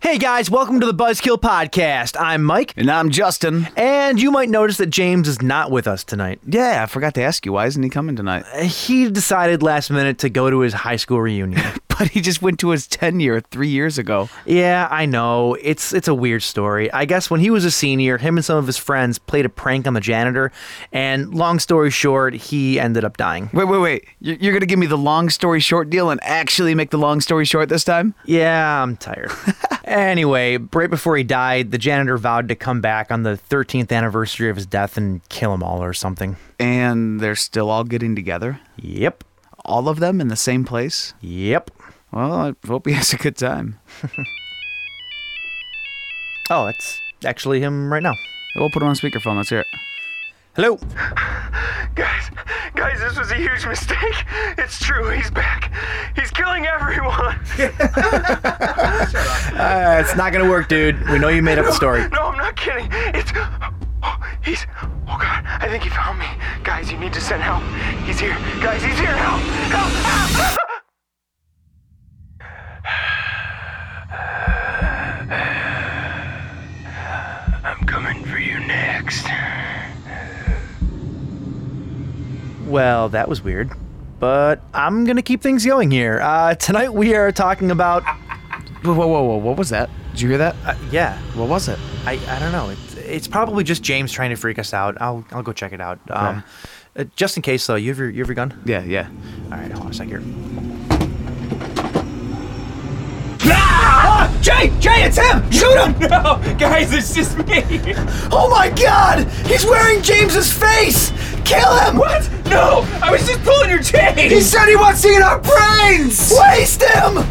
Hey guys, welcome to the Buzzkill Podcast. I'm Mike, And I'm Justin. and you might notice that James is not with us tonight. Yeah, I forgot to ask you, why isn't he coming tonight? He decided last minute to go to his high school reunion. But he just went to his tenure three years ago. yeah, I know. It's it's a weird story. I guess when he was a senior, him and some of his friends played a prank on the janitor, and long story short, he ended up dying. Wait, wait, wait. You're, you're going to give me the long story short deal and actually make the long story short this time? Yeah, I'm tired. anyway, right before he died, the janitor vowed to come back on the 13th anniversary of his death and kill them all or something. And they're still all getting together? Yep. All of them in the same place? Yep. Well, I hope he has a good time. Oh, that's actually him right now. We'll put him on speakerphone. Let's hear it. Hello. Guys, guys, this was a huge mistake. It's true, he's back. He's killing everyone. Uh, it's not gonna work, dude. We know you made up the story. No, I'm not kidding. It's. Oh, he's. Oh, God, I think he found me. Guys, you need to send help. He's here. Guys, he's here. Help! Help! Ah! I'm coming for you next. Well, that was weird, but I'm gonna keep things going here. Uh, tonight we are talking about. Whoa, whoa, whoa, whoa. What was that? Did you hear that? Uh, yeah, What was it? I, I don't know. It's, it's probably just James trying to freak us out. I'll I'll go check it out. Um, uh, just in case though, you have your you have your gun. Yeah, yeah. All right, hold on a sec here. Ah! Jay! Jay, it's him! Shoot him! No, guys, it's just me. Oh my god! He's wearing James's face! Kill him! What? No, I was just pulling your chain. said he wants to eat our brains! Waste him!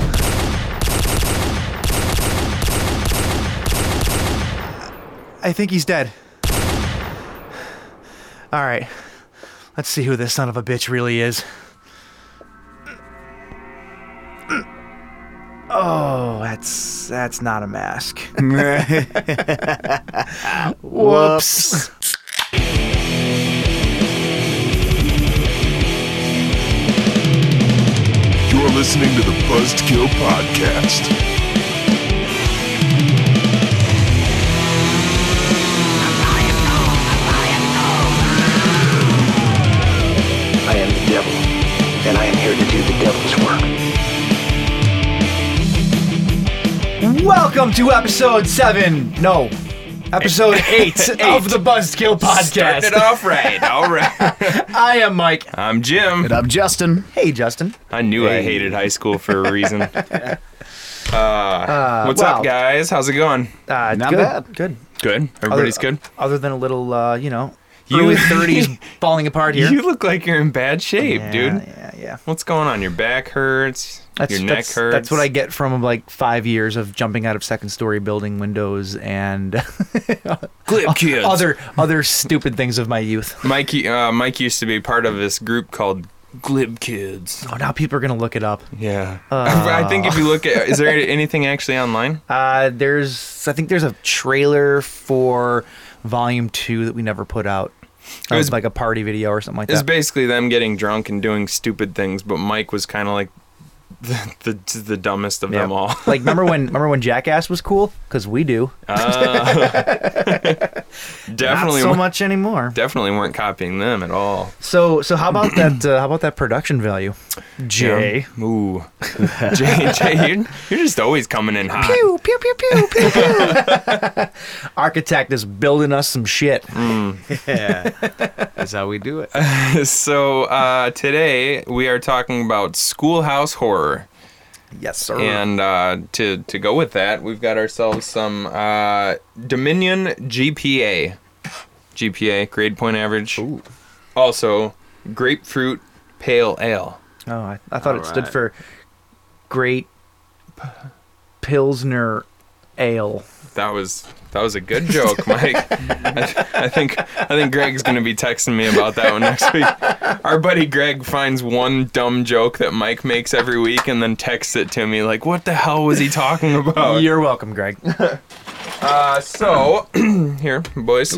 I think he's dead. Alright. Let's see who this son of a bitch really is. Oh, that's that's not a mask. Whoops. You're listening to the Buzzkill Podcast. I am the devil, and I am here to do the devil's work. Welcome to episode seven. No, episode eight, of the Buzzkill Starting podcast. it off right. All right. I am Mike. I'm Jim. And I'm Justin. Hey, Justin. I knew I hated high school for a reason. Uh, what's Uh, well- up, guys? How's it going? Uh, Not good, bad. Good. Good. Everybody's Other- good. Other than a little, uh, you know, You- early thirties falling apart here. You look like you're in bad shape, yeah, dude. Yeah, yeah. What's going on? Your back hurts. your neck that's, hurts. That's what I get from like five years of jumping out of second story building windows and clip kids. other other stupid things of my youth. Mike, uh, Mike used to be part of this group called Glib Kids. Oh, now people are gonna look it up. Yeah. I think if you look at, is there anything actually online? Uh, there's, I think there's a trailer for Volume Two that we never put out. It was was- like a party video or something like It's that. basically them getting drunk and doing stupid things, but Mike was kind of like the, the the dumbest of Yeah. them all. like remember when remember when Jackass was cool? Because we do not definitely, so wa- much anymore. definitely weren't copying them at all. So so how about that? Uh, how about that production value? Jay. Yeah. ooh, Jay, Jay, you're, you're just always coming in hot. Pew pew pew pew pew. pew. Mm. Architect is building us some shit. That's how we do it. So uh, today we are talking about schoolhouse horror, Yes sir. and uh, to to go with that, we've got ourselves some uh, Dominion GPA, GPA grade point average, also grapefruit pale ale. oh, I, I thought it stood Alright. for Great Pilsner Ale. That was that was a good joke, Mike. I, I think I think Greg's gonna be texting me about that one next week. Our buddy Greg finds one dumb joke that Mike makes every week and then texts it to me like, "What the hell was he talking about?" You're welcome, Greg. Uh, so here, boys.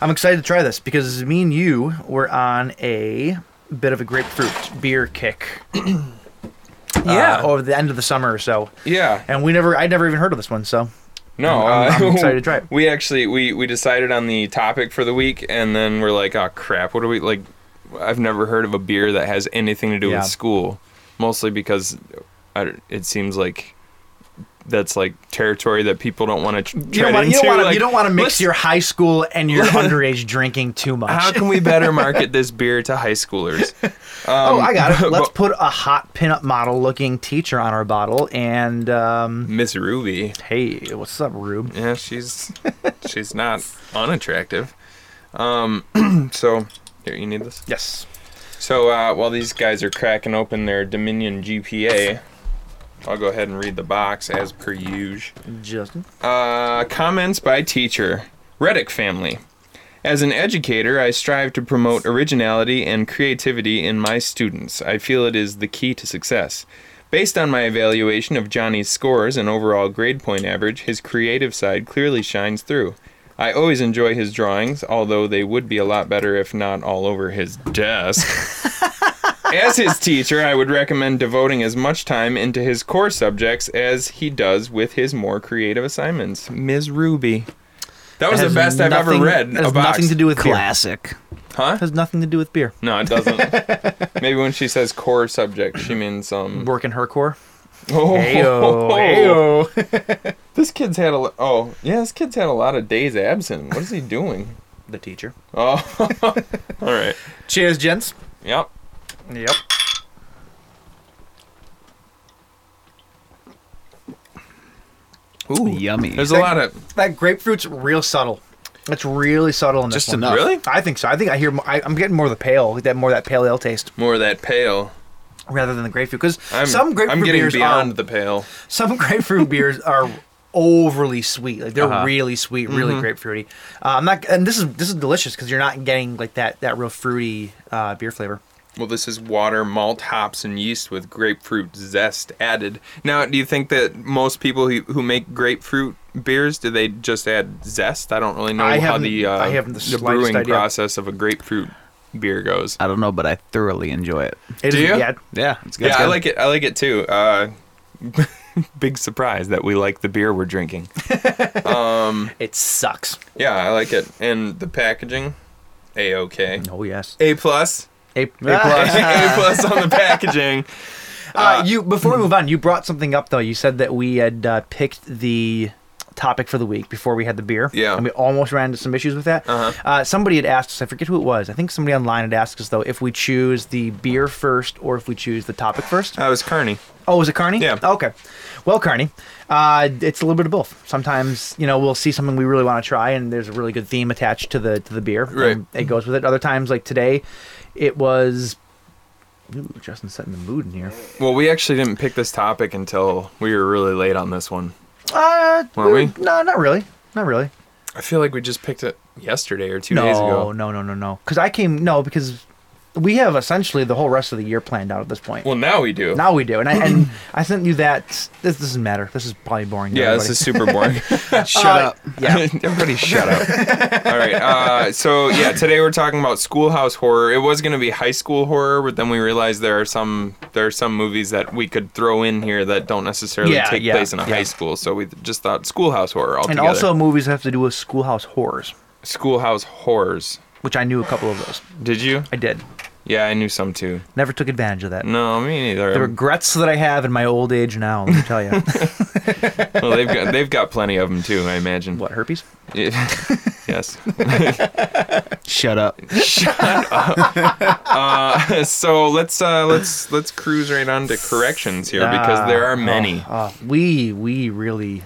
I'm excited to try this because me and you were on a bit of a grapefruit beer kick. Yeah. uh, over the end of the summer or so. Yeah. And we never, I'd never even heard of this one. So No, I'm- I'm uh, excited to try it. We actually we we decided on the topic for the week, and then we're like, oh crap, what are we like? I've never heard of a beer that has anything to do Yeah. with school, mostly because I don't- it seems like that's like territory that people don't want to. you don't want you into. don't want to like, you don't want to mix let's- your high school and your underage drinking too much. How can we better market this beer to high schoolers? Um, oh, I got it. but- Let's put a hot pinup model looking teacher on our bottle. And um, Miss Ruby, hey, what's up, Rube? yeah, she's she's not unattractive. Um, so here you need this. Yes. So uh, while these guys are cracking open their Dominion GPA, I'll go ahead and read the box as per usual. Justin. Uh, comments by teacher Reddick family. As an educator, I strive to promote originality and creativity in my students. I feel it is the key to success. Based on my evaluation of Johnny's scores and overall grade point average, his creative side clearly shines through. I always enjoy his drawings, although they would be a lot better if not all over his desk. As his teacher, I would recommend devoting as much time into his core subjects as he does with his more creative assignments. Ms. Ruby. That was the Has best I've ever nothing- read Has a box. nothing to do with beer. Classic. Huh? Has nothing to do with beer. No, it doesn't. Maybe when she says core subject, she means um. Working her core. Oh, Ayo, ayo. this kid's had a. lo- Oh, yeah, this kid's had a lot of days absent. What is he doing? the teacher. Oh, all right. Cheers, gents. Yep. Yep. Ooh, yummy. There's a lot of. That grapefruit's real subtle. It's really subtle in this Just one. enough. Really? I think so. I think I hear. mo- I, am getting more of the pale, that more of that pale ale taste More of that pale. rather than the grapefruit. Because I'm, some grapefruit I'm getting beers beyond are the pale. some grapefruit beers are overly sweet. Like they're really sweet, really grapefruity. Uh, I'm not, and this is this is delicious because you're not getting like that that real fruity uh, beer flavor. Well, this is water, malt, hops, and yeast with grapefruit zest added. Now, do you think that most people who, who make grapefruit beers do they just add zest? I don't really know I how haven't- the uh, I haven't the the, slightest brewing idea. process of a grapefruit beer goes. I don't know, but I thoroughly enjoy it. It Do is- you? Yeah, Yeah, it's good. yeah, I like it. I like it too. Uh, big surprise that we like the beer we're drinking. it sucks. Yeah, I like it, and the packaging, a okay, Oh yes. a plus, A, a plus on the packaging. Uh, you before we hmm. move on, you brought something up though. You said that we had uh, picked the topic for the week before we had the beer. Yeah. And we almost ran into some issues with that. Uh-huh. Uh, somebody had asked us. I forget who it was. I think somebody online had asked us though if we choose the beer first or if we choose the topic first. That was Kearney. Oh, was it Carney? Yeah. Okay. Well, Carney, uh, it's a little bit of both. Sometimes you know we'll see something we really want to try, and there's a really good theme attached to the to the beer. Right. and It goes with it. Other times, like today, it was. Ooh, Justin's setting the mood in here. Well, we actually didn't pick this topic until we were really late on this one. Uh, Weren't we? No, not really. Not really. I feel like we just picked it yesterday or two no, days ago. no, no, no, no. Because I came no because we have essentially the whole rest of the year planned out at this point. Well, now we do. now we do, and I and I sent you that. This doesn't matter. This is probably boring. to yeah, this everybody. is super boring. Shut Uh, up. Yeah. Everybody shut up. All right. Uh, so, yeah, today we're talking about schoolhouse horror. It was going to be high school horror, but then we realized there are some there are some movies that we could throw in here that don't necessarily Yeah, take yeah, place in a yeah. high school. So we just thought schoolhouse horror And altogether. also movies have to do with schoolhouse horrors, schoolhouse horrors. which I knew a couple of those. Did you? I did. Yeah, I knew some too. Never took advantage of that. No, me neither. The regrets that I have in my old age now, let me tell you. well, they've got they've got plenty of them too. I imagine. what, herpes? Yeah. yes. Shut up. So let's uh, let's let's cruise right on to corrections here because there are many. Oh, oh, we we really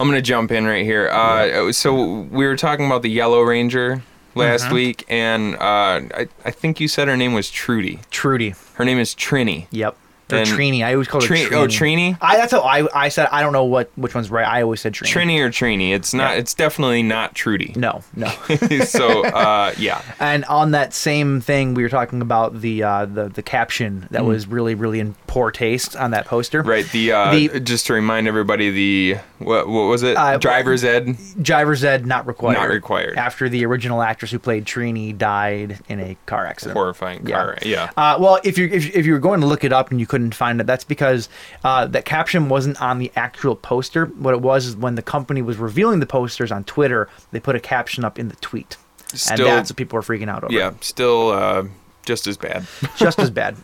I'm gonna jump in right here. Uh, so we were talking about the Yellow Ranger Mm-hmm. last week, and uh, I I think you said her name was Trudy. Trudy. Her name is Trini. Yep. Or And- Trini. I always call her Trini- Trini. oh, Trini? I that's how I I said I don't know what which one's right. I always said Trini. Trini or Trini? It's not. It's definitely not Trudy. No, no. so uh, yeah. and on that same thing we were talking about the uh the, the caption that was really, really important poor taste on that poster. Mm. Right. The, uh, The- just to remind everybody, the what what was it? Uh, Driver's Ed. Driver's Ed not required. Not required. After the original actress who played Trini died in a car accident. Horrifying car. Yeah. Uh, well, if you if, if you were going to look it up and you couldn't find it, that's because uh, that caption wasn't on the actual poster. What it was is when the company was revealing the posters on Twitter, they put a caption up in the tweet, Still- and that's what people were freaking out over. yeah. Still uh, just as bad. just as bad.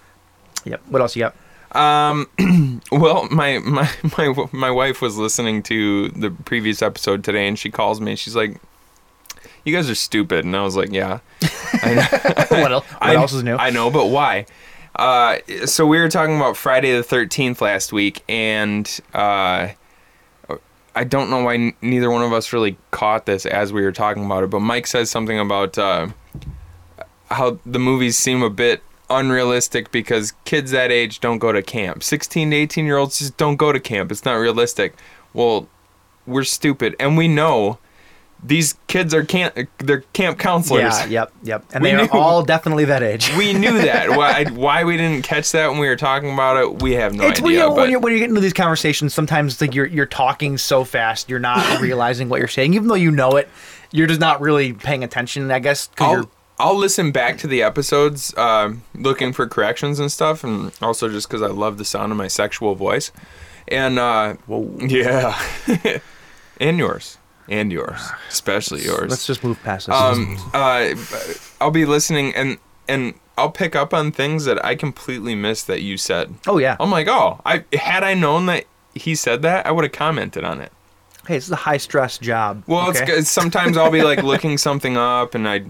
Yep. What else you got? Um, Well, my my my my wife was listening to the previous episode today, and she calls me. and She's like, "You guys are stupid," and I was like, "Yeah." what el- what I- else is new? I know, but why? Uh, so we were talking about Friday the Thirteenth last week, and uh, I don't know why n- neither one of us really caught this as we were talking about it. But Mike says something about uh, how the movies seem a bit unrealistic because kids that age don't go to camp. Sixteen to eighteen year olds just don't go to camp. It's not realistic. Well, we're stupid, and we know. These kids are camp. They're camp counselors yeah. Yep. Yep. And We they knew. are all definitely that age. we knew that. Why, why we didn't catch that when we were talking about it, we have no It's when, you idea. know, when but you're when you're getting into these conversations, sometimes like you're you're talking so fast, you're not realizing what you're saying, even though you know it. You're just not really paying attention, I guess. 'cause you're- I'll, I'll listen back to the episodes um, looking for corrections and stuff, and also just because I love the sound of my sexual voice. And, uh, yeah. and yours. And yours. Especially yours. let's just move past this. um, uh, I'll be listening and and I'll pick up on things that I completely missed that you said. Oh, yeah. I'm like, oh, I had I known that he said that, I would have commented on it. hey, this is a high stress job. Well, it's okay? it's, sometimes I'll be like looking something up, and I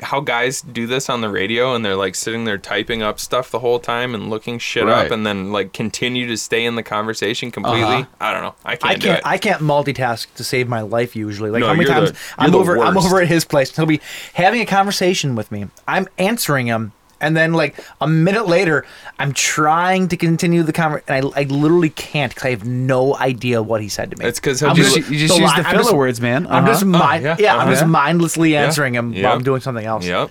how guys do this on the radio, and they're like sitting there typing up stuff the whole time and looking shit up, Right. and then like continue to stay in the conversation completely. I don't know. I can't. I do can't. it. I can't multitask to save my life. Usually, like No, how many you're the- times you're I'm the over. I'm worst. over at his place. He'll be having a conversation with me. I'm answering him, and then like a minute later, I'm trying to continue the conversation, and I, I literally can't because I have no idea what he said to me. It's 'cause he'll I'm do it- You just so use I- the I'm filler just- words, man. I'm just Uh-huh. mi- Oh, yeah. yeah. I'm Uh-huh. just mindlessly answering him Yep. while I'm doing something else. Yep.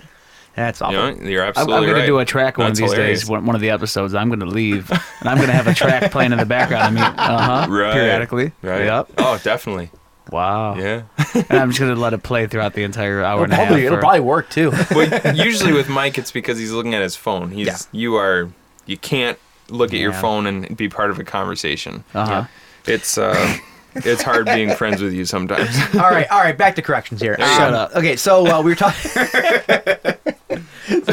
that's awful. Yeah, you're I'm, absolutely I'm going right. to do a track one That's of these hilarious. days, one, one of the episodes. I'm going to leave, and I'm going to have a track playing in the background of me, uh huh, Right. periodically. Right. Yep. Oh, definitely. Wow. Yeah. And I'm just going to let it play throughout the entire It'll hour and a half. probably it'll or- probably work too. But usually with Mike, it's because he's looking at his phone. He's you are you can't look at your Yeah. phone and be part of a conversation. Uh-huh. It's uh, it's hard being friends with you sometimes. all right, all right. Back to corrections here. you Um, go. Shut up. Okay, so uh, we were talking.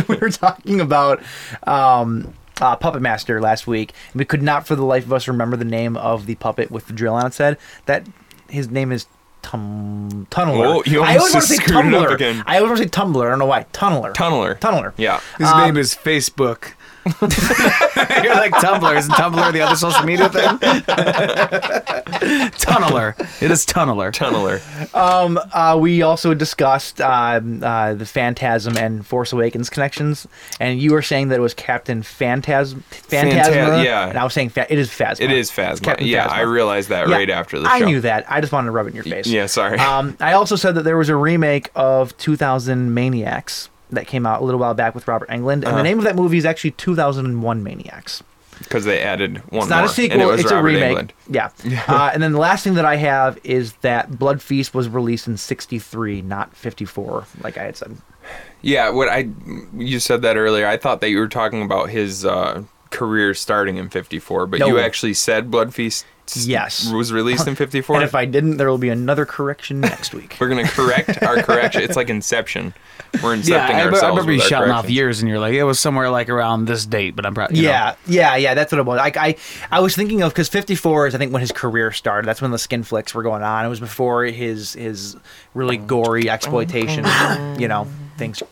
we were talking about um, uh, Puppet Master last week, and we could not, for the life of us, remember the name of the puppet with the drill on its head. That his name is. Tum- tunneler. Whoa, Oh, you I always almost want to say just screwed it up Tumblr. again. I always want to say Tumblr. I don't know why. Tunneler. Tunneler. Tunneler. Yeah. His name is Facebook. Um, You're like Tumblr. Isn't Tumblr the other social media thing? tunneler. It is tunneler. Tunneler. Uh, we also discussed um, uh, the Phantasm and Force Awakens connections, and you were saying that it was Captain Phantasm, Phantasma, Phanta- yeah. And I was saying fa- it is Phasma. It is Phasma. Captain yeah, Phasma. I realized that Yeah, right after the show. I knew that. I just wanted to rub it in your face. Yeah, sorry. Um, I also said that there was a remake of 2000 Maniacs that came out a little while back with Robert Englund, and Uh-huh. the name of that movie is actually 2001 Maniacs. Because they added one It's not a more, and it sequel. was it's Robert a remake. Englund. Yeah. uh, and then the last thing that I have is that Blood Feast was released in '63, not '54, like I had said. Yeah, what I you said that earlier. I thought that you were talking about his uh, career starting in '54, but No. you actually said Blood Feast. s- Yes. was released in '54. And if I didn't, there will be another correction next week. We're gonna correct our correction. It's like Inception. We're incepting Yeah, I, ourselves. I remember you with our shouting off corrections. years, and you're like, it was somewhere like around this date, but I'm probably yeah, yeah, yeah. That's what it was. I, I, I was thinking of because '54 is, I think, when his career started. That's when the skin flicks were going on. It was before his his really gory exploitation, you know, things.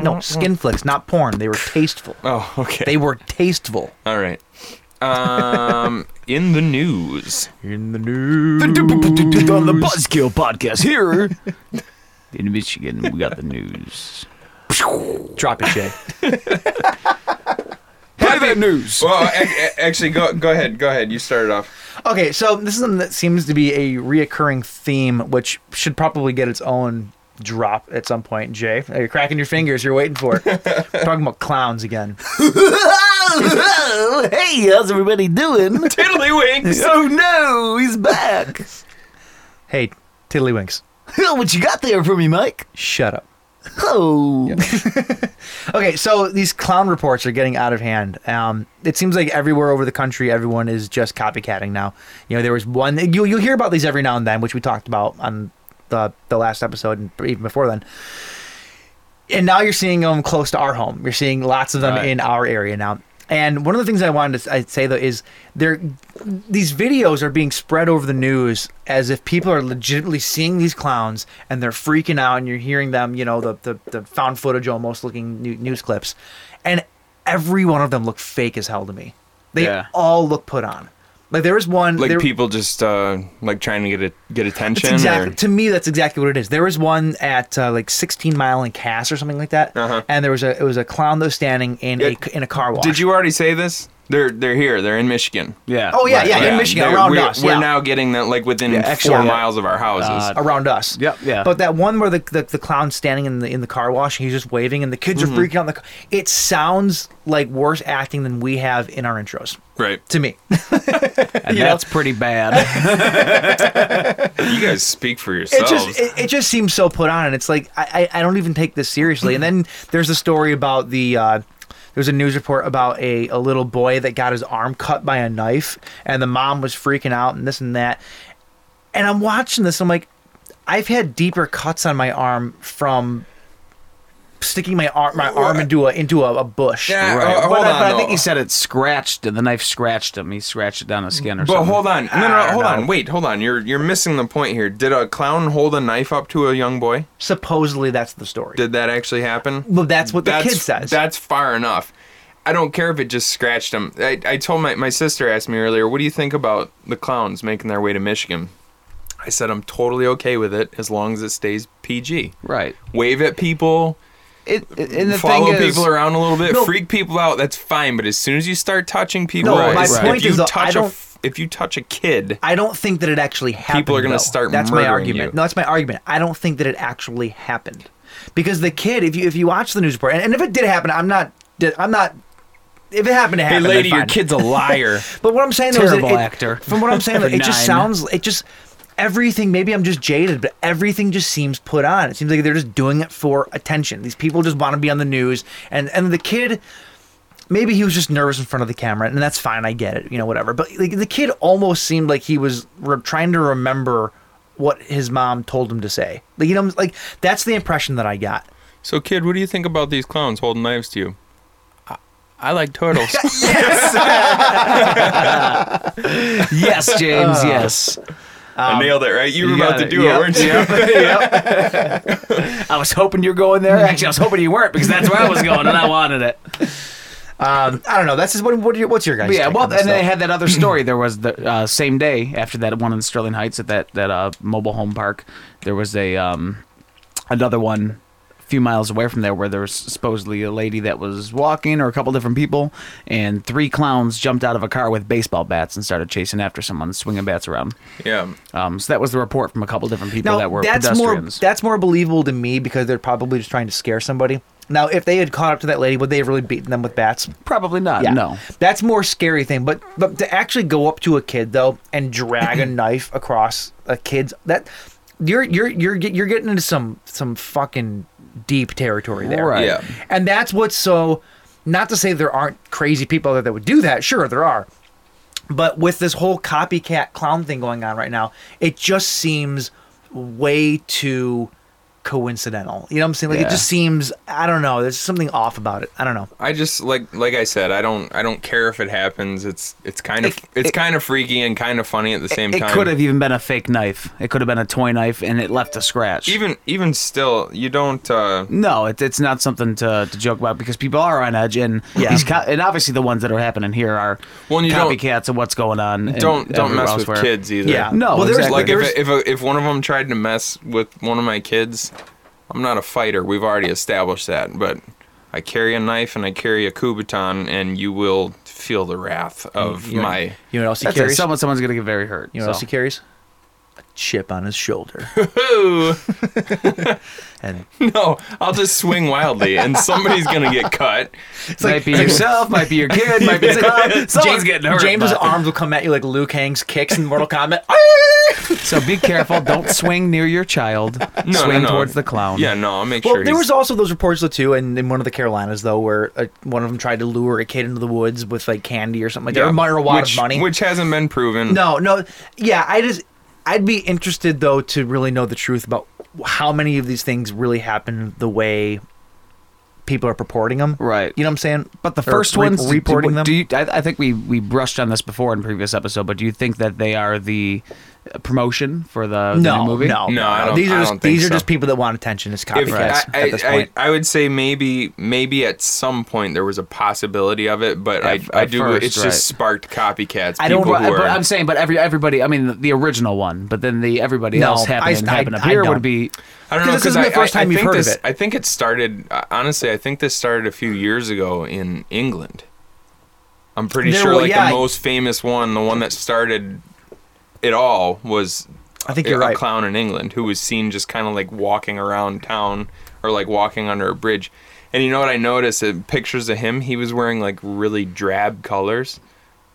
No, skin flicks, not porn. They were tasteful. Oh, okay. They were tasteful. All right. Um, in the news. In the news. on the Buzzkill podcast here in Michigan. We got the news. Drop it, Shay. Private news. Well, ac- ac- actually, go go ahead. Go ahead. You started off. Okay, so this is something that seems to be a reoccurring theme, which should probably get its own drop at some point. Jay, you're cracking your fingers. You're waiting for it. We're talking about clowns again. Oh, hey, how's everybody doing? Tiddlywinks. oh no, he's back. Hey, tiddlywinks, Oh, what you got there for me, Mike? shut up. Oh, Okay, so these clown reports are getting out of hand. Um, it seems like everywhere over the country, everyone is just copycatting now. You know, there was one. You you hear about these every now and then, which we talked about on the the last episode and even before then. And now you're seeing them close to our home. You're seeing lots of them Right. in our area now. And one of the things I wanted to s- I'd say though is there these videos are being spread over the news as if people are legitimately seeing these clowns and they're freaking out and you're hearing them, you know, the the, the found footage almost looking new, news clips, and every one of them look fake as hell to me. They Yeah. all look put on. Like there was one Like there- people just uh, like trying to get a, get attention. that's exactly or- to me. That's exactly what it is. There was one at uh, like 16 Mile and Cass or something like that, Uh-huh. and there was a it was a clown that was standing in Yeah. a in a car wash. Did you already say this? They're they're here. They're in Michigan. yeah. Oh yeah, Right, yeah, right. in Michigan They're- around we're, us. We're yeah. now getting that like within Yeah, actually, four yeah. miles of our houses. around us. Yep, yeah. But that one where the, the, the clown's standing in the in the car wash, he's just waving, and the kids are Mm-hmm. freaking out. In the ca- it sounds like worse acting than we have in our intros right. to me. And you know. that's pretty bad. You guys speak for It yourselves. just it, it just seems so put on, and it's like I, I, I don't even take this seriously. and then there's a story about the. Uh, there was a news report about a, a little boy that got his arm cut by a knife, and the mom was freaking out and this and that. And I'm watching this, I'm like, I've had deeper cuts on my arm from sticking my arm my arm into a into a, a bush. Yeah, Right. uh, but, hold I, on, but I though. think he said it scratched, and the knife scratched him. He scratched it down the skin or But something. hold on. No, no, I don't hold on. know. Wait, hold on. You're you're missing the point here. Did a clown hold a knife up to a young boy? Supposedly that's the story. Did that actually happen? well, that's what the that's, kid says. That's far enough. I don't care if it just scratched him. I, I told my, my sister asked me earlier, what do you think about the clowns making their way to Michigan? I said I'm totally okay with it as long as it stays PG. Right. Wave at people, It, it- and the follow thing is, people around a little bit, No. freak people out. That's fine, but as soon as you start touching people, No, my if point you is though, I touch a don't- f- if you touch a kid, I don't think that it actually happened. People are gonna though. start That's my murdering argument. you. No, that's my argument. I don't think that it actually happened because the kid. If you if you watch the news report, and, and if it did happen, I'm not. di- I'm not. If it happened to hey happen, lady, then your fine. kid's a liar. But what I'm saying though is, it, Terrible it- actor. From what I'm saying, For it just nine. sounds. It just everything. Maybe I'm just jaded, but everything just seems put on. It seems like they're just doing it for attention. These people just want to be on the news, and and the kid. Maybe he was just nervous in front of the camera, and that's fine. I get it, you know, whatever. But like, the kid almost seemed like he was re- trying to remember what his mom told him to say. Like, you know, like that's the impression that I got. so kid, what do you think about these clowns holding knives to you? I, I like turtles. Yes, James. yes. I nailed it, right? You were Um, got about to it. do Yep, it, weren't you? I was hoping you're going there. Actually, I was hoping you weren't because that's where I was going, and I wanted it. Um, I don't know. That's just what. What are your, what's your guys? But yeah, take well, on and this, though? they had that other story. There was the uh, same day after that one in Sterling Heights at that that uh, mobile home park. There was a um, another one a few miles away from there where there was supposedly a lady that was walking or a couple different people, and three clowns jumped out of a car with baseball bats and started chasing after someone, swinging bats around. Yeah. Um, so that was the report from a couple different people Now, that were that's pedestrians. more that's more believable to me because they're probably just trying to scare somebody. Now, if they had caught up to that lady, would they have really beaten them with bats? Probably not. Uh, No. that's more scary thing. But but to actually go up to a kid though and drag a knife across a kid's that you're you're you're get- you're getting into some some fucking deep territory there. Right. Yeah. And that's what's so not to say there aren't crazy people out there that would do that. Sure, there are. But with this whole copycat clown thing going on right now, it just seems way too coincidental. You know what I'm saying? Like Yeah. it just seems I don't know, there's something off about it. I don't know. I just like like I said, I don't I don't care if it happens. It's it's kind of It- it's it- kind of freaky and kind of funny at the same It time. could have even been a fake knife. It could have been a toy knife, and it left a scratch. even even still, you don't uh No, it, it's not something to, to joke about because people are on edge, and Yeah. these co- and obviously the ones that are happening here are Well, and you don't- copycats of what's going on. and don't don't everywhere mess else with where- kids either. Yeah. No, Well, there's- exactly. Like if There's- it, if a, if one of them tried to mess with one of my kids, I'm not a fighter. We've already established that, but I carry a knife and I carry a Kubaton, and you will feel the wrath of my. You know what else he That's it. carries? Someone, someone's gonna get very hurt. you know what so. else he carries? a chip on his shoulder, Ooh. and No, I'll just swing wildly, and somebody's gonna get cut. might be yourself, might be your kid, might be someone- someone's James, getting hurt. James's but- arms will come at you like Liu Kang's kicks in Mortal Kombat. So be careful. Don't swing near your child. No, swing no, no. towards the clown. Yeah, no, I'll make Well, sure. there he's- was also those reports though too, and in one of the Carolinas though, where uh, one of them tried to lure a kid into the woods with like candy or something like Yeah, that, or a wad which, of money. which hasn't been proven. No, no. Yeah, I just I'd be interested though to really know the truth about how many of these things really happen the way people are purporting them. Right. You know what I'm saying? But the Or first re- ones, do- reporting do, them. Do you, I, I think we we brushed on this before in previous episode, but do you think that they are the promotion for the, the no, new movie? no, No, I don't- These are I just don't think these are so. just people that want attention as If, copycats I, at this I, point. I, I would say maybe maybe at some point there was a possibility of it, but At- I, I at do. first, it's right. just sparked copycats. I don't- people Well, who but are, I'm saying, but every everybody, I mean, the, the original one, but then the everybody No, else I- happening, I- happening up I here don't. would be I don't 'Cause know this isn't I, the first I- time I you've think heard of this- it. I think it started uh, honestly. I think this started a few years ago in England. I'm pretty There sure, were- like yeah. the most famous one, the one that started it all, was I think you're a right. clown in England who was seen just kind of like walking around town or like walking under a bridge. And you know what I noticed? In pictures of him, he was wearing like really drab colors,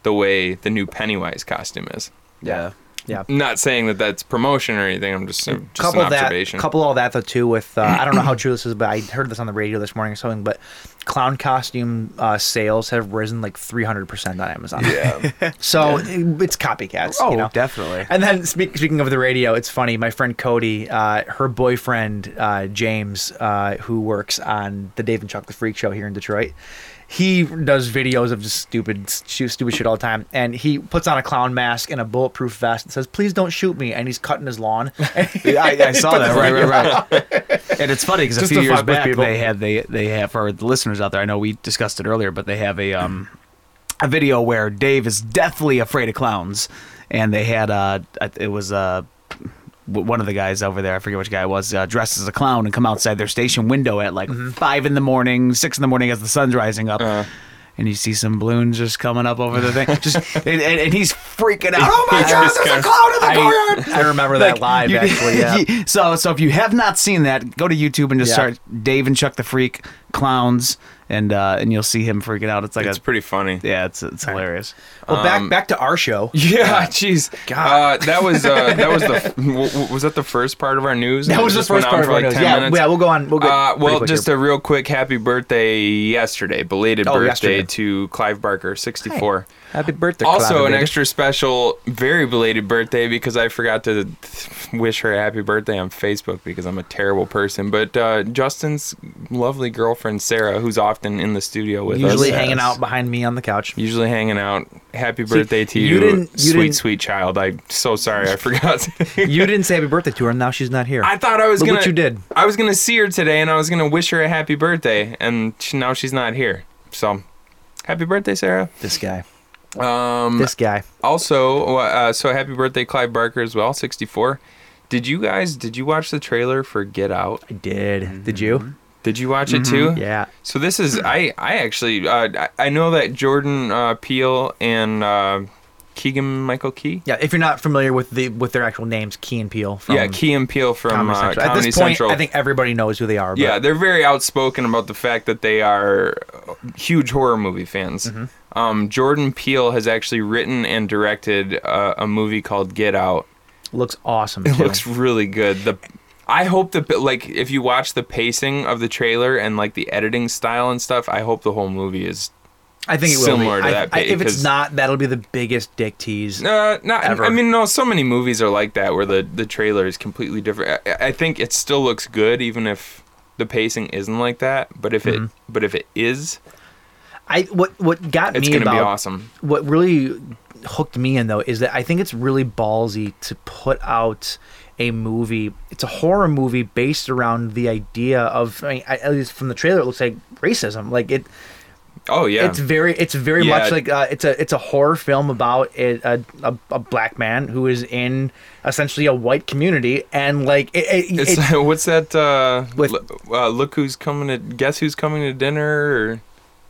the way the new Pennywise costume is. yeah. yeah. Not saying that that's promotion or anything. I'm just uh, just couple an that, observation. couple all that though too with uh, I don't know how true this is, but I heard this on the radio this morning or something. But clown costume uh, sales have risen like three hundred percent on Amazon. Yeah, so it- it's copycats. Oh, you know? definitely. And then speak, speaking of the radio, it's funny. My friend Cody, uh, her boyfriend uh, James, uh, who works on the Dave and Chuck the Freak Show here in Detroit, he does videos of just stupid, stu- stupid shit all the time. And he puts on a clown mask and a bulletproof vest and says, "Please don't shoot me." And he's cutting his lawn. I, I saw that. Right, right, right. and it's funny because a Just few to years fuck with back people. they had they they have for the listeners out there. I know we discussed it earlier, but they have a um a video where Dave is deathly afraid of clowns, and they had uh it was uh w- one of the guys over there, I forget which guy it was, uh, dressed as a clown and come outside their station window at like five in the morning, six in the morning as the sun's rising up. And you see some balloons just coming up over the thing, just and, and, and he's freaking out. Oh my God! There's a clown in the courtyard. I remember that live You- actually. Yeah. so so if you have not seen that, go to YouTube and just Yeah. start Dave and Chuck the Freak clowns, and uh, and you'll see him freaking out. It's like it's a pretty funny. yeah, it's it's hilarious. Well, back back to our show. Yeah, jeez. Uh, that was uh, that was the w- w- was that the first part of our news? That It was the just went first part of on for our like news. 10 Yeah, minutes? yeah, we'll go on- we'll go uh, pretty well, quick just here. a real quick happy birthday yesterday, belated Oh, birthday yesterday. to Clive Barker, sixty-four. Happy birthday! Also, Clive, an baby. extra special, very belated birthday because I forgot to th- wish her happy birthday on Facebook because I'm a terrible person. But uh, Justin's lovely girlfriend Sarah, who's often in the studio with us, usually uh, hanging out behind me on the couch. usually hanging out. Happy birthday to you you, didn't- you sweet didn't- sweet child. I'm so sorry, I forgot. You didn't say happy birthday to her, and now she's not here. I thought I was Look gonna. what you did. I was gonna see her today, and I was gonna wish her a happy birthday, and she, now she's not here. So, happy birthday, Sarah. this guy. Um, This guy. also, uh, so happy birthday, Clive Barker as well, 64. Did you guys? Did you watch the trailer for Get Out? I did. Did you? Did you watch it too? Mm-hmm, Yeah. So this is I I actually uh, I I know that Jordan uh, Peele and uh, Keegan Michael Key. Yeah. If you're not familiar with the with their actual names, Key and Peele. From yeah, Key and Peele from Comedy uh, Central. At Comedy this point, Central. I think everybody knows who they are. But Yeah, they're very outspoken about the fact that they are uh, huge horror movie fans. Mm-hmm. Um, Jordan Peele has actually written and directed uh, a movie called Get Out. looks awesome. It too. looks really good. The I hope that like if you watch the pacing of the trailer and like the editing style and stuff, I hope the whole movie is I think it will similar be. to I- that I- if it's because- not, that'll be the biggest dick tease. Uh, not. Ever. I mean, no. So many movies are like that where the the trailer is completely different. I, I think it still looks good even if the pacing isn't like that. But if it Mm-hmm. but if it is, I what what got it's me gonna about be awesome. what really hooked me in though is that I think it's really ballsy to put out a movie. It's a horror movie based around the idea of, I mean, I- at least from the trailer, it looks like racism. Like it, Oh yeah. it's very, it's very Yeah. much like uh, it's a it's a horror film about a, a, a, a black man who is in essentially a white community, and like it, it, it's, it- what's that? Uh, With- l- uh, look who's coming to guess who's coming to dinner. Or,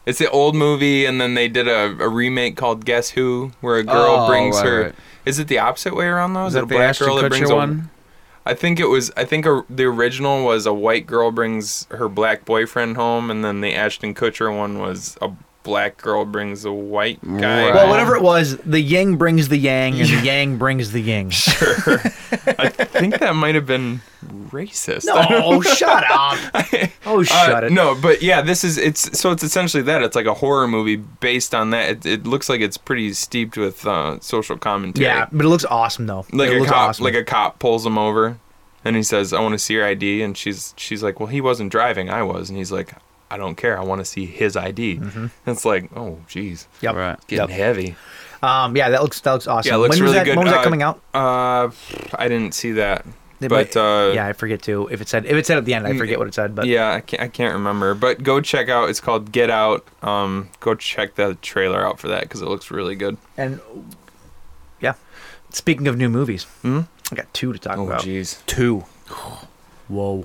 it's the old movie, and then they did a, a remake called Guess Who, where a girl Oh, brings right, her right. Is it the opposite way around though? Is, that it a the black Ashton girl that brings Kutcher a- one? I think it was. I think a, the original was a white girl brings her black boyfriend home, and then the Ashton Kutcher one was a black girl brings a white guy. Right. Well, home. whatever it was, the yin brings the yang, and the yang brings the yin. I think that might have been racist. No, Oh, shut up. Oh, Uh, shut it. No, but yeah, this is it's so it's essentially that it's like a horror movie based on that. It, it looks like it's pretty steeped with uh, social commentary. Yeah, but it looks awesome though. like it a looks cop, awesome. like a cop pulls him over, and he says, "I want to see your ID," and she's she's like, "Well, he wasn't driving, I was," and he's like, "I don't care, I want to see his ID." And it's like, oh, jeez, Mm-hmm. yep. Right. it's getting Yep. heavy. Um, yeah, that looks that looks awesome. Yeah, it looks when was really that, good. When was Uh, that coming out? Uh, I didn't see that, They but might- uh, yeah, I forget too. If it said if it said at the end, I forget what it said. But yeah, I can't, I can't remember. But go check out. It's called Get Out. Um, go check the trailer out for that because it looks really good. and yeah. Speaking of new movies, I got two to talk Hmm? Oh, about. jeez. Two. Whoa.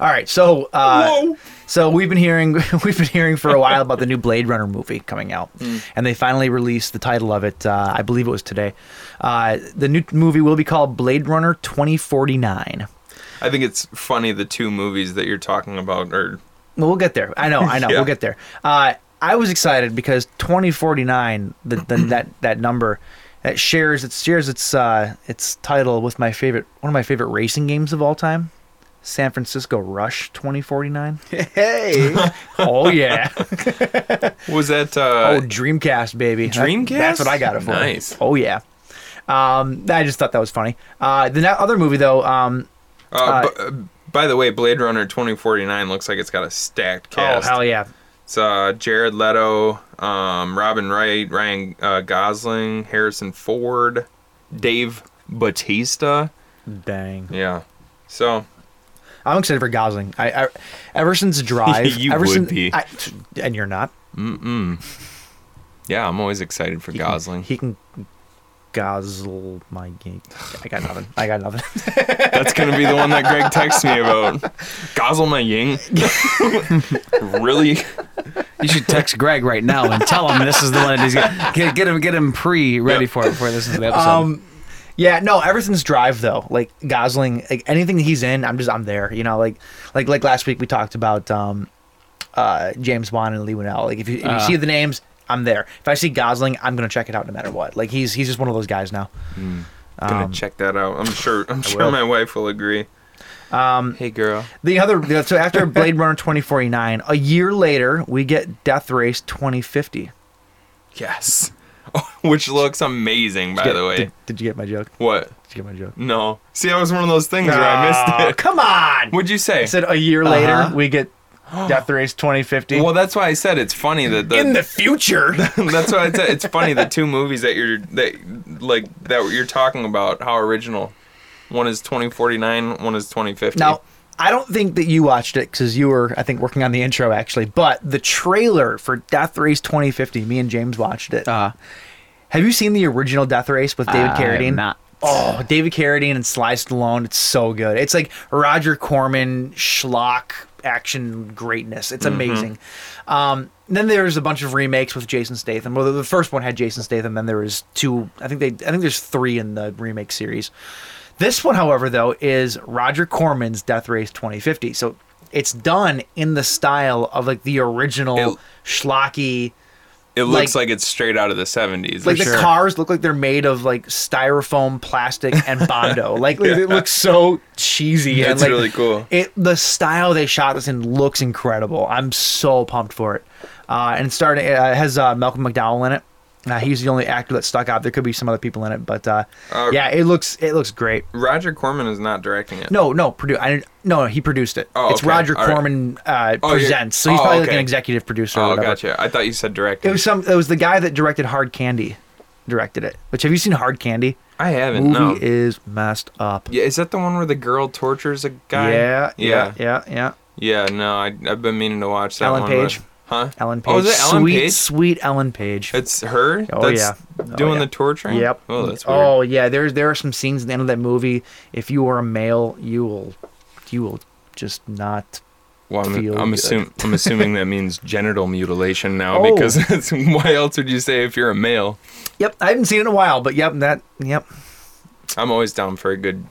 All right, so uh, so we've been hearing we've been hearing for a while about the new Blade Runner movie coming out, and they finally released the title of it. Uh, I believe it was today. Uh, the new movie will be called Blade Runner 2049. I think it's funny the two movies that you're talking about are. Well, we'll get there. I know, I know. Yeah. We'll get there. Uh, I was excited because 2049, the, the, that that number, that shares it shares its uh, its title with my favorite one of my favorite racing games of all time, San Francisco Rush 2049. Hey, oh yeah, Was that oh uh, Dreamcast baby, That- Dreamcast? that's what I got it for. Nice. Oh yeah. Um, I just thought that was funny. Uh, the na- other movie though, um, uh, bu- uh, by the way, Blade Runner 2049 looks like it's got a stacked oh cast. hell yeah, It's uh, Jared Leto, um, Robin Wright, Ryan uh, Gosling, Harrison Ford, Dave Batista. dang. Yeah. So I'm excited for Gosling. I, I ever since Drive, You ever would since, be. I- and you're not. yeah, I'm always excited for He can- Gosling. he can gosel my game. I got nothing. I got nothing. That's gonna be the one that Greg texts me about. Gosling my ying. really? You should text Greg right now and tell him this is the one that he's gonna get, get him get him pre ready for it before this is the episode. Um, yeah, no. Ever since Drive, though, like Gosling, like anything that he's in, I'm just I'm there. You know, like like like last week we talked about um, uh, James Bond and Lee Winnell. Like if you, if you Uh. see the names, I'm there. If I see Gosling, I'm gonna check it out no matter what. Like he's he's just one of those guys now. Gonna check that out. I'm sure. I'm sure will. my wife Um, will agree. Um, hey girl. The other the- so after Blade Runner 2049, a year later we get Death Race 2050. Yes. Which looks amazing, by Get- the way. did, did you get my joke? What? Did you get my joke? No. See, that was one of those things where I Oh, missed it. Come on. What'd you say? I said a year later we get Death Race 2050. well, that's why I said it's funny that the, in the future. that's why I said it's funny the two movies that you're that like that you're talking about how original. One is 2049, one is 2050. now, I don't think that you watched it because you were, I think, working on the intro actually. But the trailer for Death Race 2050, me and James watched it. Uh, Have you seen the original Death Race with David I have Carradine? not. Oh, David Carradine and Sly Stallone. It's so good. It's like Roger Corman schlock action greatness. It's Mm-hmm. amazing. Um, then there's a bunch of remakes with Jason Statham. Well, the- the first one had Jason Statham. Then there was two. I think they. I think there's three in the remake series. This one, however, though, is Roger Corman's Death Race 2050. So it's done in the style of like the original It- schlocky it looks like- like, it's straight out of the 70s. like for the sure. cars look like they're made of like styrofoam, plastic, and bondo. like it looks so cheesy. and That's like, really cool. It the style they shot this in looks incredible. I'm so pumped for it. Uh, and starting uh, it has uh, Malcolm McDowell in it. Uh, he's the only actor that stuck out. There could be some other people in it, but uh, Uh, yeah, it looks it looks great. Roger Corman is not directing it. No, no, produ- I, didn't- no, he produced it. Oh, it's okay. Roger All right. Corman uh, Oh, you're- presents, so he's oh, probably like okay. an executive producer. or Oh, whatever. gotcha. I thought you said directing. It was some. It was the guy that directed Hard Candy, directed it. Which have you seen Hard Candy? I haven't. movie no. is messed up. yeah, is that the one where the girl tortures a guy? yeah, yeah, yeah, yeah, yeah. yeah. no, I, I've been meaning to watch that Ellen one. Page. but- huh? Ellen Page. Oh, is it Ellen sweet, Page? sweet Ellen Page. It's her. Oh, that's yeah. Oh, Doing yeah. the torturing. Yep. Oh, that's weird. Oh yeah, there's there are some scenes at the end of that movie. If you are a male, you will, you will just not Well, I'm, Feel I'm, good. assum- I'm assuming that means genital mutilation now Oh. because it's, why else would you say if you're a male? Yep, I haven't seen it in a while, but yep, that yep. I'm always down for a good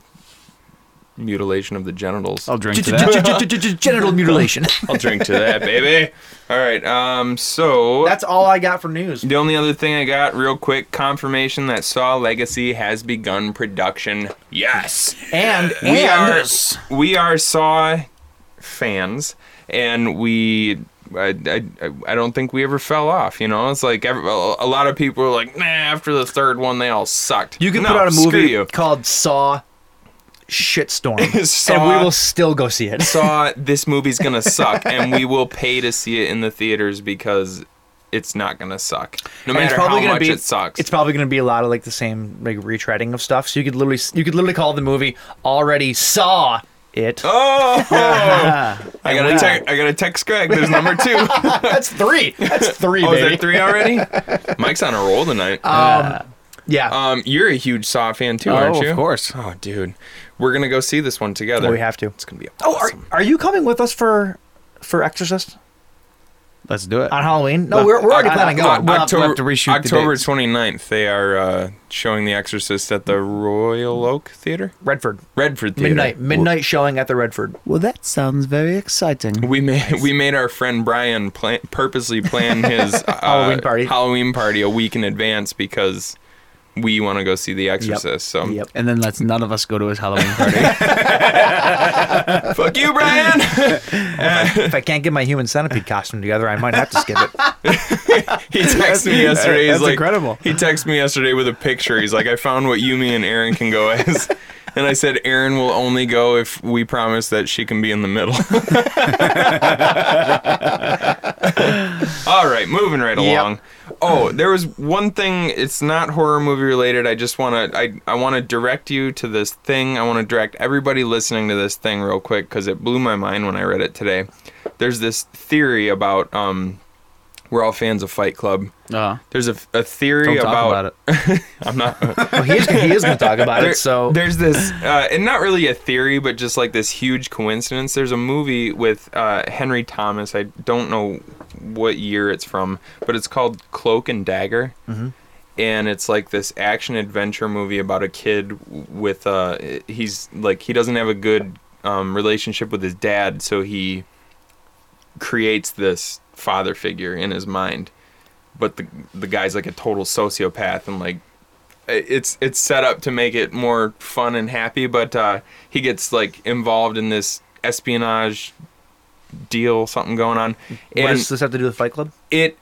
mutilation of the genitals. I'll drink to that. Genital mutilation. I'll drink to that, baby. All right. Um. So That's all I got for news. the only other thing I got, real quick, confirmation that Saw Legacy has begun production. Yes. And we are and we are Saw fans, and we. I, I, I don't think we ever fell off, you know. It's like every, a lot of people were like, "Nah." After the third one, they all sucked. you can No, put out a screw movie you. called Saw Shitstorm, Saw- and we will still go see it. Saw this movie's gonna suck, and we will pay to see it in the theaters because it's not gonna suck. No And it's matter probably how gonna much be it sucks. It's probably going to be a lot of like the same like retreading of stuff. So you could literally you could literally call the movie already Saw it. oh, I And we- gotta text. I gotta text Greg. There's number two. oh, That's three. That's three, is baby. there three already? Mike's on a roll tonight. Uh, Yeah, Um, you're a huge Saw fan too, Oh, aren't you? of course. Oh, dude, we're gonna go see this one together. we have to. It's gonna be Oh, are, awesome. are you coming with us for for Exorcist Let's do it. on Halloween? No, we're, we're already planning Oc- on going. we'll have to- Uh, October, we'll have to reshoot the October dates. 29th, they are uh, showing The Exorcist at the Royal Oak Theater, Redford Redford Theater. midnight midnight showing at the Redford. Well, that sounds very exciting. We made we made our friend Brian plan, purposely plan his uh, Halloween party. Halloween party a week in advance because we want to go see The Exorcist. So Yep. And then let's none of us go to his Halloween party. fuck you, Brian. if I can't get my human centipede costume together, I might have to skip it. He texted me yesterday. He's That's like, incredible. He texted me yesterday with a picture. He's like, I found what Yumi and Aaron can go as. And I said, Aaron will only go if we promise that she can be in the middle. All right, moving right along. Oh, there was one thing. It's not horror movie related. I just want to. I I want to direct you to this thing. I want to direct everybody listening to this thing real quick because it blew my mind when I read it today. There's this theory about um, we're all fans of Fight Club. Uh, There's a, a theory don't talk about, about, it. I'm not. Well, he is he is going to talk about there- it. So there's this, uh, and not really a theory, but just like this huge coincidence. There's a movie with uh, Henry Thomas. I don't know what year it's from, but it's called Cloak and Dagger, Mm-hmm. and it's like this action adventure movie about a kid with uh, he's like he doesn't have a good um, relationship with his dad, so he creates this father figure in his mind. But the the guy's like a total sociopath and like it's it's set up to make it more fun and happy, but uh, he gets like involved in this espionage deal, something going on, what and does this have to do with Fight Club? it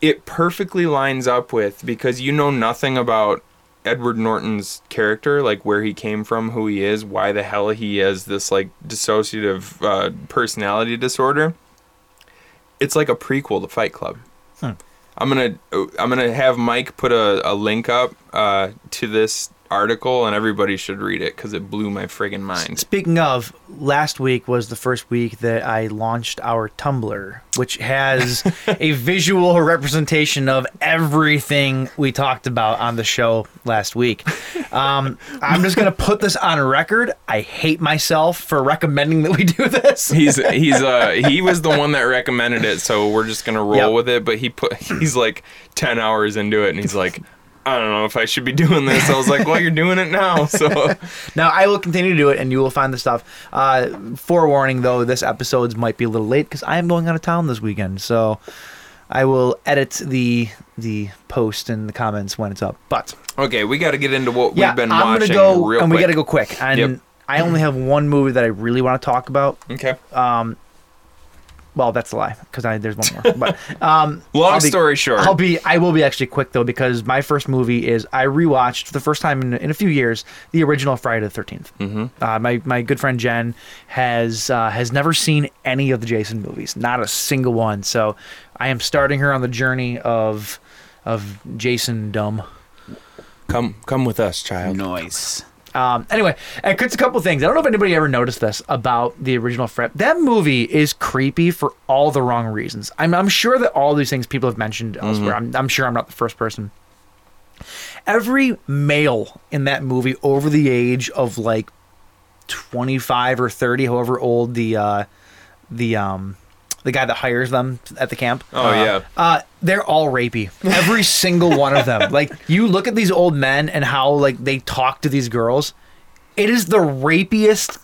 it perfectly lines up with because you know nothing about Edward Norton's character, like where he came from, who he is, why the hell he has this like dissociative uh, personality disorder. It's like a prequel to Fight Club. I'm gonna I'm gonna have Mike put a, a link up uh, to this article, and everybody should read it because it blew my friggin' mind. Speaking of, last week was the first week that I launched our Tumblr, which has a visual representation of everything we talked about on the show last week. Um, I'm just going to put this on record. I hate myself for recommending that we do this. He's he's uh he was the one that recommended it, so we're just gonna roll Yep. with it. But he put he's like ten hours into it, and he's like, I don't know if I should be doing this. I was like, well, you're doing it now, so Now I will continue to do it, and you will find the stuff. Uh, forewarning though, this episode's might be a little late because I am going out of town this weekend, so I will edit the the post and the comments when it's up. But okay, we got to get into what yeah, we've been I'm watching gonna go, real and we quick. gotta go quick. And Yep. I only have one movie that I really want to talk about. Okay. Uh, Well, that's a lie because I there's one more. But Long I'll be- story short, I'll be I will be actually quick though because my first movie is I rewatched for the first time in, in a few years the original Friday the 13th Uh, my my good friend Jen has uh, has never seen any of the Jason movies, not a single one. So I am starting her on the journey of of Jason dumb. come come with us, child. Noise. Um, anyway, and it's a couple things. I don't know if anybody ever noticed this about the original Fred. That movie is creepy for all the wrong reasons. I'm, I'm sure that all these things people have mentioned elsewhere. I'm, I'm sure I'm not the first person. Every male in that movie over the age of like 25 or 30, however old the uh, the um the guy that hires them at the camp. Oh, yeah. Uh, they're all rapey. Every single one of them. Like you look at these old men and how like they talk to these girls. It is the rapiest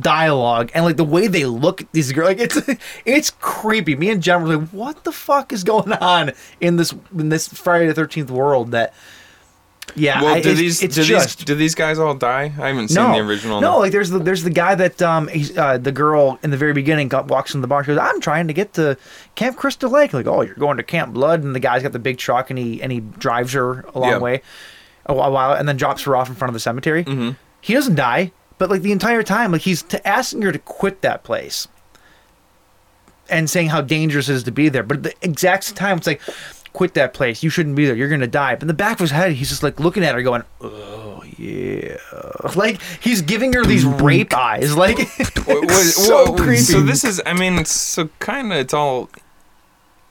dialogue and like the way they look at these girls like it's it's creepy me and jen were like what the fuck is going on in this in this friday the 13th world that yeah Well, I- do it's- these it's do just, these do these guys all die? I haven't seen no, the original. No, like there's the there's the guy that um he's, uh, the girl in the very beginning got, walks in the bar. She goes, "I'm trying to get to Camp Crystal Lake." Like, oh, you're going to Camp Blood, and the guy's got the big truck, and he and he drives her a long Yeah. way, a while, while, and then drops her off in front of the cemetery. Mm-hmm. He doesn't die, but like the entire time, like he's t- asking her to quit that place, and saying how dangerous it is to be there. But at the exact same time, it's like. Quit that place. You shouldn't be there. You're gonna die. But in the back of his head, he's just like looking at her, going, like he's giving her these rape eyes. Like Wha- wha- so wha- creepy. So this is, I mean, it's so kind of, it's all,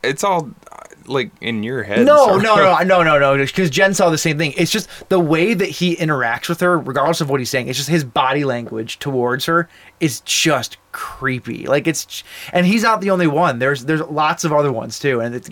it's all uh, like in your head. no, sort no, of. no, no, no, no, because Jen saw the same thing. It's just the way that he interacts with her, regardless of what he's saying. It's just his body language towards her is just creepy. Like it's, and he's not the only one. There's there's lots of other ones too, and it's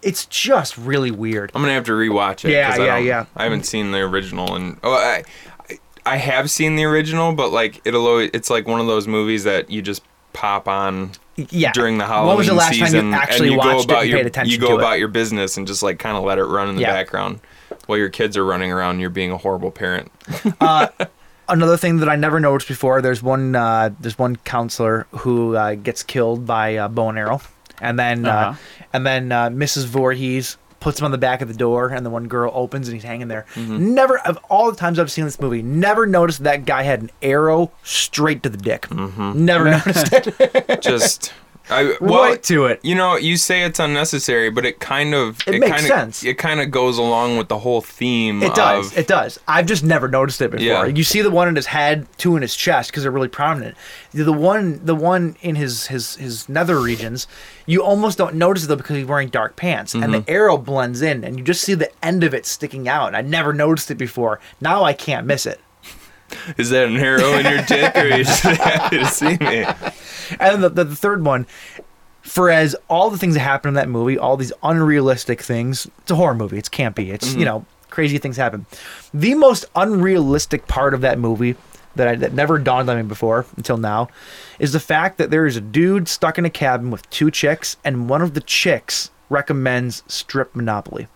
it's just really weird. I'm gonna have to rewatch it. Yeah, 'cause I yeah, don't- yeah. I haven't seen the original, and oh, I, I- I have seen the original, but like it'll, always, it's like one of those movies that you just pop on Yeah. during the Halloween When was the last time you season, actually and you watched it go about and your, paid attention you go to it? about your business and just like kind of let it run in the Yeah. background while your kids are running around. and You're being a horrible parent. another thing that I never noticed before. There's one. Uh, there's one counselor who uh, gets killed by uh, bow and arrow, and then uh Uh-huh. and then uh, Mrs. Voorhees puts him on the back of the door, and the one girl opens and he's hanging there. Never of all the times I've seen this movie, never noticed that guy had an arrow straight to the dick. Never noticed it. just I, well, Right to it. You know, you say it's unnecessary, but it kind of It makes kind of, sense. It kind of goes along with the whole theme. It does. Of, It does. I've just never noticed it before. Yeah. You see the one in his head, two in his chest because they're really prominent. The the one, the one in his his his nether regions, you almost don't notice it though because he's wearing dark pants and Mm-hmm. the arrow blends in and you just see the end of it sticking out. I never noticed it before. Now I can't miss it. is that an arrow in your dick, or are you just happy to see me? And then the, the, the third one, for as all the things that happen in that movie, all these unrealistic things, it's a horror movie. It's campy. It's you know crazy things happen. The most unrealistic part of that movie that I, that never dawned on me before until now is the fact that there is a dude stuck in a cabin with two chicks, and one of the chicks recommends strip monopoly.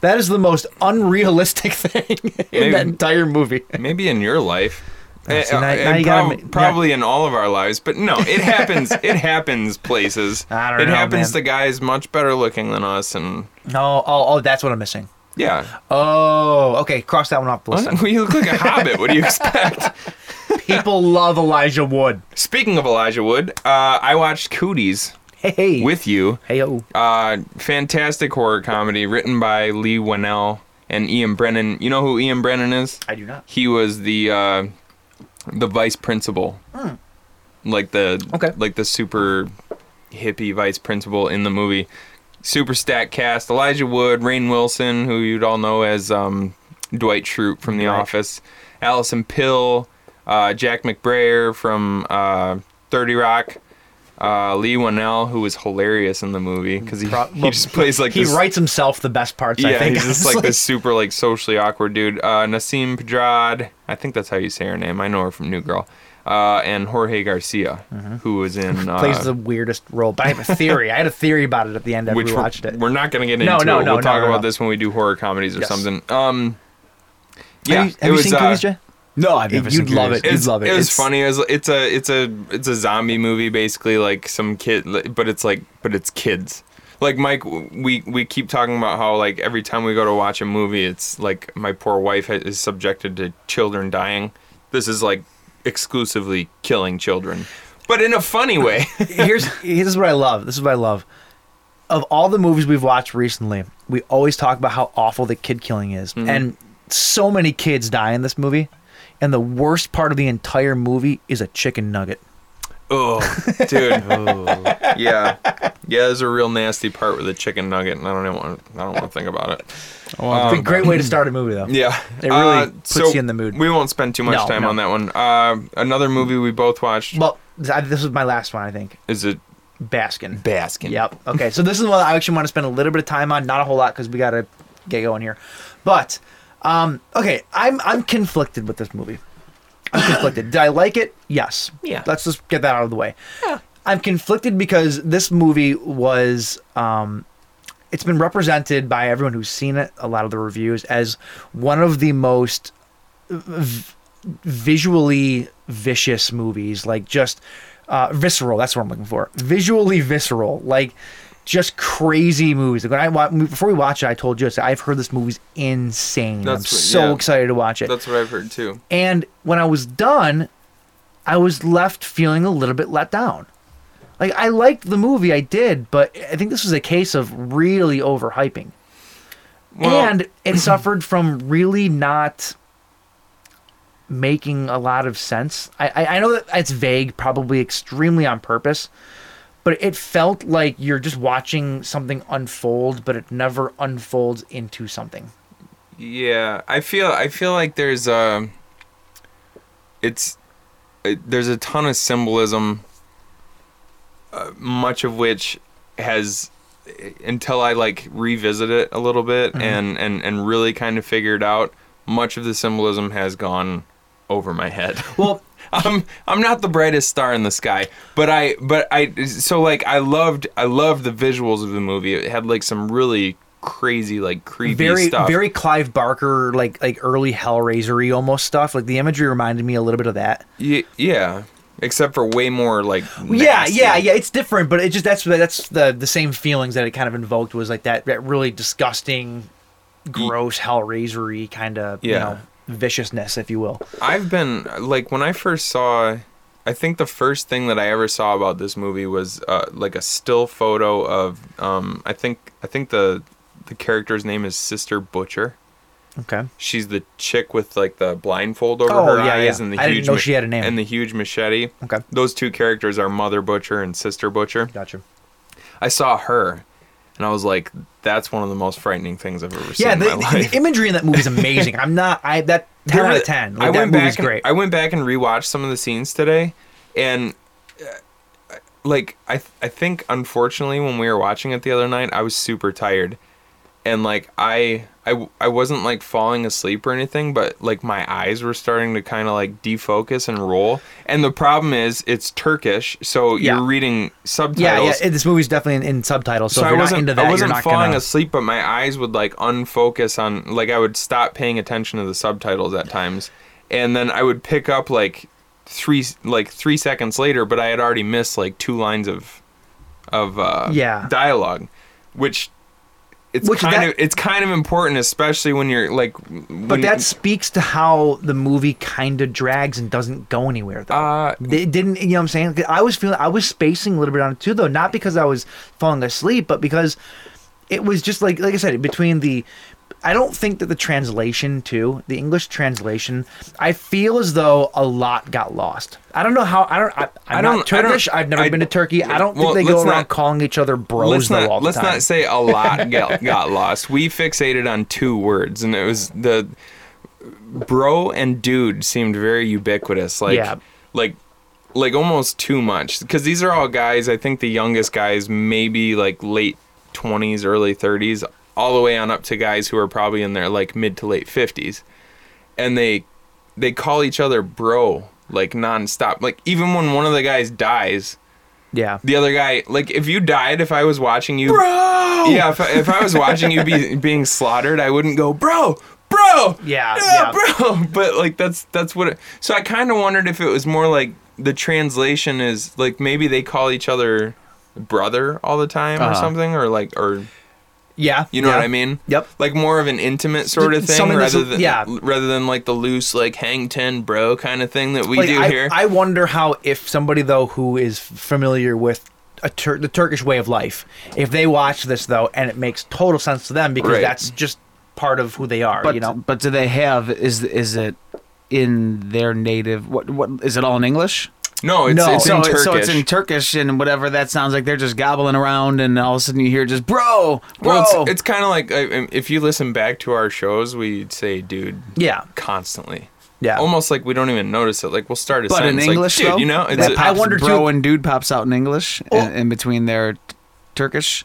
That is the most unrealistic thing in Maybe- that entire movie. Maybe in your life. Eh, Oh, see, now- eh, now you gotta ma- probably in all of our lives, but no, it happens. it happens places. I don't it know, happens man. to guys much better looking than us, and No, oh, oh, that's what I'm missing. yeah, Oh, okay, cross that one off the list. What? you look like a hobbit. What do you expect? People love Elijah Wood. Speaking of Elijah Wood, uh, I watched Cooties Hey. with you. hey oh. Uh, fantastic horror comedy written by Lee Winnell and Ian Brennan. You know who Ian Brennan is? I do not. He was the uh, the vice principal, like the Hmm. Okay. like the super hippie vice principal in the movie. Super stacked cast: Elijah Wood, Rain Wilson, who you'd all know as um, Dwight Schrute from The Office, Allison Pill, uh, Jack McBrayer from uh, Thirty Rock. Uh, Lee Winnell, who was hilarious in the movie because he, Pro- he just plays like He this writes himself the best parts, yeah, I think. he's just like, this super like socially awkward dude. Uh, Nassim Pedrad, I think that's how you say her name. I know her from New Girl, uh, and Jorge Garcia, who was in Mm-hmm. uh, Plays the weirdest role, but I have a theory. I had a theory about it at the end after which we we're- watched it. We're not gonna get into. No, no, it. no, no, We'll talk no, about no. this when we do horror comedies or Yes. something. Um, yeah, have you, it have you was, seen uh, Cooties, Jay? No, I've never You'd seen love Curious. it. You'd It's, love it. it was It's- funny. It was- it's a it's a it's a zombie movie basically, like some kid, but it's like but it's kids. Like Mike, we we keep talking about how like every time we go to watch a movie, it's like my poor wife ha- is subjected to children dying. This is like exclusively killing children, but in a funny way. here's here's what I love. This is what I love. Of all the movies we've watched recently, we always talk about how awful the kid killing is, Mm-hmm. and so many kids die in this movie. And the worst part of the entire movie is a chicken nugget. oh, dude. Oh. Yeah, yeah. There's a real nasty part with the chicken nugget, and I don't even want I don't want to think about it. it's a great way to start a movie, though. Oh, Yeah, Uh, It really puts you in the mood. We won't spend too much No, time no. on that one. Uh, another movie we both watched. Well, I, this was my last one, I think. Is it Baskin. Baskin? Yep. Okay. So this is one I actually want to spend a little bit of time on. Not a whole lot because we gotta get going here. But um, okay, I'm I'm conflicted with this movie. I'm conflicted. Did I like it? Yes. Yeah. Let's just get that out of the way. I'm conflicted because this movie was um, it's been represented by everyone who's seen it, a lot of the reviews, as one of the most visually vicious movies, like just uh, visceral. That's what I'm looking for. Visually visceral, like just crazy movies. Like when I wa- before we watch it, I told you I said, I've heard this movie's insane. I'm That's what- so yeah. excited to watch it. That's what I've heard too. and when I was done, I was left feeling a little bit let down. Like I liked the movie, I did, but I think this was a case of really overhyping Well, and it suffered from really not making a lot of sense. I, I, I know that it's vague, probably extremely on purpose, but it felt like you're just watching something unfold, but it never unfolds into something. Yeah, I feel I feel like there's a it's it, there's a ton of symbolism, uh, much of which has until I like revisit it a little bit Mm-hmm. and and and really kind of figure it out. Much of the symbolism has gone over my head. Well, I'm I'm not the brightest star in the sky, but I but I so like I loved I loved the visuals of the movie. It had like some really crazy like creepy very stuff. very Clive Barker like like early Hellraisery almost stuff. Like the imagery reminded me a little bit of that. Ye- yeah, except for way more like. Yeah, nasty. yeah, yeah. It's different, but it just that's that's the the same feelings that it kind of invoked was like that that really disgusting, gross hellraisery kind of you Yeah. know viciousness, if you will. I've been like when I first saw, I think the first thing that I ever saw about this movie was uh, like a still photo of um I think I think the the character's name is Sister Butcher. Okay. She's the chick with like the blindfold over Oh, her yeah, eyes yeah. and the I didn't huge know she had a name. and the huge machete. Okay. Those two characters are Mother Butcher and Sister Butcher. Gotcha. I saw her and I was like that's one of the most frightening things I've ever seen Yeah, in the, my life. the imagery in that movie is amazing. I'm not. I that ten There out of were- ten. Like, I that went movie's back. And, great. I went back and rewatched some of the scenes today, and uh, I- like I, th- I think unfortunately when we were watching it the other night, I was super tired, and like I, I, w- I wasn't like falling asleep or anything, but like my eyes were starting to kind of like defocus and roll. And the problem is it's Turkish, so Yeah. you're reading yeah, subtitles. yeah. it- this movie's definitely in, in subtitles, so, if So I you're not wasn't, into that, I you're wasn't not falling gonna. asleep, but my eyes would like unfocus on, like I would stop paying attention to the subtitles at times, and then I would pick up like three, like three seconds later, but I had already missed like two lines of, of uh, Yeah. dialogue, which it's Which kind that- of it's kind of important, especially when you're like, but that speaks to how the movie kind of drags and doesn't go anywhere though. Uh, They didn't, you know what I'm saying? I was feeling, I was spacing a little bit on it too, though, not because I was falling asleep, but because it was just like, like I said, between the, I don't think that the translation too, the English translation, I feel as though a lot got lost. I don't know how, I don't, I, I'm I not don't- I don't- Turkish. I've never I- been to Turkey. I don't well, think they go let's around not- calling each other bros let's though not all the let's time. not say a lot got, got lost. We fixated on two words, and it was the bro and dude seemed very ubiquitous. Like Yeah. like like almost too much because these are all guys. I think the youngest guys maybe like late twenties, early thirties, all the way on up to guys who are probably in their like mid to late fifties, and they they call each other bro like nonstop. Like even when one of the guys dies yeah. the other guy like if you died if i was watching you bro yeah if, I- if i was watching you be being slaughtered i wouldn't go bro bro Yeah, yeah, yeah. bro but like that's that's what it, so i kind of wondered if it was more like the translation is like maybe they call each other brother all the time or Uh-huh. something or like or Yeah. you know yeah. what i mean Yep. like more of an intimate sort of thing Something that's- rather than yeah. rather than like the loose like hang 10 bro kind of thing that we Like, do I, here I wonder how if somebody though who is familiar with a Tur- the Turkish way of life, if they watch this though, and it makes total sense to them because Right. that's just part of who they are. But you know, but do they have is is it in their native what what is it all in English? no it's, No. it's so, in it- turkish so it's in Turkish and whatever that sounds like. They're just gobbling around, and all of a sudden you hear just bro, bro. Well, it's, it's kind of like uh, um, if you listen back to our shows, we say "dude" yeah, constantly. Yeah. almost like we don't even notice it. Like we'll start a But in sentence, English, like, though, dude, you know, it's that a, I pops- wonder, bro too- and dude pops out in English Oh. in, in between their t- Turkish.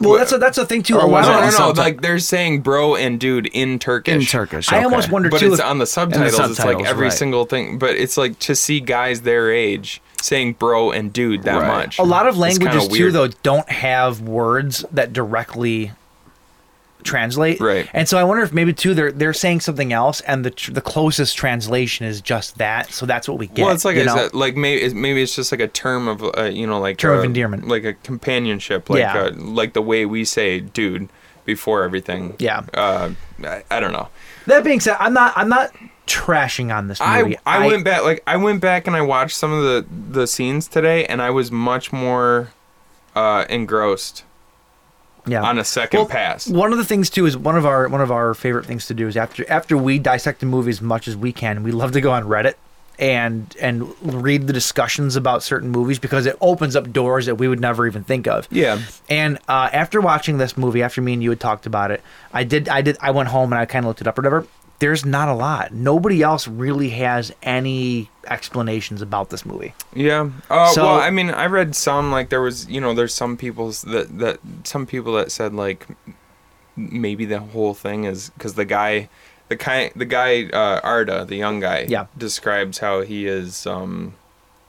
Well, that's a, that's a thing too. Oh, Or I no, was wonder- it no, no. Sometimes- Like they're saying bro and dude in Turkish. In Turkish, I almost okay. wonder But too. it's if- on the subtitles. it's like subtitles, every right. single thing. But it's like to see guys their age saying bro and dude that Right. much. a lot of It's kinda languages too, weird. though, don't have words that directly translate. Right. And so I wonder if maybe too they're they're saying something else, and the tr- the closest translation is just that. So that's what we get. well, it's like you I know? said, like maybe it's, maybe it's just like a term of uh, you know like Term of a- endearment. like a companionship, like Yeah. uh like the way we say dude before everything. Yeah. Uh, I, I don't know. That being said, I'm not I'm not trashing on this I, movie. I went back like I went back and I watched some of the the scenes today and I was much more uh engrossed yeah. on a second Well, pass. One of the things too is one of our one of our favorite things to do is after after we dissect the movie as much as we can, we love to go on Reddit and and read the discussions about certain movies because it opens up doors that we would never even think of. Yeah. And uh, after watching this movie, after me and you had talked about it, I did I did I went home and I kind of looked it up or whatever. There's not a lot. Nobody else really has any explanations about this movie. Yeah. Uh, So- well, I mean, I read some like there was, you know, there's some people's that that some people that said like m- maybe the whole thing is because the guy, the guy, the guy uh, Arda, the young guy, Yeah. describes how he is. um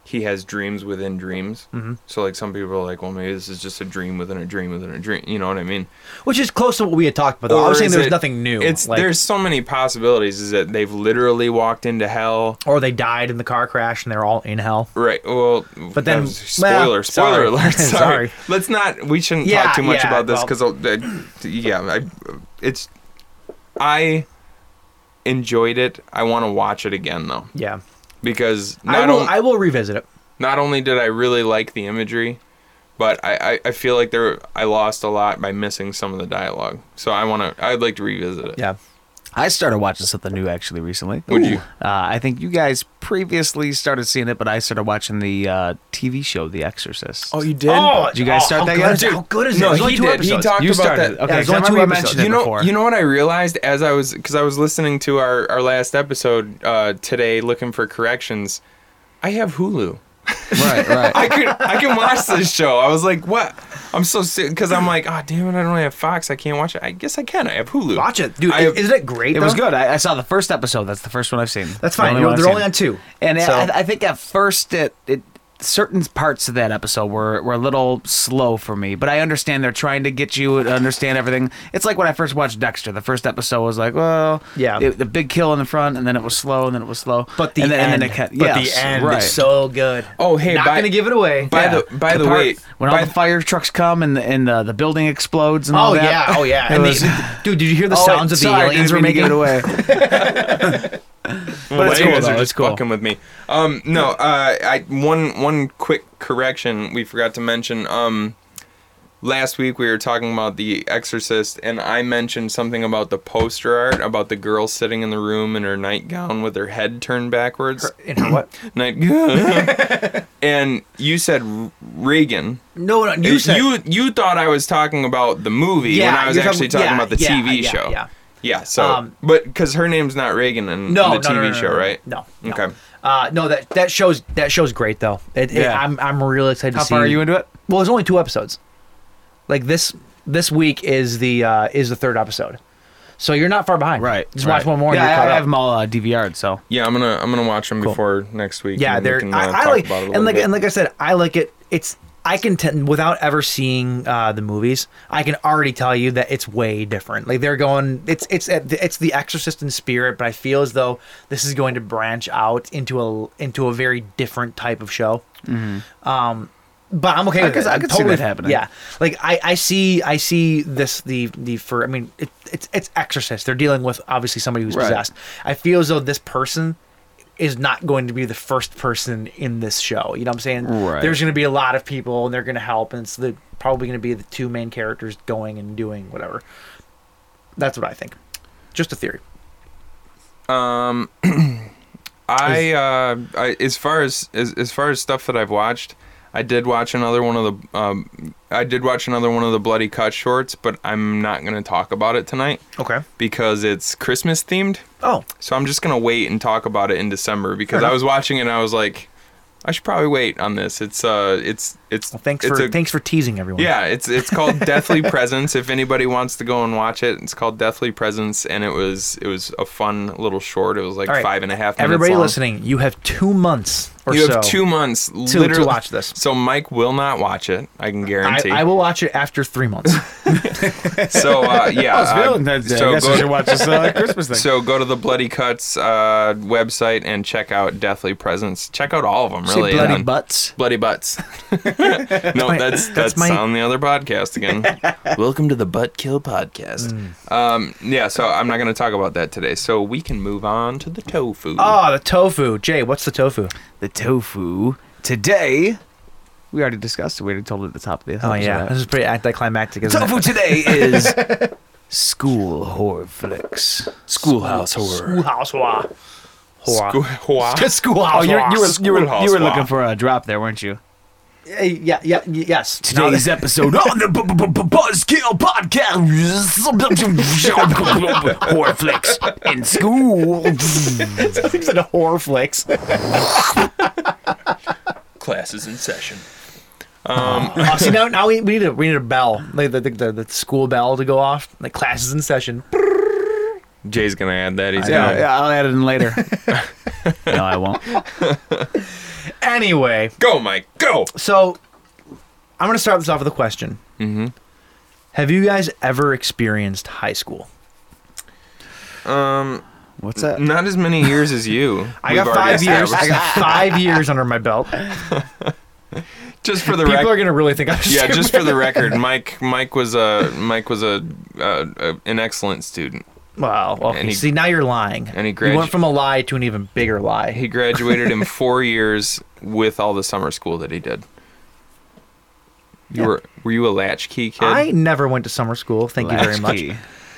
he has dreams within dreams. Mm-hmm. So like some people are like, well, maybe this is just a dream within a dream within a dream. You know what I mean? Which is close to what we had talked about. Though. I Or was saying is there's it- nothing new. It's like, there's so many possibilities. Is that they've literally walked into hell? or they died in the car crash and they're all in hell. Right. Well, But then- that was- spoiler, well, spoiler sorry. alert. Sorry. Sorry. Let's not. We shouldn't Yeah, talk too much yeah, about this well- because yeah, I, it's. I enjoyed it. I want to watch it again though Yeah. because I not will, on- I will revisit it. not only did I really like the imagery, but I, I, I feel like there I lost a lot by missing some of the dialogue. So I want to. I'd like to revisit it. Yeah. I started watching something new actually recently. Would you? Uh, I think you guys previously started seeing it, but I started watching the uh, TV show The Exorcist. Oh, you did. Did Oh, you guys start how that good yet? is it? How good is it? No, There's only he two did. He episodes. talked You about started that. it. Okay, there's so I only two remember you episodes. mentioned it you know, before. You know what I realized as I was because I was listening to our our last episode uh, today, looking for corrections. I have Hulu. right, right. I could I can watch this show. I was like, what? I'm so sick because I'm like, oh damn it, I don't have Fox. I can't watch it. I guess I can. I have Hulu. Watch it, dude. I have- isn't it great? It was though? good. I, I saw the first episode. That's the first one I've seen. That's The fine. only You're- one I've they're seen. only on two. And So- I, I think at first it, it certain parts of that episode were, were a little slow for me, but I understand they're trying to get you to understand everything. It's like when I first watched Dexter. The first episode was like, well, Yeah. it- the big kill in the front, and then it was slow, and then it was slow. But the and then, end, and then it kept, but yes, the end right. is so good. Oh, hey, not by- gonna give it away. by Yeah. the by the, part way, when by all the fire trucks come and the, and the, the building explodes and all oh that. yeah, oh yeah. It And was- the, dude, did you hear the Oh, wait, sounds of the sorry, I aliens didn't were mean to making? give it away. Well, it's you cool, guys though. are It's just cool. fucking with me. Um, no, uh, I one one quick correction we forgot to mention. Um, last week we were talking about The Exorcist, and I mentioned something about the poster art about the girl sitting in the room in her nightgown with her head turned backwards. And her what? Night- and you said R- Reagan. No, no. You said you you thought I was talking about the movie when Yeah, I was you're talking- actually talking yeah, about the yeah, TV yeah, show. yeah. Yeah, so Um, but because her name's not Reagan in no, the no, TV no, no, no, show, no, right? No. no. Okay. Uh, no, that that shows that shows great though. It, it- Yeah. I'm I'm really excited How to see. far are you into it? Well, there's only two episodes. Like this this week is the uh, is the third episode, so you're not far behind. Just watch right. one more. Yeah, and you're I, caught I up. have them all uh, DVR'd, so Yeah, I'm gonna I'm gonna watch them before next week. yeah, and we they're. can, uh, I, I talk like about it a and little like bit. and like I said, I like it. It's I can t- without ever seeing uh, the movies, I can already tell you that it's way different. Like they're going, it's it's at the- it's The Exorcist in spirit, but I feel as though this is going to branch out into a into a very different type of show. Mm-hmm. Um, but I'm okay with could- it. I I'm could see that happening. Yeah, like I, I see I see this the the for I mean it, it's it's Exorcist. They're dealing with obviously somebody who's Right. possessed. I feel as though this person is not going to be the first person in this show. You know what I'm saying? Right. There's going to be a lot of people, and they're going to help, and it's the, probably going to be the two main characters going and doing whatever. That's what I think. Just a theory. Um, I, uh, I as far as, as as far as stuff that I've watched, I did watch another one of the um, I did watch another one of the bloody cut shorts, but I'm not gonna talk about it tonight Okay. because it's Christmas themed. Oh, So I'm just gonna wait and talk about it in December because I was watching it and I was like, I should probably wait on this. It's uh, it's it's well, thanks it's for a- thanks for teasing everyone. yeah, it's it's called Deathly Presence. If anybody wants to go and watch it, it's called Deathly Presence, and it was it was a fun little short. It was like All right. five and a half. Minutes Everybody long. listening, you have two months or You so. have two months to literally watch this. So Mike will not watch it. I can I, guarantee. I will watch it after three months. So uh, Oh, yeah, uh, so go- watch this uh, Christmas thing. So go to the Bloody Cuts uh, website and check out Deathly Presence. Check out all of them, Say really. bloody And- butts. Bloody butts. no, that's that's, my- on the other podcast again. Welcome to the Butt Kill Podcast. Mm. Um, yeah, so I'm not going to talk about that today. So we can move on to the tofu. oh, the tofu. Jay, what's the tofu? The tofu today. We already discussed it. We already told it at the top of the Oh episode yeah, that. this is pretty anticlimactic, isn't Tofu it? today is school horror flicks. Schoolhouse horror. Schoolhouse wah. Wah. Gua- Schoolhouse. Oh, you were, you were, you were, you were Schoolhouse looking law. for a drop there, weren't you? Uh, yeah, yeah, y- yes. Now Today's that- episode on the B- B- B- Buzzkill Podcast. horror flicks in school. it's in horror flicks. Classes in session. oh, see now, now we, we need a we need a bell, like the, the, the, the school bell to go off, like classes in session. Jay's going to add that. He's Yeah, going to yeah, I'll add it in later. no, I won't. Anyway, go, Mike. Go. so I'm gonna start this off with a question. Mm-hmm. Have you guys ever experienced high school? Um, What's that? not as many years as you. I We've got five already years. I established. got five years under my belt. Just for the People record. are gonna really think I'm. yeah, stupid. just for the record, Mike Mike was a Mike was a, uh, a an excellent student. Wow. Okay. And he- See, now you're lying. and he you gradu- went from a lie to an even bigger lie. He graduated in four years with all the summer school that he did. You were were you a latchkey kid? I never went to summer school. Thank you very much. Latchkey.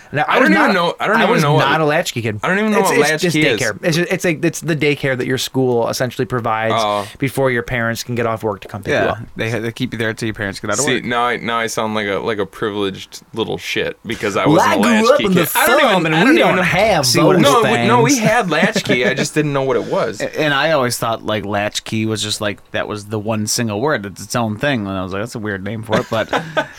Now, I was don't even not- know- I don't even was know what- not a latchkey kid. I don't even know it's, what it's just latchkey is. daycare. It's, just, it's like it's the daycare that your school essentially provides Oh. before your parents can get off work to come pick you up. Yeah, they, they keep you there until your parents get out of See work. now I now I sound like a like a privileged little shit because I was I a grew latchkey up in the kid. I don't farm even and I we even don't know- have See, what- those no, we- no, we things. had latchkey. I just didn't know what it was. And I always thought like latchkey was just like that was the one single word. It's its own thing. And I was like, that's a weird name for it, but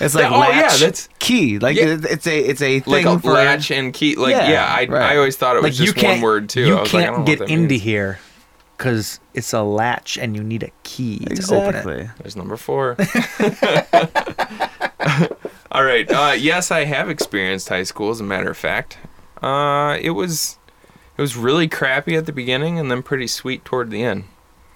it's like Yeah, oh, yeah, latch that's- key. Like Yeah. it- it's a it's a thing Like a for latch and key. Like Yeah, yeah, I right. I always thought it was Like just you can't one word too. You I was like, I can't don't know get what that into means. here because it's a latch and you need a key to open it. exactly. There's number four. All right. Uh, yes, I have experienced high school. As a matter of fact, uh, it was it was really crappy at the beginning, and then pretty sweet toward the end.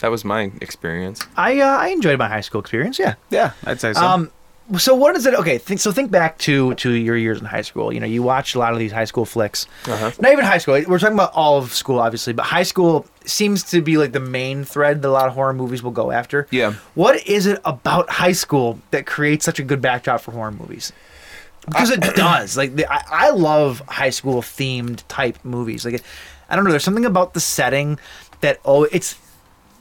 That was my experience. I uh, I enjoyed my high school experience. Yeah. Yeah, I'd say so. Um, so what is it? Okay, think, so think back to to your years in high school. You know, you watched a lot of these high school flicks. Not even high school. We're talking about all of school, obviously, but high school seems to be like the main thread that a lot of horror movies will go after. Yeah. What is it about high school that creates such a good backdrop for horror movies? Because it does. Like the, I, I love high school themed type movies. Like I don't know. There's something about the setting that oh, it's.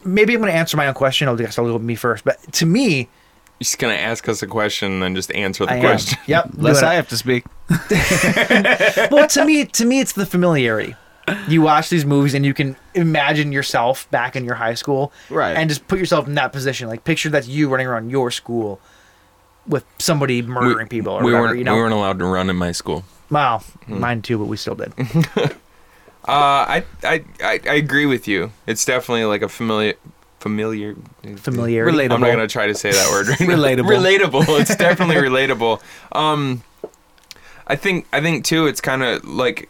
Maybe I'm going to answer my own question. I'll guess I'll go with me first. But to me, You're just gonna ask us a question, and then just answer the I am. question. Yep. Unless doing I it. have to speak. well, to me, to me, it's the familiarity. You watch these movies and you can imagine yourself back in your high school, Right. And just put yourself in that position. Like picture that's you running around your school with somebody murdering people or we whatever. weren't you know, we weren't Hmm. allowed to run in my school. well, mine too, but we still did. Uh, I, I I I agree with you. It's definitely like a familiar familiar Familiarity. Relate- I'm not Relatable. gonna try to say that word. Right now. Relatable. Relatable. It's definitely relatable. Um, I think I think too. It's kind of like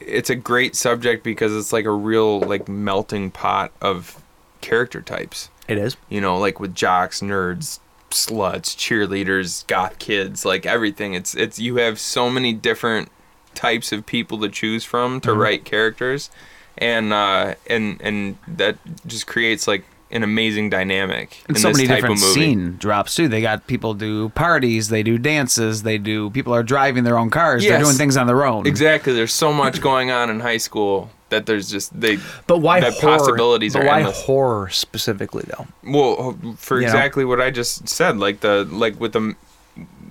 it's a great subject because it's like a real like melting pot of character types. It is. You know, like with jocks, nerds, sluts, cheerleaders, goth kids, like everything. It's it's you have so many different types of people to choose Mm-hmm. from to write characters, and uh, and and that just creates like an amazing dynamic And in so this many type different of movie. scene drops too. They got people do parties, they do dances, they do people are driving their own cars, they're Yes. doing things on their own. Exactly. There's so much going on in high school that there's just they. But why the horror? possibilities but are why endless. horror specifically though? Well, for You know? exactly what I just said, like the like with the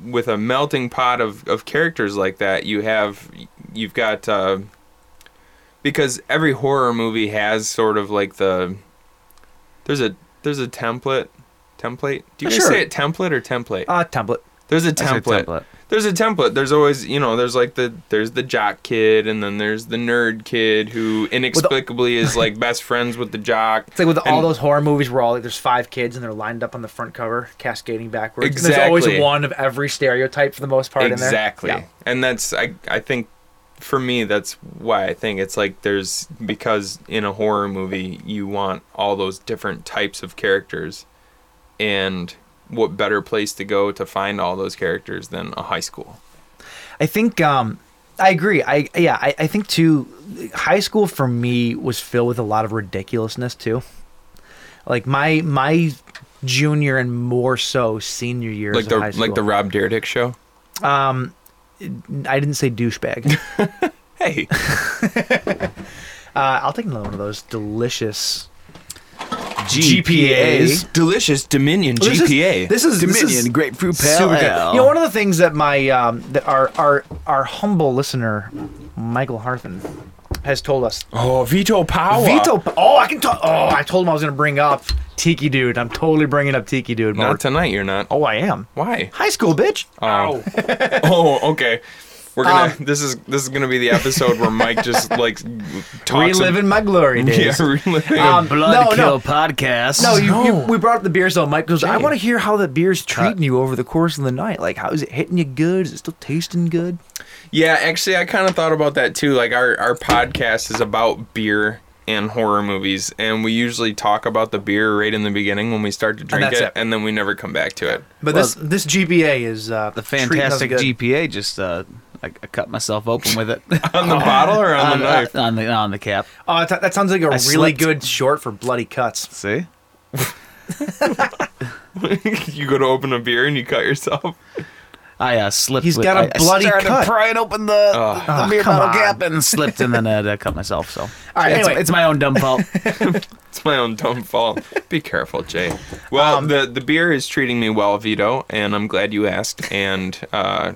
with a melting pot of of characters like that, you have you've got uh, because every horror movie has sort of like the there's a there's a template template. Do you Uh, guys sure. say it template or template? Uh, template. There's a I say template. There's a template. There's always, you know, there's like the there's the jock kid, and then there's the nerd kid who inexplicably is like best friends with the jock. It's like with all And- those horror movies where all like there's five kids and they're lined up on the front cover, cascading backwards. And there's always Exactly. one of every stereotype for the most part exactly, in there. and that's I I think for me that's why I think it's like there's because in a horror movie you want all those different types of characters, and what better place to go to find all those characters than a high school? I think um I agree. I yeah, I, I think too high school for me was filled with a lot of ridiculousness too. Like my my junior and more so senior years Like of the high school. like the Rob Dyrdek show. I didn't say douchebag. uh, Hey, I'll take another one of those delicious GPAs, delicious Dominion This is- This is, this is Dominion grapefruit pale super good. ale. You know, one of the things that my um, that our our our humble listener Michael Harthen has told us. Oh, Vito Power. Vito. Oh, I can talk. Oh, I told him I was going to bring up Tiki Dude. I'm totally bringing up Tiki Dude. but we're- Not tonight, you're not. Oh, oh, I am. why? High school bitch. Oh. oh, okay. We're gonna. Um, this is this is gonna be the episode where Mike just like talks. Reliving my glory yeah, days. reliving. Um, Blood no, Kill no. podcast. No, you, you, we brought up the beer, so Mike goes. I want to hear how the beer's treating Cut. you over the course of the night. Like, how is it hitting you good? Is it still tasting good? yeah, actually, I kind of thought about that too. Like our our podcast is about beer and horror movies, and we usually talk about the beer right in the beginning when we start to drink Oh, that's it, it. and then we never come back to it. But Well, this this GPA is uh, the fantastic GPA just uh I, I cut myself open with it. On the bottle or on the Um, knife? on the on the cap. Oh, that, that sounds like a really slipped. good short for bloody cuts. See? uh, you go to open a beer and you cut yourself. I uh, slipped. He's with- got a I- I bloody started cut. prying open the, Oh. the Oh, beer come bottle on. cap and slipped, and then uh, I cut myself. So, all right, it's, anyway. it's my own dumb fault. It's my own dumb fault. Be careful, Jay. Well, Um, the the beer is treating me well, Vito, and I'm glad you asked. And uh,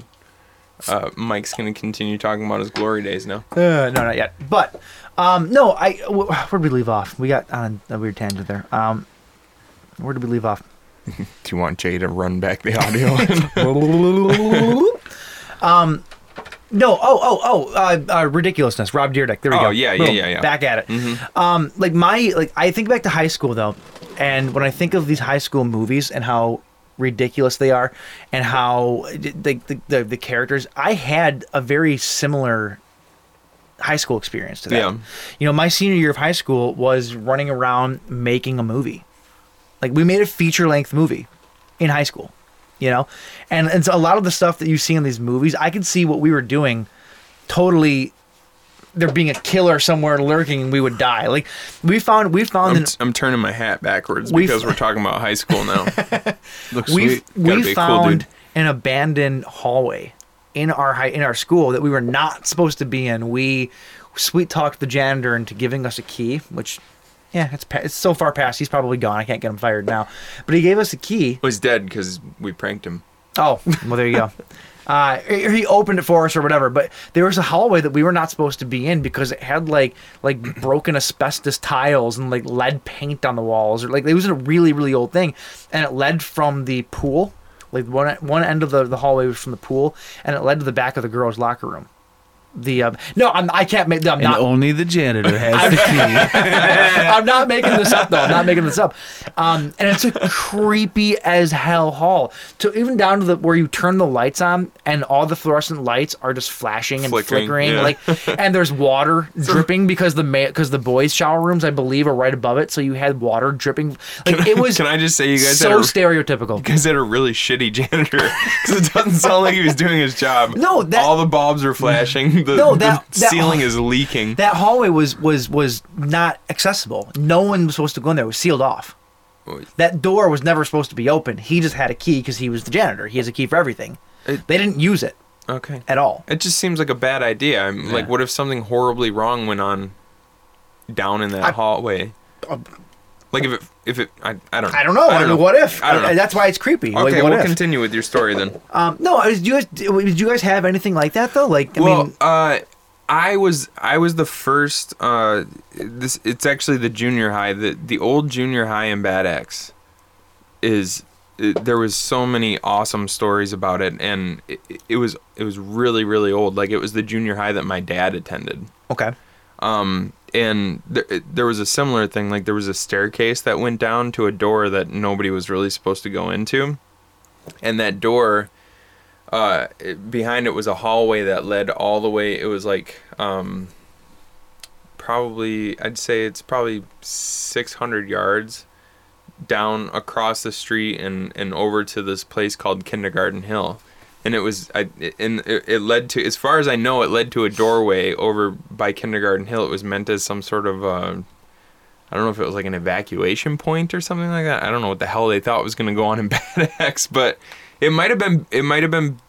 uh, Mike's gonna continue talking about his glory days now. Uh, no, not yet. But um, no, I wh- where'd we leave off? We got on a weird tangent there. Um, where did we leave off? Do you want Jay to run back the audio? um, no, oh, oh, oh, uh, uh, ridiculousness. Rob Deerdick. There we Oh, go. yeah, yeah, Boom. yeah, Mm-hmm. yeah. Back at it. Um, like my, like I think back to high school though, and when I think of these high school movies and how ridiculous they are, and how the the, the, the characters, I had a very similar high school experience to that. Yeah. You know, my senior year of high school was running around making a movie. Like we made a feature length movie in high school, you know? And and so a lot of the stuff that you see in these movies, I could see what we were doing totally there being a killer somewhere lurking and we would die. Like we found we found I'm, an, I'm turning my hat backwards We've- because we're talking about high school now. Looks we Gotta we be a cool found dude. an abandoned hallway in our high, in our school that we were not supposed to be in. We sweet talked the janitor into giving us a key, which yeah, it's pa- it's so far past. He's probably gone. I can't get him fired now, but he gave us a key. Well, he's dead because we pranked him. Oh, well, there you go. Uh, or he opened it for us or whatever, but there was a hallway that we were not supposed to be in because it had like like broken asbestos tiles and like lead paint on the walls or like it was a really really old thing, and it led from the pool, like one one end of the, the hallway was from the pool, and it led to the back of the girls' locker room. The um, no, I'm, I can't make. I'm and not. only the janitor has the key. I'm not making this up though. I'm not making this up. Um, and it's a creepy as hell hall. So even down to the where you turn the lights on and all the fluorescent lights are just flashing and Flickering, flickering, yeah. like, and there's water dripping because the because the boys' shower rooms I believe are right above it, so you had water dripping. Like it was. Can I just say you guys so had a, stereotypical. you guys had a really shitty janitor because it doesn't sound like he was doing his job. No, that- all the bulbs are flashing. The, No, the that- that- ceiling is leaking. That hallway was was was not accessible. No one was supposed to go in there. It was sealed off. That door was never supposed to be open. He just had a key because he was the janitor. He has a key for everything. they didn't use it Okay. at all. It just seems like a bad idea. I'm, Like, what if something horribly wrong went on down in that hallway? like if it, if it, I, I don't. Uh, I don't know. I mean, what if? I don't know. That's why it's creepy. okay, like, what we'll if? continue with your story then. um, no, I was- do you guys did you guys have anything like that though? Like, I well, mean, uh, I was I was the first. Uh, this it's actually the junior high. The the old junior high in Bad X is it, there was so many awesome stories about it, and it, it was it was really really old. Like it was the junior high that my dad attended. okay. Um, and there, it- there was a similar thing. Like there was a staircase that went down to a door that nobody was really supposed to go into, and that door, uh, it- behind it was a hallway that led all the way. It was like, um, probably I'd say it's probably 600 yards down across the street and and over to this place called Kindergarten Hill. And it was I it- and it, it led to as far as I know it led to a doorway over by Kindergarten Hill. It was meant as some sort of uh, I don't know if it was like an evacuation point or something like that. I don't know what the hell they thought was going to go on in Bad X, but it might have been it might have been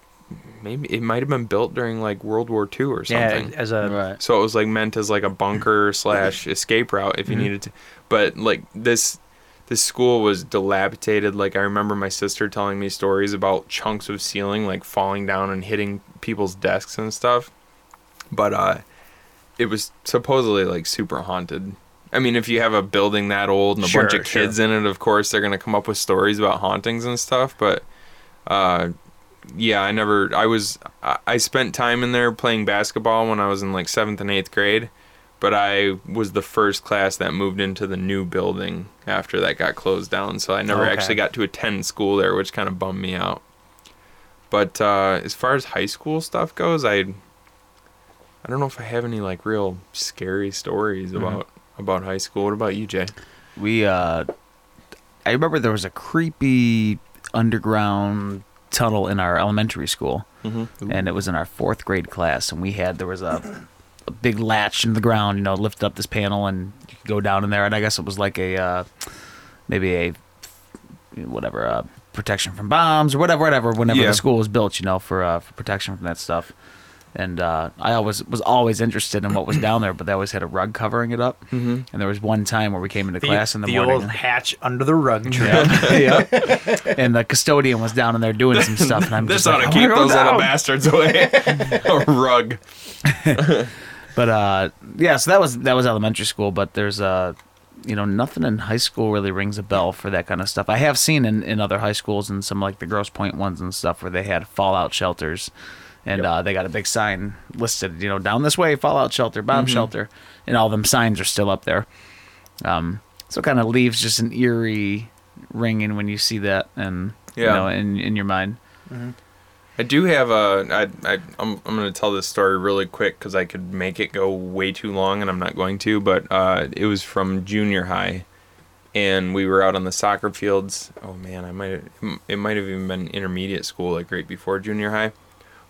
maybe it might have been built during like World War II or something. Yeah, as a Right. So it was like meant as like a bunker slash escape route if you Mm-hmm. needed to. But like this, this school was dilapidated. Like I remember my sister telling me stories about chunks of ceiling like falling down and hitting people's desks and stuff. But uh, it was supposedly like super haunted. I mean, if you have a building that old and a bunch Sure, of kids in it, of course they're gonna come up with stories about hauntings and stuff. But uh, yeah, I never. I was. I I spent time in there playing basketball when I was in like seventh and eighth grade, but I was the first class that moved into the new building after that got closed down. So I never Okay. actually got to attend school there, which kind of bummed me out. But uh, as far as high school stuff goes, I I don't know if I have any like real scary stories Mm-hmm. about about high school. What about you, Jay? We uh I remember there was a creepy underground tunnel in our elementary school. And it was in our 4th grade class and we had there was a a big latch in the ground, you know, lifted up this panel and you could go down in there and I guess it was like a uh maybe a whatever uh protection from bombs or whatever whatever whenever Yeah. the school was built, you know, for uh for protection from that stuff. And uh, I always was always interested in what was down there, but they always had a rug covering it up. Mm-hmm. And there was one time where we came into class in the, morning. old hatch under the rug trick. Yeah. and the custodian was down in there doing some stuff, and I'm This just ought like, "Oh, to "I wanna keep go those little down." bastards away. A rug. But uh, yeah, so that was that was elementary school. But there's uh, you know, nothing in high school really rings a bell for that kind of stuff. I have seen in, in other high schools and some like the Gross Point ones and stuff where they had fallout shelters, and uh, they got a big sign listed, you know, down this way, fallout shelter, bomb Mm-hmm. shelter, and all them signs are still up there. Um, so it kind of leaves just an eerie ringing when you see that, and you Yeah. know, in in your mind. I do have a. I, I, I'm, I'm going to tell this story really quick because I could make it go way too long and I'm not going to, but uh, it was from junior high. And we were out on the soccer fields. Oh man, I might it might have even been intermediate school, like right before junior high.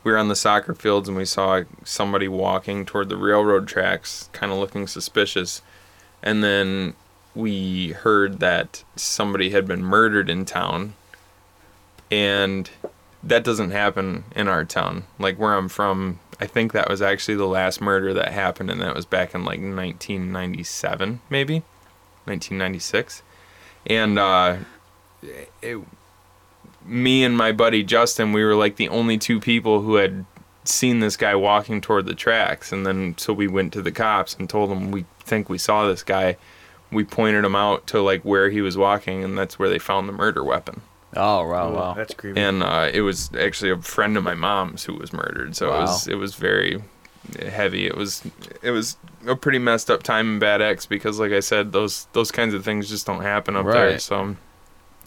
We were on the soccer fields and we saw somebody walking toward the railroad tracks, kind of looking suspicious. And then we heard that somebody had been murdered in town and that doesn't happen in our town. Like where I'm from, I think that was actually the last murder that happened, and that was back in like 1997, maybe 1996. And uh, it, me and my buddy Justin, we were like the only two people who had seen this guy walking toward the tracks. And then so we went to the cops and told them we think we saw this guy. We pointed him out to like where he was walking, and that's where they found the murder weapon Oh wow, wow. That's creepy. and uh, it was actually a friend of my mom's who was murdered. So it was Wow. it was very heavy. It was it was a pretty messed up time in Bad X because, like I said, those those kinds of things just don't happen up there. Right. So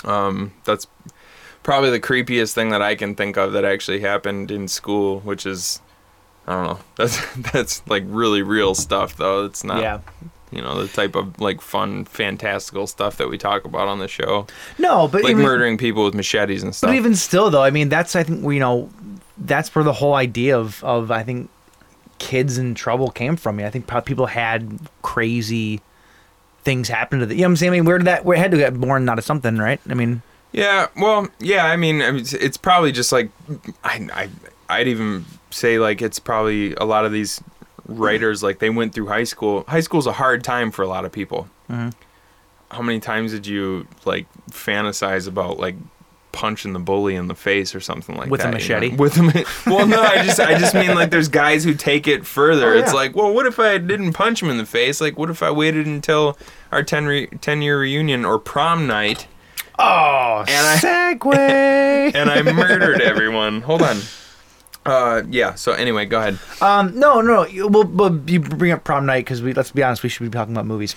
um, that's probably the creepiest thing that I can think of that actually happened in school, which is. I don't know. That's that's like really real stuff though. It's not yeah. you know the type of like fun fantastical stuff that we talk about on the show. No, but Like even, murdering people with machetes and stuff. But even still, though, I mean, that's I think you know, that's where the whole idea of of I think kids in trouble came from. I think prob- people had crazy things happen to the. You know what I'm saying? I mean, where did that? Where it had to get born out of something, right? I mean, Yeah, well, yeah. I mean, I mean, it's- it's probably just like I, I, I'd even say like it's probably a lot of these writers like they went through high school. High school's a hard time for a lot of people. Mm-hmm. How many times did you like fantasize about like punching the bully in the face or something like With a that? you know? machete? With a ma- well, no, I just I just mean like there's guys who take it further. Oh, It's yeah. like, well, what if I didn't punch him in the face? Like, what if I waited until our 10 re- 10 year reunion or prom night? oh, And I- segue. and I murdered everyone. Hold on. Uh, yeah. So anyway, go ahead. um, no, no, you- well, but you bring up prom night because we. Let's be honest, we should be talking about movies.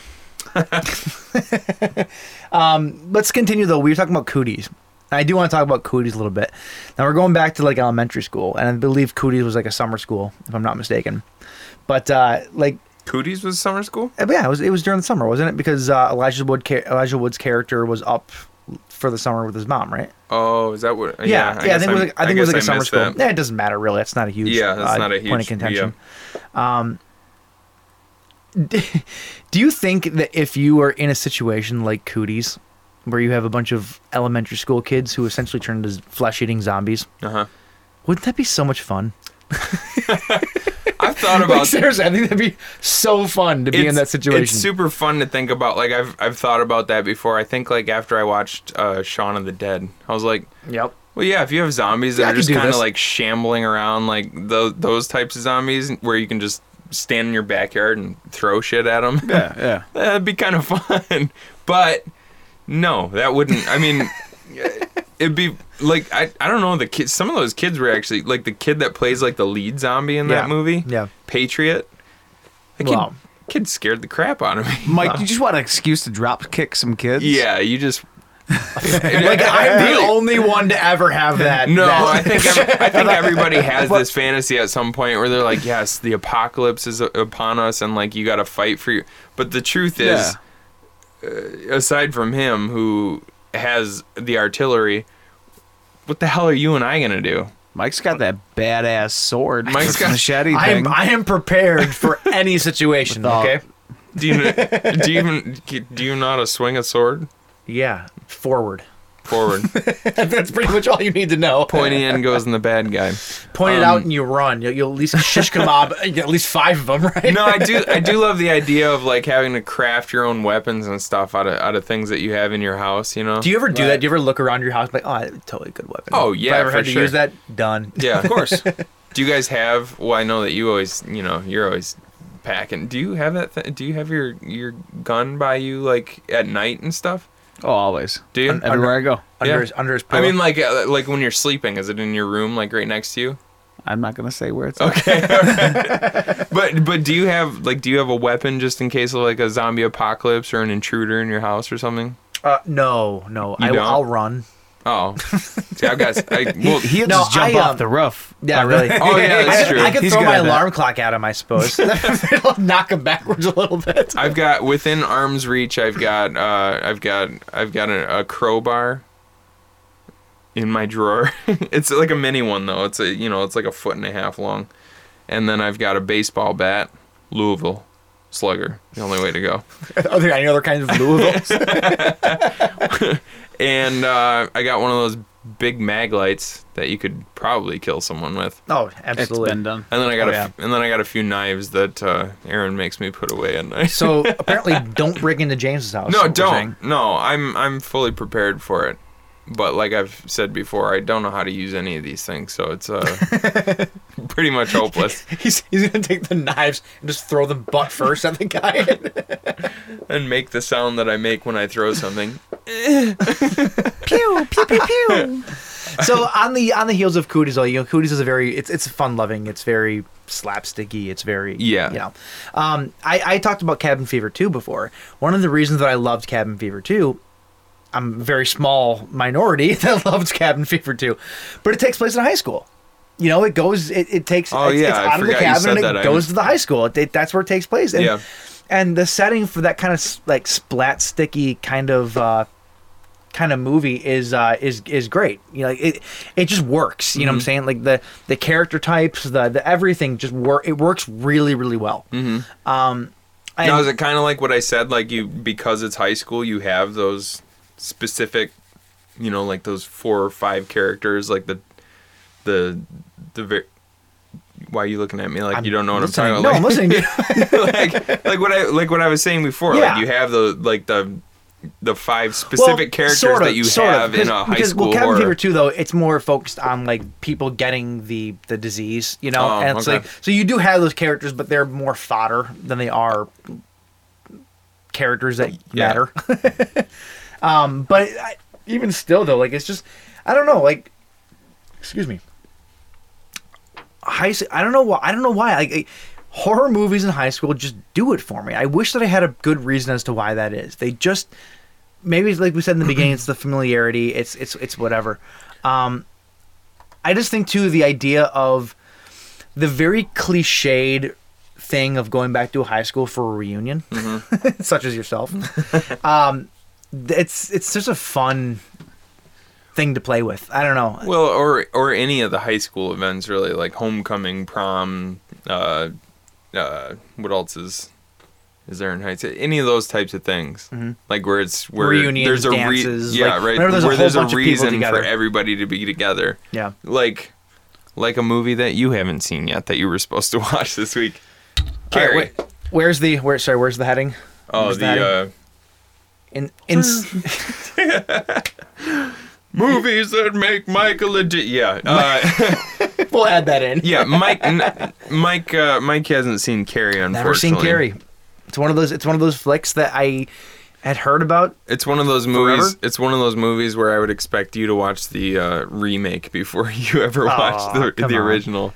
um, let's continue though. We were talking about cooties. I do want to talk about cooties a little bit. Now we're going back to like elementary school, and I believe cooties was like a summer school, if I'm not mistaken. But uh, like Cooties was summer school. Uh, yeah, it was it was during the summer, wasn't it? Because uh, Elijah Wood ca- Elijah Wood's character was up for the summer with his mom, right? Oh, is that what? yeah, yeah. I, guess think it was like, I think it was like a guess I summer missed school. that. Yeah, it doesn't matter really. That's not a huge Yeah, that's uh, not a point huge- of contention. Um, do you think that if you were in a situation like Cooties, where you have a bunch of elementary school kids who essentially turn into flesh eating zombies, Uh-huh. wouldn't that be so much fun? I've thought Like, about seriously, I think that'd be so fun to be in it's- that situation. It's super fun to think about. Like I've I've thought about that before. I think like after I watched uh, Shaun of the Dead, I was like, yep. Well, yeah, if you have zombies that Yeah, I are could just do kind of this. like shambling around, like tho- those types of zombies, where you can just stand in your backyard and throw shit at them. Yeah, yeah. that'd be kind of fun. But no, that wouldn't. I mean, it'd be like I I don't know the kids. Some of those kids were actually like the kid that plays like the lead zombie in Yeah, that movie. yeah. Patriot. That kid, Wow. kid scared the crap out of me. Mike, you just want an excuse to drop kick some kids? Yeah, you just. Like I'm Really? the only one to ever have that. No, that- I think ev- I think everybody has this fantasy at some point where they're like, "Yes, the apocalypse is u- upon us, and like you got to fight for you." But the truth is, uh, aside from him who has the artillery, what the hell are you and I gonna do? Mike's got that badass sword. Mike's got- machete I thing. am I am prepared for any situation. all- okay. Do you kn- do you even do you know how to swing a sword Yeah. Forward. forward? That's pretty much all you need to know. Pointy end goes in the bad guy. Point it Um, out and you run. You'll, you'll at least shish kebab at least five of them, right? no, I do. I do love the idea of like having to craft your own weapons and stuff out of out of things that you have in your house. You know. Do you ever do that? Do you ever look around your house like, oh, I totally good weapon. Oh, If yeah, I ever for had to sure. use that, done. Yeah, of course. do you guys have? Well, I know that you always, you know, you're always packing. Do you have that? Th- do you have your your gun by you like at night and stuff? oh, always. Do you? Everywhere I go. Under Yeah. his under his I pillow. mean, like uh, like when you're sleeping, is it in your room, like right next to you? I'm not going to say where it's at. Okay. alright. but but do you have like do you have a weapon just in case of like a zombie apocalypse or an intruder in your house or something? uh, no, no. I, don't? I'll run. Oh, see, I've got. I, well, He'll No, just jump I, off um, the roof. Yeah, Of the- really. oh yeah, I that's could, true. I could He's throw good my at that. alarm clock at him, I suppose. It'll knock him backwards a little bit. I've got within arm's reach. I've got uh, I've got I've got a, a crowbar in my drawer. it's like a mini one though. It's a you know it's like a foot and a half long, and then I've got a baseball bat, Louisville Slugger, the only way to go. Are there any other kinds of Louisville? And uh, I got one of those big mag lights that you could probably kill someone with. oh, It's absolutely. been done. And then I got Oh, a yeah. f- and then I got a few knives that uh, Aaron makes me put away at night. So apparently, don't break into James's house. No, is what we're saying. don't. No, I'm I'm fully prepared for it. But like I've said before, I don't know how to use any of these things, so it's uh pretty much hopeless. He's he's gonna take the knives and just throw them butt first at the guy. And make the sound that I make when I throw something. pew pew pew pew. so on the on the heels of Cooties, though, you know, Cooties is a very it's it's fun loving. It's very slapsticky. It's very Yeah. You know, um, I I talked about Cabin Fever two before. One of the reasons that I loved Cabin Fever two. I'm a very small minority that loves Cabin Fever 2, but it takes place in high school. You know, it goes, it, it takes, Oh, it's, yeah, it's I out of the forgot you cabin said and it that. I- goes to the high school. It, it- that's where it takes place. And, Yeah. and the setting for that kind of like splat sticky kind of uh, kind of movie is uh, is is great. You know, like, it it just works. You know what Mm-hmm. I'm saying? Like the the character types, the the everything just work. It works really really well. Um, And- Mm-hmm. now is it kind of like what I said? Like you, because it's high school, you have those specific, you know, like those four or five characters, like the, the, the. Ver- why are you looking at me like you don't know what listening. I'm No, talking I'm about? listening. dude. Like, like, like what I like what I was saying before. Yeah. Like you have the like the the five specific Well, characters sort of, that you sort of, have in a high because, school Well, Cabin horror. Fever too, though it's more focused on like people getting the the disease, you know, Oh, and it's okay. like so you do have those characters, but they're more fodder than they are characters that Yeah. matter. um, but I, even still, though, like it's just I don't know, like excuse me, high. s- I don't know why. I don't know why. Like. I- Horror movies in high school just do it for me. I wish that I had a good reason as to why that is. They just maybe it's like we said in the beginning, it's the familiarity. It's it's it's whatever. Um, I just think too the idea of the very cliched thing of going back to high school for a reunion, such as yourself. um, it's it's just a fun thing to play with. I don't know. Well, or or any of the high school events, really, like homecoming, prom, uh, uh, what else is is there in high school? Any of those types of things, like where it's where Mm-hmm. Reunions, there's a dances, yeah, like, right, whenever there's a where whole there's a bunch of people reason for together. everybody to be together, Yeah. like like a movie that you haven't seen yet that you were supposed to watch this week. All right, Carrie, wait. Where's the where? Sorry, where's the heading? oh Where's the heading? uh, in in movies that make Michael legit. Yeah, uh, we'll add that in. yeah, Mike, n- Mike, uh, Mike hasn't seen Carrie. Unfortunately, Never seen Carrie. It's one of those. It's one of those flicks that I had heard about It's one of those movies. Forever? It's one of those movies where I would expect you to watch the uh, remake before you ever watch the come the on. original.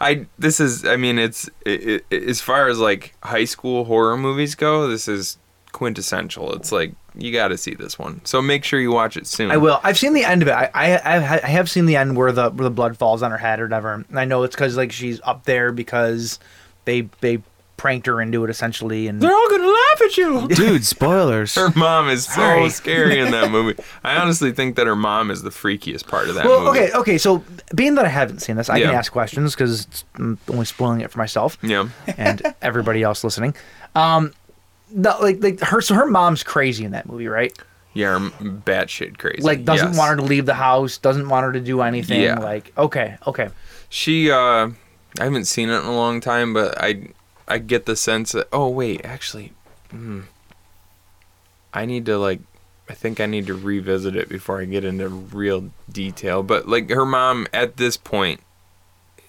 I this is I mean it's i i as far as like high school horror movies go, this is quintessential. It's like you got to see this one. So make sure you watch it soon. I will. I've seen the end of it. I I, I, I have seen the end where the where the blood falls on her head or whatever. And I know it's because like she's up there because they they pranked her into it essentially. And all gonna laugh at you. Dude, spoilers. Her mom is so Sorry. scary in that movie. I honestly think that her mom is the freakiest part of that well, movie. okay, uh, okay. So being that I haven't seen this, I can Yeah. ask questions because I'm only spoiling it for myself Yeah. and everybody else listening. Um, no, like like her. So her mom's crazy in that movie, right? Yeah, her m- batshit crazy. Like doesn't Yes. want her to leave the house, doesn't want her to do anything. Yeah. Like okay, okay. She uh I haven't seen it in a long time, but I I get the sense that oh wait, actually hmm, I need to like I think I need to revisit it before I get into real detail. But like her mom at this point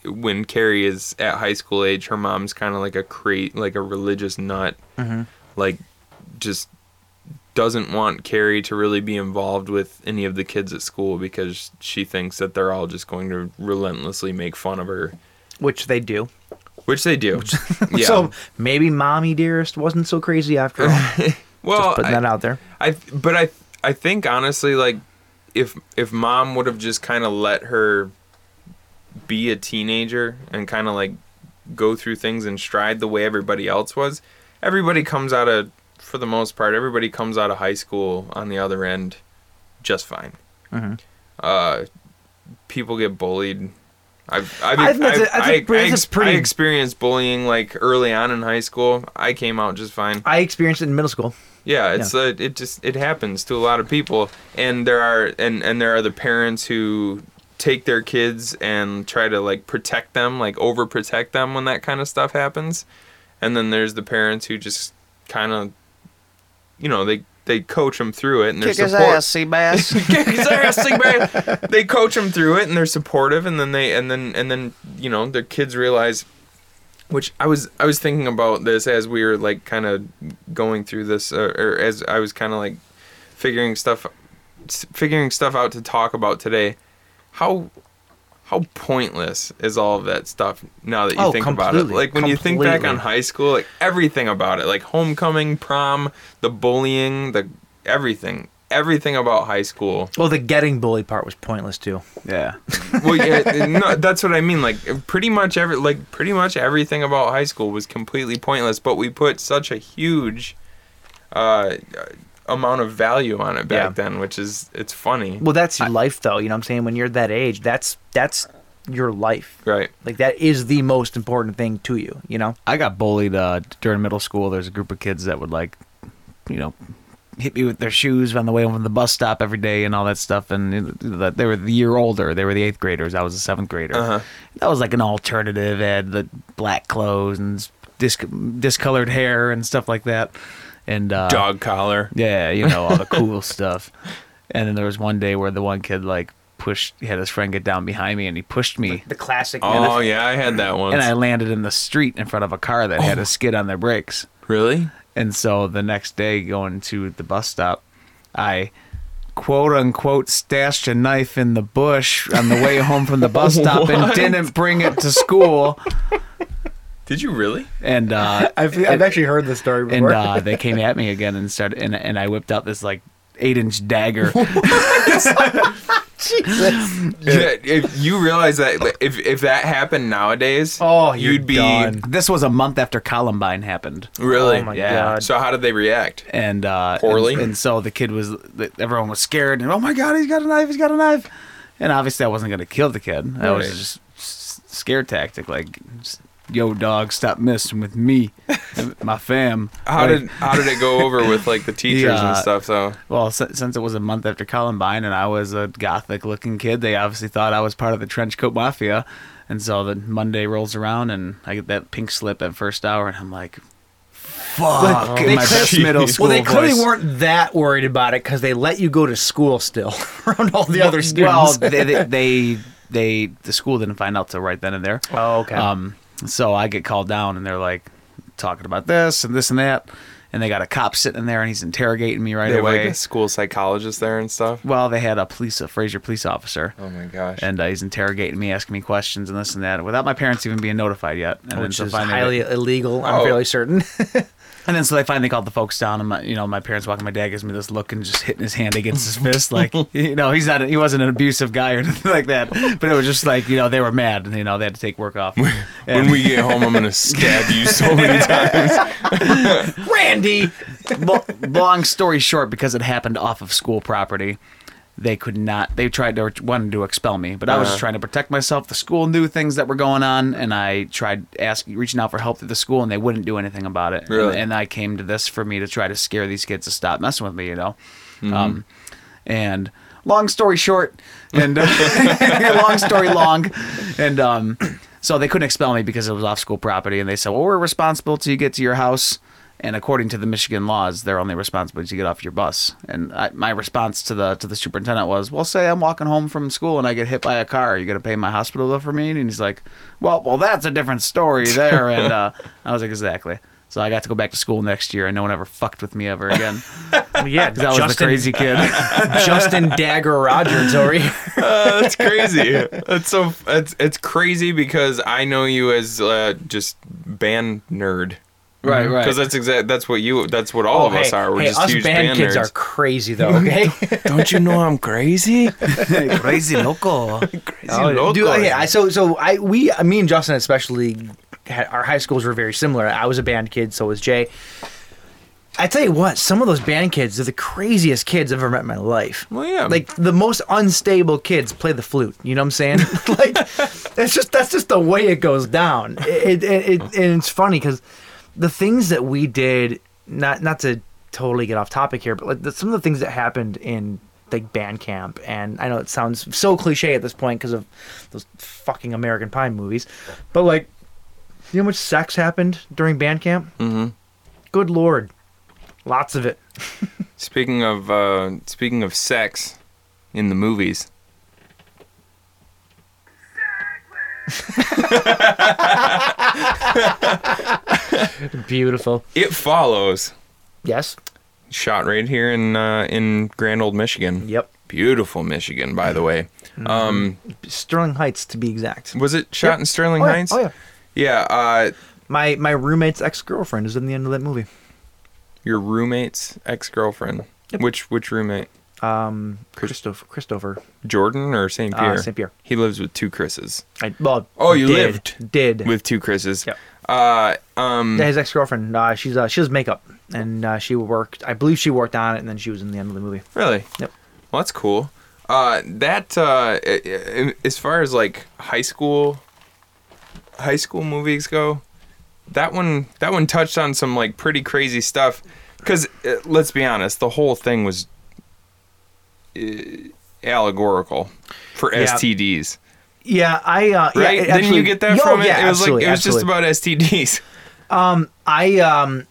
when Carrie is at high school age, her mom's kind of like a cra like a religious nut. Like just doesn't want Carrie to really be involved with any of the kids at school because she thinks that they're all just going to relentlessly make fun of her, Which they do. which they do. yeah. So maybe mommy dearest wasn't so crazy after all. well, Just putting I- that out there. I th- but I I think honestly like if if mom would have just kind of let her be a teenager and kind of like go through things in stride the way everybody else was, everybody comes out of for the most part everybody comes out of high school on the other end just fine. Mm-hmm. Uh, people get bullied. I've, I've, I I've, think that's a- I I- think I that's a ex- pretty- I experienced bullying like early on in high school. I came out just fine. I experienced it in middle school. Yeah, it's uh it just it happens to a lot of people, and there are and and there are the parents who take their kids and try to like protect them, like overprotect them when that kind of stuff happens, and then there's the parents who just kind of, you know, they they coach them through it and they're support. sea bass. Kick his ass, Sig Bear. they coach them through it and they're supportive and then they and then and then you know their kids realize which I was I was thinking about this as we were like kind of going through this uh, or as I was kind of like figuring stuff s- figuring stuff out to talk about today how how pointless is all of that stuff now that you Oh, think about it completely, like when you think back on completely. high school like everything about it like homecoming prom the bullying the everything everything about high school Well, the getting bullied part was pointless too. yeah. well, yeah, no, that's what I mean. Like pretty much every, like pretty much everything about high school was completely pointless. But we put such a huge uh, amount of value on it back Yeah. then, which is it's funny. Well, that's your life though. You know what I'm saying? When you're that age, that's that's your life. Right. Like that is the most important thing to you. You know. I got bullied uh, during middle school. There's a group of kids that would like, you know, hit me with their shoes on the way home from the bus stop every day and all that stuff. And it- that they were the year older. They were the eighth graders. I was a seventh grader. Uh-huh. That was like an alternative. Had the black clothes and disc- discolored hair and stuff like that. And uh, Dog collar. yeah, you know, all the cool stuff. And then there was one day where the one kid like pushed, he had his friend get down behind me and he pushed me. The classic. Oh yeah, I had that once. And I landed in the street in front of a car that Oh. had a skid on their brakes. really? And so the next day, going to the bus stop, I quote unquote stashed a knife in the bush on the way home from the bus stop and What? didn't bring it to school. Did you really? And uh, I've, I've actually heard this story and uh, they came at me again and started and, and I whipped out this like eight inch dagger. Yeah. If you realize that like, if if that happened nowadays, Oh, you're you'd be done. this was a month after Columbine happened. really. Oh my Yeah. god. So how did they react? and uh, Poorly? And, and so the kid was, th- everyone was scared, and oh my god, he's got a knife, he's got a knife, and obviously I wasn't gonna kill the kid. That was Right. just s- scare tactic, like, s- yo dog, stop messing with me, and my fam. How Like, did how did it go over with like the teachers uh, and stuff though? Well, since, since it was a month after Columbine, and I was a gothic looking kid, they obviously thought I was part of the trench coat mafia, and so the Monday rolls around, and I get that pink slip at first hour, and I'm like. Fuck! in they my best clearly- middle Well, school they clearly voice. weren't that worried about it because they let you go to school still around all the other Well, students. they, they, they, they, the school didn't find out till right then and there. oh, okay. Um, so I get called down, and they're like talking about this and this and that, and they got a cop sitting there, and he's interrogating me right They have like away. a school psychologist there and stuff. well, they had a police, a Fraser police officer, Oh my gosh. and uh, he's interrogating me, asking me questions and this and that, without my parents even being notified yet. And which so is finally they- highly illegal. I'm Oh. fairly certain. And then so they finally called the folks down, and my, you know my parents walking. My dad gives me this look and just hitting his hand against his fist, like you know he's not he wasn't an abusive guy or anything like that. But it was just like you know they were mad, and you know they had to take work off. when we get home, I'm gonna stab you so many times. Randy. Lo- long story short, because it happened off of school property, they could not. They tried to wanted to expel me, but I Uh. was just trying to protect myself. The school knew things that were going on, and I tried asking, reaching out for help through the school, and they wouldn't do anything about it. And- Really? And, I came to this for me to try to scare these kids to stop messing with me. You know, Mm-hmm. um, and. Long story short, and uh, long story long, and um, so they couldn't expel me because it was off school property, and they said, "Well, we're responsible till you get to your house." And according to the Michigan laws, they're only responsible until you get off your bus. And I, my response to the to the superintendent was, "Well, say I'm walking home from school and I get hit by a car, are you going to pay my hospital bill for me?" And he's like, "Well, well, that's a different story there." And uh, I was like, "Exactly." So I got to go back to school next year, and no one ever fucked with me ever again. Yeah, 'Cause I was the crazy kid. Justin Dagger Rogers over here. Uh, that's crazy. That's so. It's it's crazy because I know you as uh, just band nerd. right, right. Because that's exact. That's what you. That's what all of us Oh, hey, are. Oh, We're hey, just us huge band band, kids are nerds. crazy though. Okay, Don't you know I'm crazy? crazy local. local. Oh, Dude, okay, I, so so I we me and Justin especially had, our high schools were very similar. I was a band kid, so was Jay. I tell you what, some of those band kids are the craziest kids I've ever met in my life. Well, yeah. Like the most unstable kids play the flute. You know what I'm saying? like it's just that's just the way it goes down. It, it, it, and it's funny because the things that we did, not not to totally get off topic here, but like the, some of the things that happened in like band camp, and I know it sounds so cliche at this point because of those fucking American Pie movies, but like, you know how much sex happened during band camp? Mm-hmm. Good lord, lots of it. Speaking of uh, speaking of sex in the movies. Beautiful. It follows. Yes. Shot right here in uh, in Grand Old Michigan. Yep. Mm-hmm. Beautiful Michigan, by the way. Um, Sterling Heights, to be exact. was it shot in Sterling Oh, yeah. Heights? Oh yeah. Yeah. Uh, My my roommate's ex girlfriend is in the end of that movie. your roommate's ex girlfriend. Which which roommate? Um, Christopher. Christopher. Jordan or St. Uh, Pierre? St. Pierre. He lives with two Chris's. I, well, Oh, you did, lived did With two Chris's. Yep. Uh, um, Yeah, his ex girlfriend. Uh, she's uh, she does makeup, and uh, she worked. I believe she worked on it, and then she was in the end of the movie. really? Yep. Well, that's cool. Uh, that uh, i- i- as far as like high school, high school movies go, that one that one touched on some like pretty crazy stuff. Because let's be honest, the whole thing was uh, allegorical for Yeah. STDs. Yeah, I uh, yeah, Right? it Didn't absolutely- you get that Yo, from it? Yeah, it was like absolutely, it was just absolutely. about STDs. I um,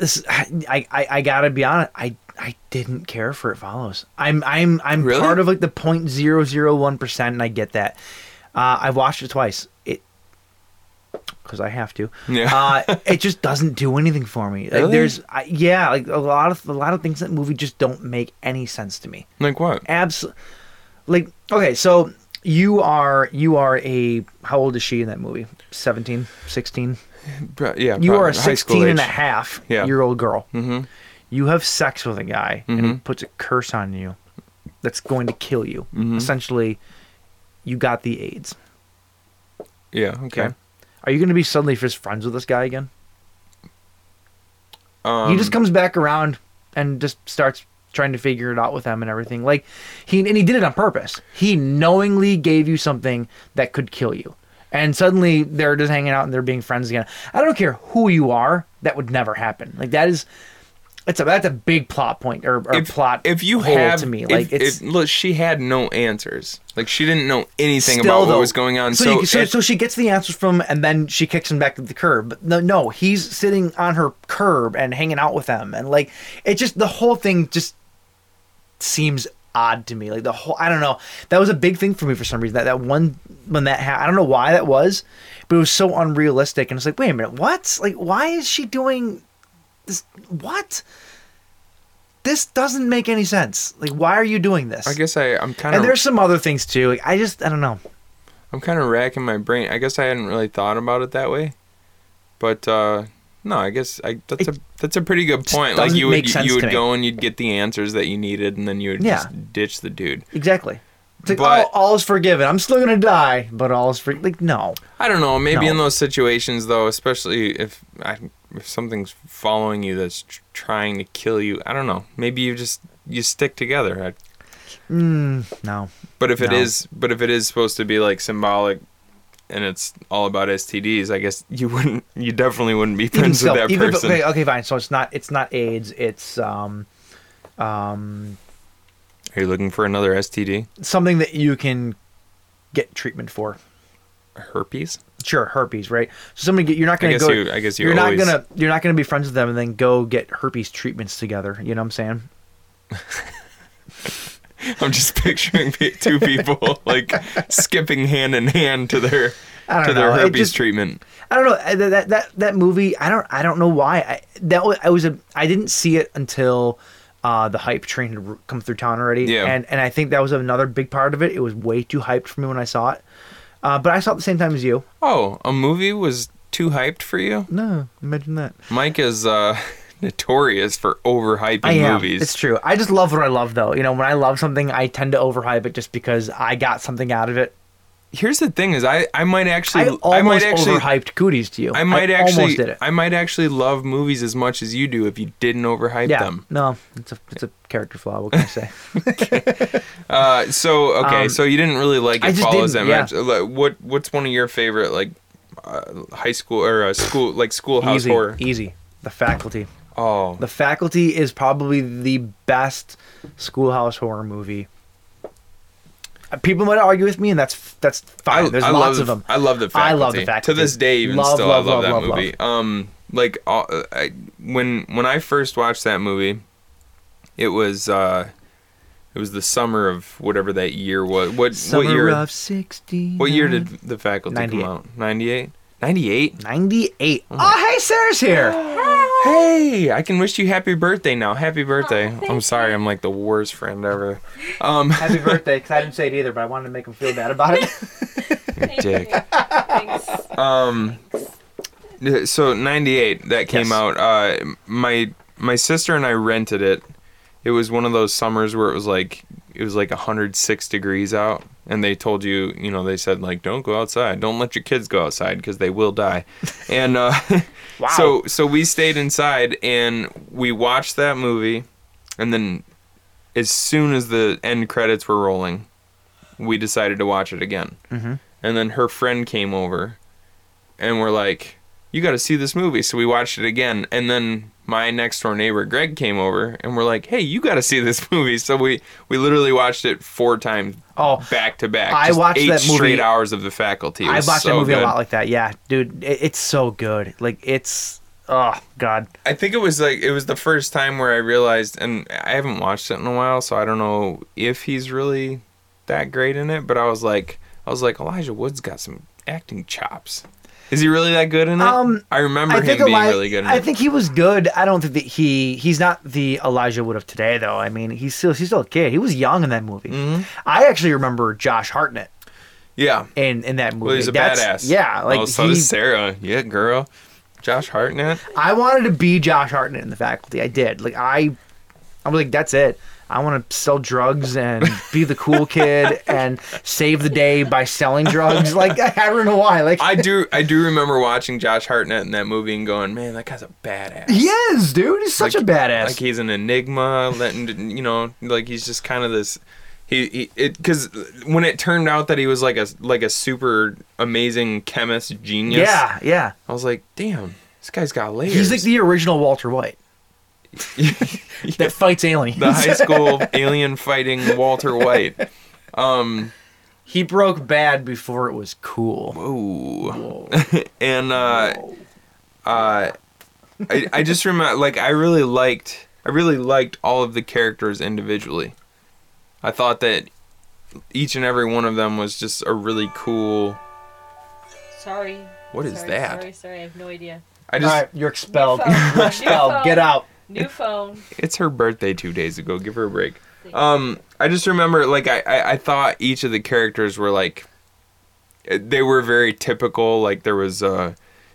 this, I, I I gotta be honest. I I didn't care for it follows. I'm I'm I'm Really? part of like the point zero zero one percent, and I get that. Uh, I've watched it twice. It because I have to. Yeah. uh, it just doesn't do anything for me. Like, Really? There's I, yeah, like a lot of a lot of things in that movie just don't make any sense to me Like what? absolutely like okay so you are you are a how old is she in that movie 17 16 Pro- yeah, you probably are a high school 16 and a age. half Yeah. Mm-hmm. year old girl you have sex with a guy and he puts a curse on you that's going to kill you Mm-hmm. essentially you got the aids Yeah. Okay. okay are you going to be suddenly just friends with this guy again Um, he just comes back around and just starts trying to figure it out with them and everything. Like he and he did it on purpose. He knowingly gave you something that could kill you. And suddenly they're just hanging out and they're being friends again. I don't care who you are, that would never happen. Like that is it's a that's a big plot point or, or plot if you hole have to me. if- Like it's if- look she had no answers like she didn't know anything Still, about though, what was going on So, so, you- so, it- so she gets the answers from, him, and then she kicks him back to the curb. But no, no, he's sitting on her curb and hanging out with them, and like it just the whole thing just seems odd to me. Like the whole, I don't know. That was a big thing for me for some reason. That that one when that ha- I don't know why that was, but it was so unrealistic. And it's like, wait a minute, what? Like, why is she doing this? What? This doesn't make any sense. Like, why are you doing this? i guess i i'm kind and there's of some other things too. Like, I just I don't know. i'm kind of racking my brain i guess i hadn't really thought about it that way but uh no i guess i that's a that's a pretty good point like doesn't you would make sense you to would me. go and you'd get the answers that you needed and then you would Yeah. just ditch the dude Exactly. It's like, But- oh, all is forgiven. I'm still gonna die, but all is forgiven. Like, no. i don't know maybe No. in those situations though especially if i if something's following you that's tr- trying to kill you i don't know maybe you just you stick together I, No. But if it No. is, but if it is supposed to be like symbolic, and it's all about STDs, I guess you wouldn't, you definitely wouldn't be friends with that even if- person. okay, okay, fine. So it's not it's not AIDS. It's um Are you looking for another STD? something that you can get treatment for. Herpes? Sure, herpes, right? So somebody get, you're not gonna guess go. you- I guess you are always- not gonna you're not gonna be friends with them and then go get herpes treatments together. You know what I'm saying? I'm just picturing pe- two people like skipping hand in hand to their I don't to their know, it herpes just- treatment. I don't know I- that that that, that movie. I don't I don't know why. I, that was, I was a I didn't see it until uh, the hype train had r- come through town already. Yeah. And and I think that was another big part of it. It was way too hyped for me when I saw it. Uh, but I saw it at the same time as you. Oh, a movie was too hyped for you? No, imagine that. Mike is uh, notorious for overhyping I am. movies. It's true. I just love what I love, though. You know, when I love something, I tend to overhype it just because I got something out of it. Here's the thing: is I I might actually I I, almost might actually overhyped Cooties to you. I might actually almost did it. I might actually love movies as much as you do if you didn't overhype yeah. them. No, it's a it's a character flaw. What can I say? Uh, so okay, so you didn't really like Um, I it just follows them. didn't, yeah. Like, What what's one of your favorite like uh, high school or uh, school like schoolhouse easy, horror? easy. The faculty. Oh, The Faculty is probably the best schoolhouse horror movie. Uh, People might argue with me, and that's that's fine. There's lots love, of them. I love the faculty. I love The Faculty. To this day, even Love, still, love, I love, love, that love, love. movie. Um, like all, I, when when I first watched that movie, it was uh, it was the summer of whatever that year was. What Summer what year? of sixty. What year did the faculty 98. come out? 98? 98? ninety-eight? Oh, Uh-huh. hey, Sarah's here. Hey, I can wish you happy birthday now. Happy birthday. I'm sorry, I'm like the worst friend ever. Um, Happy birthday! Because I didn't say it either, but I wanted to make him feel bad about it. Thank Dick. you. Thanks. um, so 98 that came Yes. out. Uh, my my sister and I rented it. It was one of those summers where it was like it was like 106 degrees out, and they told you, you know, they said like, don't go outside, don't let your kids go outside because they will die. And uh, so so we stayed inside and we watched that movie, and then as soon as the end credits were rolling, we decided to watch it again. Mm-hmm. And then her friend came over, and we're like, "You got to see this movie." So we watched it again, and then my next door neighbor Greg came over, and we're like, "Hey, you got to see this movie." So we we literally watched it four times. Oh, back to back. I Just watched eight that movie- straight hours of the faculty. It I was watched that so movie good. a lot like that. Yeah, dude, it, it's so good. Like it's oh god. I think it was like it was the first time where I realized, and I haven't watched it in a while, so I don't know if he's really that great in it. But I was like, I was like, Elijah Wood's got some acting chops. Is he really that good in it? Um, I remember him Eli- being really good in I it. think he was good. I don't think that he he's not the Elijah Wood of today though. I mean, he's still he's still a kid. He was young in that movie. Mm-hmm. I actually remember Josh Hartnett yeah, in in that movie. well, he's a That's- badass. Yeah, like oh, so he, does Sarah. Yeah, girl. Josh Hartnett. I wanted to be Josh Hartnett in the faculty. I did. Like I, I was like, that's it. I want to sell drugs and be the cool kid and save the day by selling drugs. Like I don't know why. Like I do. I do remember watching Josh Hartnett in that movie and going, "Man, that guy's a badass." he is, dude. He's such a badass. Like he's an enigma, letting you know, like he's just kind of this. He, he it because when it turned out that he was like a like a super amazing chemist genius. Yeah, yeah. I was like, damn, this guy's got layers. He's like the original Walter White that fights aliens. the high school alien fighting Walter White. he broke bad before it was cool. Ooh. and uh, uh, I I just remember like I really liked I really liked all of the characters individually. I thought that each and every one of them was just a really cool. Sorry. What is sorry, that? Sorry, sorry, I have no idea. I just All right, you're expelled. New phone, You're expelled. new Get phone, out. New phone. it's her birthday two days ago. Give her a break. Um, I just remember like I, I, I thought each of the characters were like they were very typical. Like there was uh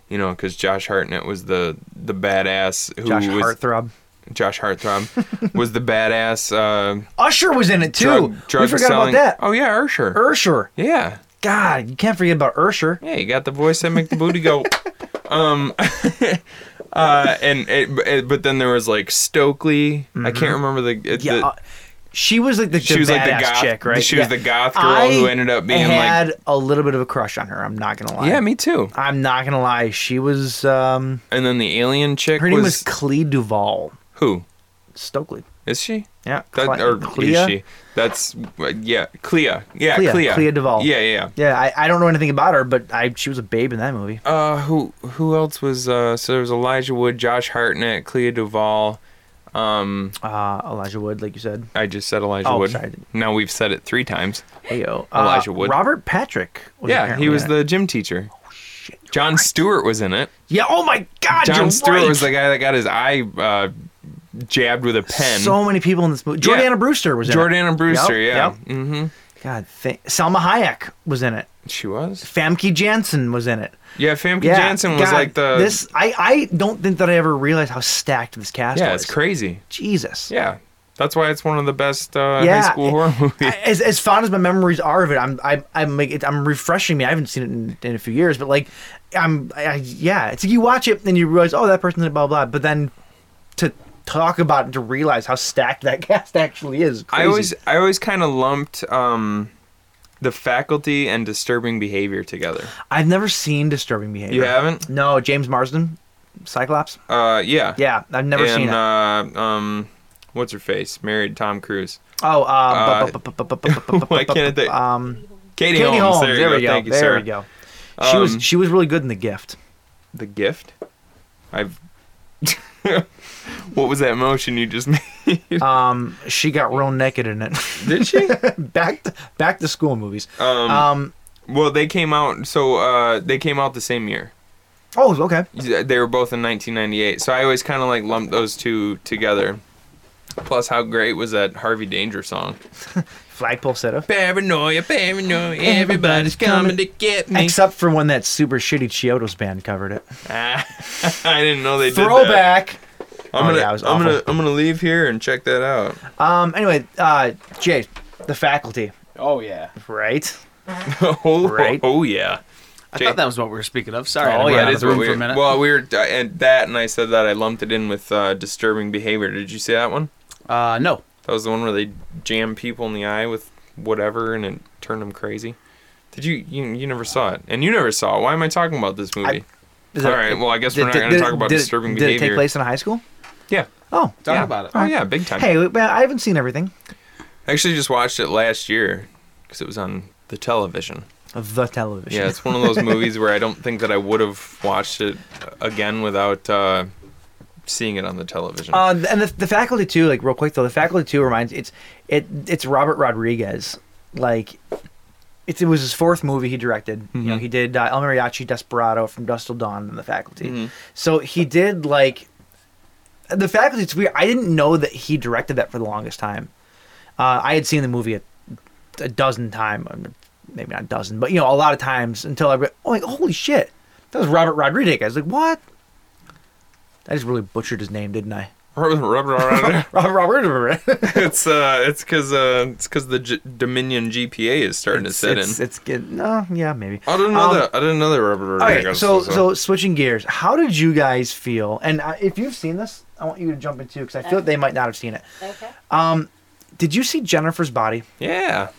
you know because Josh Hartnett was the the badass who Josh was Heartthrob. Josh Hartthrob was the badass uh, Usher was in it too. drug drug we forgot selling. about that. Oh yeah, Ursher. Ursher. yeah, God, you can't forget about Ursher. yeah, you got the voice that make the booty go. um, uh, and it, it- but then there was like Stokely. I can't remember the, it- Yeah, the uh, she was like the, she was like the badass goth chick, right? She was Yeah. the goth girl who I ended up being had like a little bit of a crush on her. I'm not gonna lie. yeah, me too. I'm not gonna lie. She was. um And then the alien chick Her was, name was Clee Duval who Stokely. is she? Yeah, That, Cla- or Clea? is she? That's uh, yeah, Clea. Yeah, Clea. Clea. Clea Duvall. Yeah, yeah. yeah. Yeah, I, I don't know anything about her, but I she was a babe in that movie. Uh, who who else was uh? So there was Elijah Wood, Josh Hartnett, Clea Duvall. Um, Uh, Elijah Wood, like you said. I just said Elijah Oh, Wood. sorry, I didn't- Now we've said it three times. Heyo. Uh, Elijah Wood. Robert Patrick. Was yeah, apparently Oh, he was in it. the gym teacher. John Stewart was in it. Yeah. Oh my God. John you're Stewart right. was the guy that got his eye uh, jabbed with a pen. So many people in this movie. Yeah. Jordana Brewster was in it. Jordana Brewster, Yep, yeah. yep. Mm-hmm. God, th- Selma Hayek was in it. She was. Famke Janssen was in it. Yeah, Famke Yeah, Janssen was God, like the. this. I, I don't think that I ever realized how stacked this cast yeah, was. it's crazy. Jesus. Yeah, that's why it's one of the best uh, Yeah, high school horror movies. I- As, as fond as my memories are of it, I'm I, I'm like, it, I'm refreshing me. I haven't seen it in, in a few years, but like I'm I, I, yeah. It's like you watch it and you realize oh that person's in it, blah blah. But then to talk about and to realize how stacked that cast actually is. I Crazy. always, I always kind of lumped um, the faculty and disturbing behavior together. I've never seen disturbing behavior. You haven't? No, James Marsden, Cyclops. Uh, yeah. Yeah, I've never and, seen it. Uh, um, what's her face? Married Tom Cruise. oh, um, uh, bu- bu- bu- bu- bu- bu- bu- bu- why bu- can't they- um, Katie, Katie Holmes. Holmes. There, you we go. go. Thank you, there sir. we go. She Um, was she was really good in The Gift. The gift. I've. what was that motion you just made? Um, she got real naked in it. Did she? back to, back to school movies. Um, Um, Well, they came out. So uh, they came out the same year. oh, okay. They were both in 1998. So I always kind of like lumped those two together. Plus, how great was that Harvey Danger song? Flagpole setup. Paranoia, paranoia, everybody's coming to get me. Except for when that super shitty Chiodos band covered it. Ah, I didn't know they did that. Throwback. Oh, I'm gonna, yeah, it was I'm gonna, awful. I'm gonna leave here and check that out. Um. Anyway, uh, Jay, the faculty, Oh yeah. right? oh, Right. oh yeah. I Jay- thought that was what we were speaking of. Sorry. Oh, I yeah, ran it out that of is room what we for a were. minute. Well, we were I- and that, and I said that I lumped it in with uh, disturbing behavior. Did you see that one? uh, no. That was the one where they jam people in the eye with whatever and it turned them crazy. Did you you, you never saw it? And you never saw it. Why am I talking about this movie? Is All that- right, well, I guess we're not gonna did- talk about did it- disturbing did it behavior. take place in a high school? yeah. Oh, Talk yeah. about it. Oh yeah, big time. hey, man, I haven't seen everything. I actually just watched it last year because it was on the television. The television. Yeah, it's one of those movies where I don't think that I would have watched it again without uh, seeing it on the television. Uh, and the, the faculty too, like real quick though, the faculty too reminds it's it it's Robert Rodriguez. Like it, it was his fourth movie he directed. You know, he did uh, El Mariachi, Desperado, From Dust Till Dawn, and The Faculty. So he did like the faculty. It's weird. I didn't know that he directed that for the longest time. Uh, I had seen the movie a, a dozen times, maybe not a dozen, but you know, a lot of times until I re- oh, like holy shit, that was Robert Rodriguez. I was like, what? I just really butchered his name, didn't I? Robert, Robert, it's uh, it's because uh, it's because the G- Dominion GPA is starting to it's, set it's, in. it's good. No, yeah, maybe. I didn't know Um, that. I didn't know that Robert All right, Rodriguez so was, uh, so switching gears, how did you guys feel? And uh, if you've seen this, I want you to jump in too because I feel like they might not have seen it. Okay. Did you see Jennifer's body? yeah,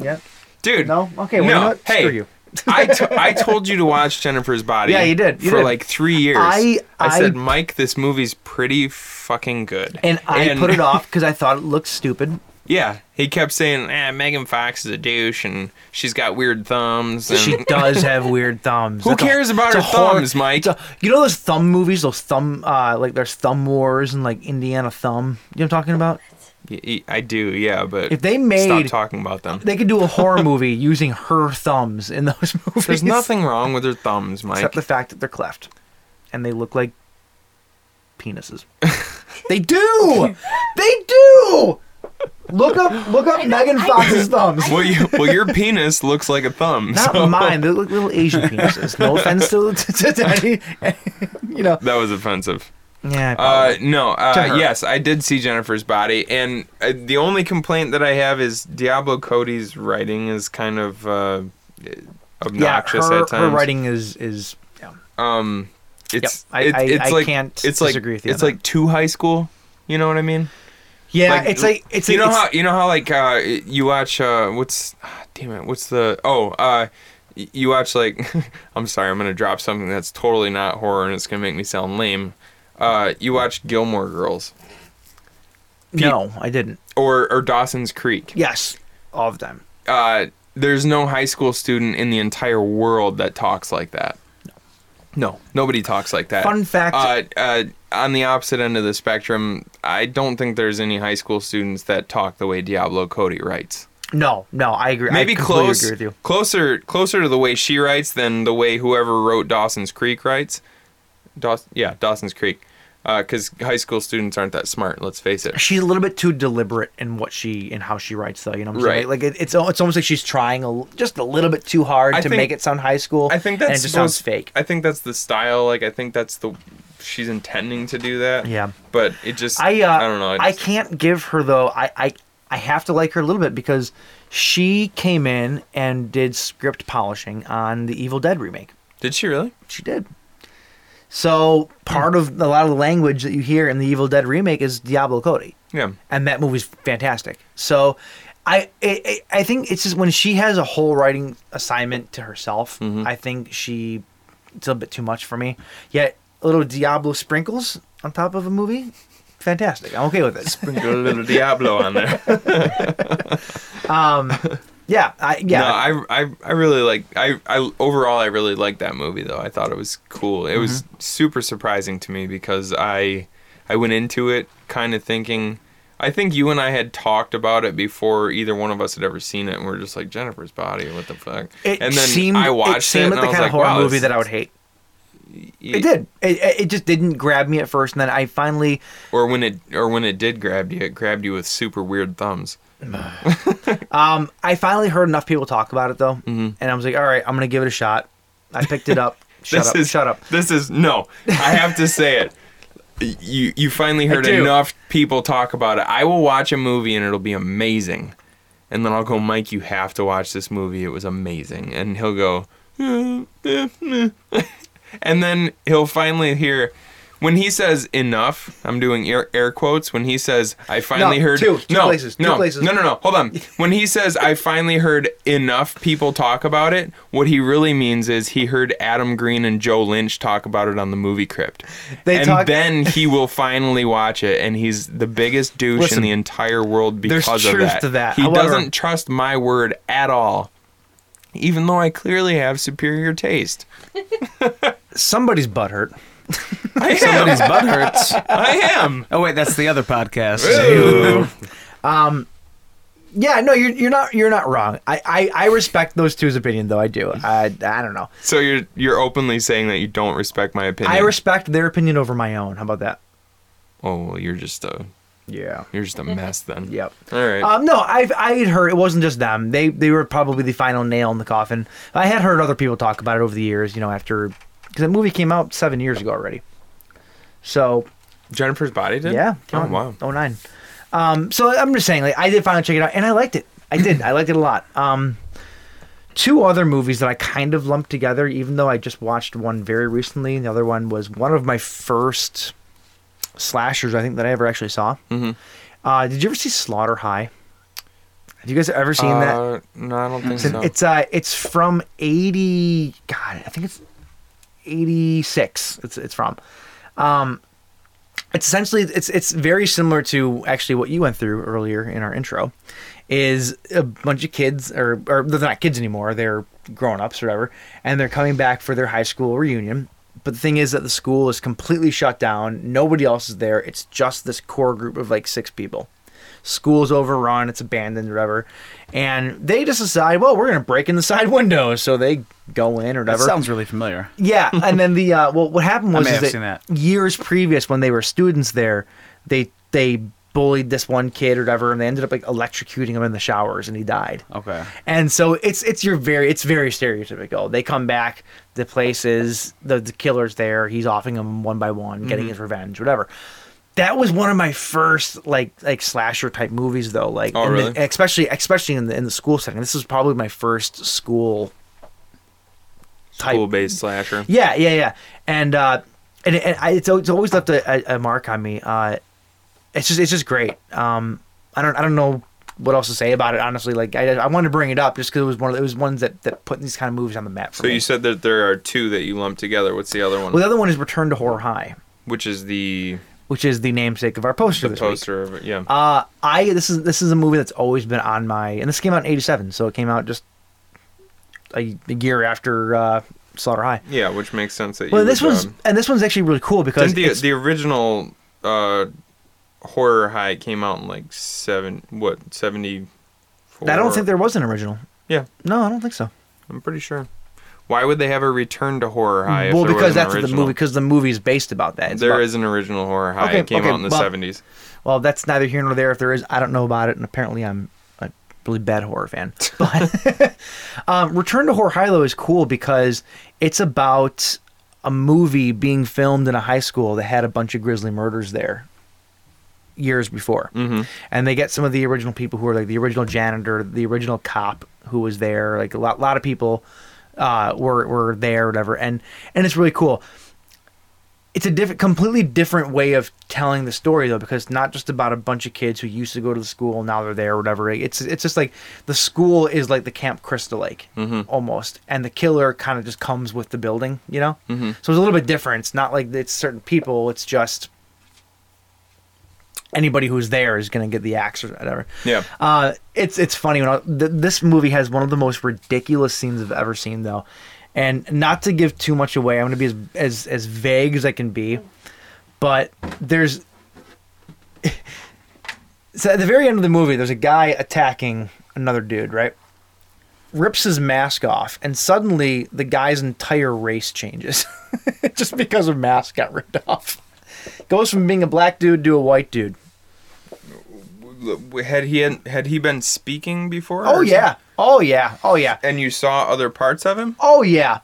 Yeah. dude. No. Okay. Well, No. You know what? Hey. Screw you. I, t- I told you to watch Jennifer's Body. Yeah, you did. You for did. like three years. I- I- said, Mike, this movie's pretty fucking good. And I put it off because I thought it looked stupid. Yeah, he kept saying, eh, Megan Fox is a douche and she's got weird thumbs. And She does have weird thumbs. Who That's a- cares about it's a her horror- thumbs, Mike? it's a- you know those thumb movies, those thumb, uh, like there's Thumb Wars and like Indiana Thumb. You know what I'm talking about? Y- y- I do, yeah, but If they stop made- talking about them. They could do a horror movie using her thumbs in those movies. There's nothing wrong with her thumbs, Mike. except the fact that they're cleft, and they look like penises. they do. They do. Look up. Look up Megan Fox's thumbs. well, you, well, your penis looks like a thumb. Not so- mine. They look little Asian penises. No offense to, to, to any, you know. That was offensive. Yeah. Uh, probably. no, Oh, To uh, her. yes, I did see Jennifer's body, and uh, the only complaint that I have is Diablo Cody's writing is kind of uh, yeah. obnoxious Her, at times. her writing is is. Yeah. um, it's Yep, I- it- I- it's I like can't it's like disagree with you on it's that. like too high school. You know what I mean? Yeah, it's like it's you like, know it's- how you know how like uh, you watch uh, what's ah, damn it what's the oh uh, y- you watch like I'm sorry I'm gonna drop something that's totally not horror and it's gonna make me sound lame. Uh, you watch Gilmore Girls no, I didn't. or or Dawson's Creek. Yes, all the time. Uh, there's no high school student in the entire world that talks like that. No, nobody talks like that. Fun fact- Uh, uh, on the opposite end of the spectrum, I don't think there's any high school students that talk the way Diablo Cody writes. No, no, I agree. maybe I completely close Agree with you. closer closer to the way she writes than the way whoever wrote Dawson's Creek writes. Daws- yeah, Dawson's Creek, because high school students aren't that smart. Let's face it. She's a little bit too deliberate in what she and how she writes, though. You know what I'm Right. saying? Like it, it's al- it's almost like she's trying a, l- just a little bit too hard I to think- make it sound high school. I think that's and it just supposed- sounds fake. I think that's the style. Like I think that's the she's intending to do that. Yeah. but it just I uh, I don't know. I just- can't give her though. I, I I have to like her a little bit because she came in and did script polishing on the Evil Dead remake. did she really? She did. So part of a lot of the language that you hear in the Evil Dead remake is Diablo Cody. Yeah. and that movie's fantastic. So, I it, it, I think it's just when she has a whole writing assignment to herself, Mm-hmm. I think she it's a little bit too much for me. Yet a little Diablo sprinkles on top of a movie, fantastic. I'm okay with it. Sprinkle a little Diablo on there. yeah, I, yeah. No, I, I, I really like I, I overall I really liked that movie though. I thought it was cool. It was Mm-hmm. super surprising to me because I I went into it kind of thinking I think you and I had talked about it before either one of us had ever seen it and we are just like Jennifer's body, what the fuck? it and then seemed I watched it seemed and like the I was kind like, of horror wow, movie this- that I would hate. y- It did. It, it- it just didn't grab me at first, and then I finally Or when it or when it did grab you, it grabbed you with super weird thumbs. Um, I finally heard enough people talk about it though, Mm-hmm. and I was like, all right, I'm gonna give it a shot. I picked it up. shut this up! is shut up! This is no. I have to say it. You you finally heard do. enough people talk about it. I will watch a movie and it'll be amazing, and then I'll go, Mike, you have to watch this movie. It was amazing, and he'll go, "Eh, eh, eh." and then he'll finally hear, when he says enough, I'm doing air, air quotes. When he says I finally heard two- two no, places, two no, places. no, no, no. Hold on. When he says I finally heard enough people talk about it, what he really means is he heard Adam Green and Joe Lynch talk about it on the movie crypt. They and talk- then he will finally watch it, and he's the biggest douche Listen, in the entire world there's because of truth that. to that. He However- doesn't trust my word at all, even though I clearly have superior taste. Somebody's butthurt. I am. Somebody's butt hurts. I am. Oh wait, that's the other podcast. Yeah, no, you're you're not you're not wrong. I I, I respect those two's opinion though. I do. I I don't know. So you're you're openly saying that you don't respect my opinion. I respect their opinion over my own. How about that? Oh, well, you're just a Yeah. you're just a mess then. Yep. All right. Um, no, I've I had heard it wasn't just them. They they were probably the final nail in the coffin. I had heard other people talk about it over the years. You know, after because that movie came out seven years ago already. So Jennifer's body did. yeah, Oh wow. oh nine. Um, so I'm just saying, like I did finally check it out, and I liked it. I did. I liked it a lot. Um, two other movies that I kind of lumped together, even though I just watched one very recently. and The other one was one of my first slashers I think that I ever actually saw. Mhm. Uh, did you ever see Slaughter High? Have you guys ever seen that? Uh, no, I don't think It's, so. it's uh it's from eighty God, I think it's eighty six. It's it's from. Um it's essentially it's it's very similar to actually what you went through earlier in our intro. Is a bunch of kids or or they're not kids anymore, they're grown ups or whatever, and they're coming back for their high school reunion. But the thing is that the school is completely shut down. Nobody else is there. It's just this core group of like six people school's overrun, it's abandoned, whatever. And they just decide, well, we're gonna break in the side windows. So they go in or That whatever. sounds really familiar. yeah, and then the uh, well, what happened was may is have that seen that. years previous when they were students there, they they bullied this one kid or whatever, and they ended up like electrocuting him in the showers, and he died. Okay. And so it's it's your very it's very stereotypical. They come back, the place is the, the killer's there. He's offing them one by one, getting Mm-hmm. his revenge, whatever. That was one of my first like like slasher type movies though. Like Oh, in the- really? especially especially in the in the school setting. This is probably my first school type School based slasher. yeah, yeah, yeah. And uh, and, and I, it's, al- it's always left a, a, a mark on me. Uh, it's just it's just great. Um, I don't I don't know what else to say about it. Honestly, like I, I wanted to bring it up just because it was one of the- it was ones that that put these kind of movies on the map. For So me. you said that there are two that you lumped together. What's the other one? well, the other one is Return to Horror High, Which is the which is the namesake of our poster. the this week. poster of it. Yeah. Uh, I this is this is a movie that's always been on my and this came out in '87, so it came out just a, a year after uh, Slaughter High. yeah, which makes sense that Well, you this would, one's um, and this one's actually really cool because Didn't the, it's- the original uh, horror high came out in like seven what seventy four. I don't think there was an original. Yeah, No, I don't think so. I'm pretty sure. Why would they have a return to horror high? well, if there because was an that's what the original? movie because the movie's based about that. It's There about- is an original horror high. Okay, it came okay, out in the well- 70s. Well, that's neither here nor there. If there is, I don't know about it, and apparently I'm a really bad horror fan. But um, Return to Horror Hilo is cool because it's about a movie being filmed in a high school that had a bunch of grisly murders there years before. Mm-hmm. And they get some of the original people who are like the original janitor, the original cop who was there. Like a lot, lot of people uh, were were there, whatever. And and it's really cool. It's a different, completely different way of telling the story though, because it's not just about a bunch of kids who used to go to the school now they're there, or whatever. It's it's just like the school is like the Camp Crystal Lake almost, and the killer kind of just comes with the building, you know. Mm-hmm. So it's a little bit different. It's not like it's certain people. It's just anybody who's there is going to get the axe or whatever. Yeah. Uh, it's it's funny. When I, th- this movie has one of the most ridiculous scenes I've ever seen, though. And not to give too much away, I'm going to be as, as as vague as I can be. But there's so at the very end of the movie, there's a guy attacking another dude, right? Rips his mask off, and suddenly the guy's entire race changes just because a mask got ripped off. Goes from being a black dude to a white dude. W- Had he had, had he been speaking before? Oh or yeah. something? Oh yeah. Oh yeah. And you saw other parts of him? Oh yeah.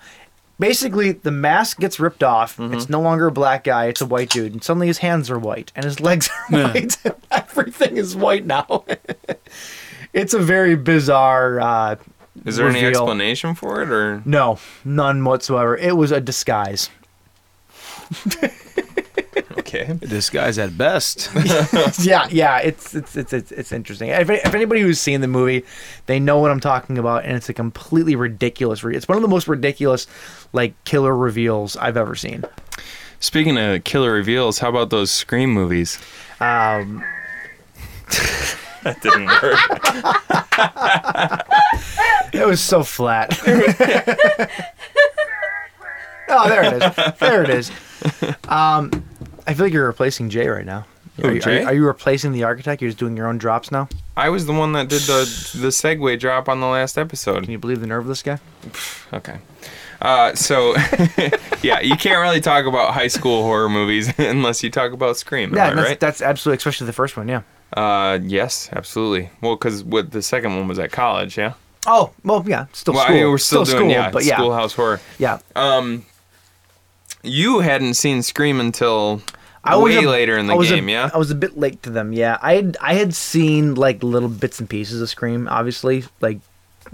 Basically, the mask gets ripped off. Mm-hmm. It's no longer a black guy; it's a white dude, and suddenly his hands are white and his legs are white. Everything is white now. it's a very bizarre. Uh, Is there any reveal. explanation for it or No, none whatsoever. It was a disguise. Okay. Disguise at best. yeah, yeah, it's it's it's it's, it's interesting. If, if anybody who's seen the movie, they know what I'm talking about, and it's a completely ridiculous. Re- it's one of the most ridiculous, like killer reveals I've ever seen. Speaking of killer reveals, how about those Scream movies? Um, That didn't work. it was so flat. oh, there it is. There it is. Um, I feel like you're replacing Jay right now. Who, are, you, Are, Jay? you, are you replacing the architect? You're just doing your own drops now. I was the one that did the the segue drop on the last episode. Can you believe the nerve of this guy? Okay. Uh, so, yeah, you can't really talk about high school horror movies unless you talk about Scream, Yeah, am I that's, right? that's absolutely, especially the first one. Yeah. Uh, yes, absolutely. Well, because with the second one was at college, yeah. Oh, well, yeah, still Well, school. I mean, we're still, doing school, yeah, but yeah, schoolhouse horror. yeah. Um, you hadn't seen Scream until I was way a- later in the I was a- game, yeah. I was a bit late to them. Yeah, I had I had seen like little bits and pieces of Scream, obviously, like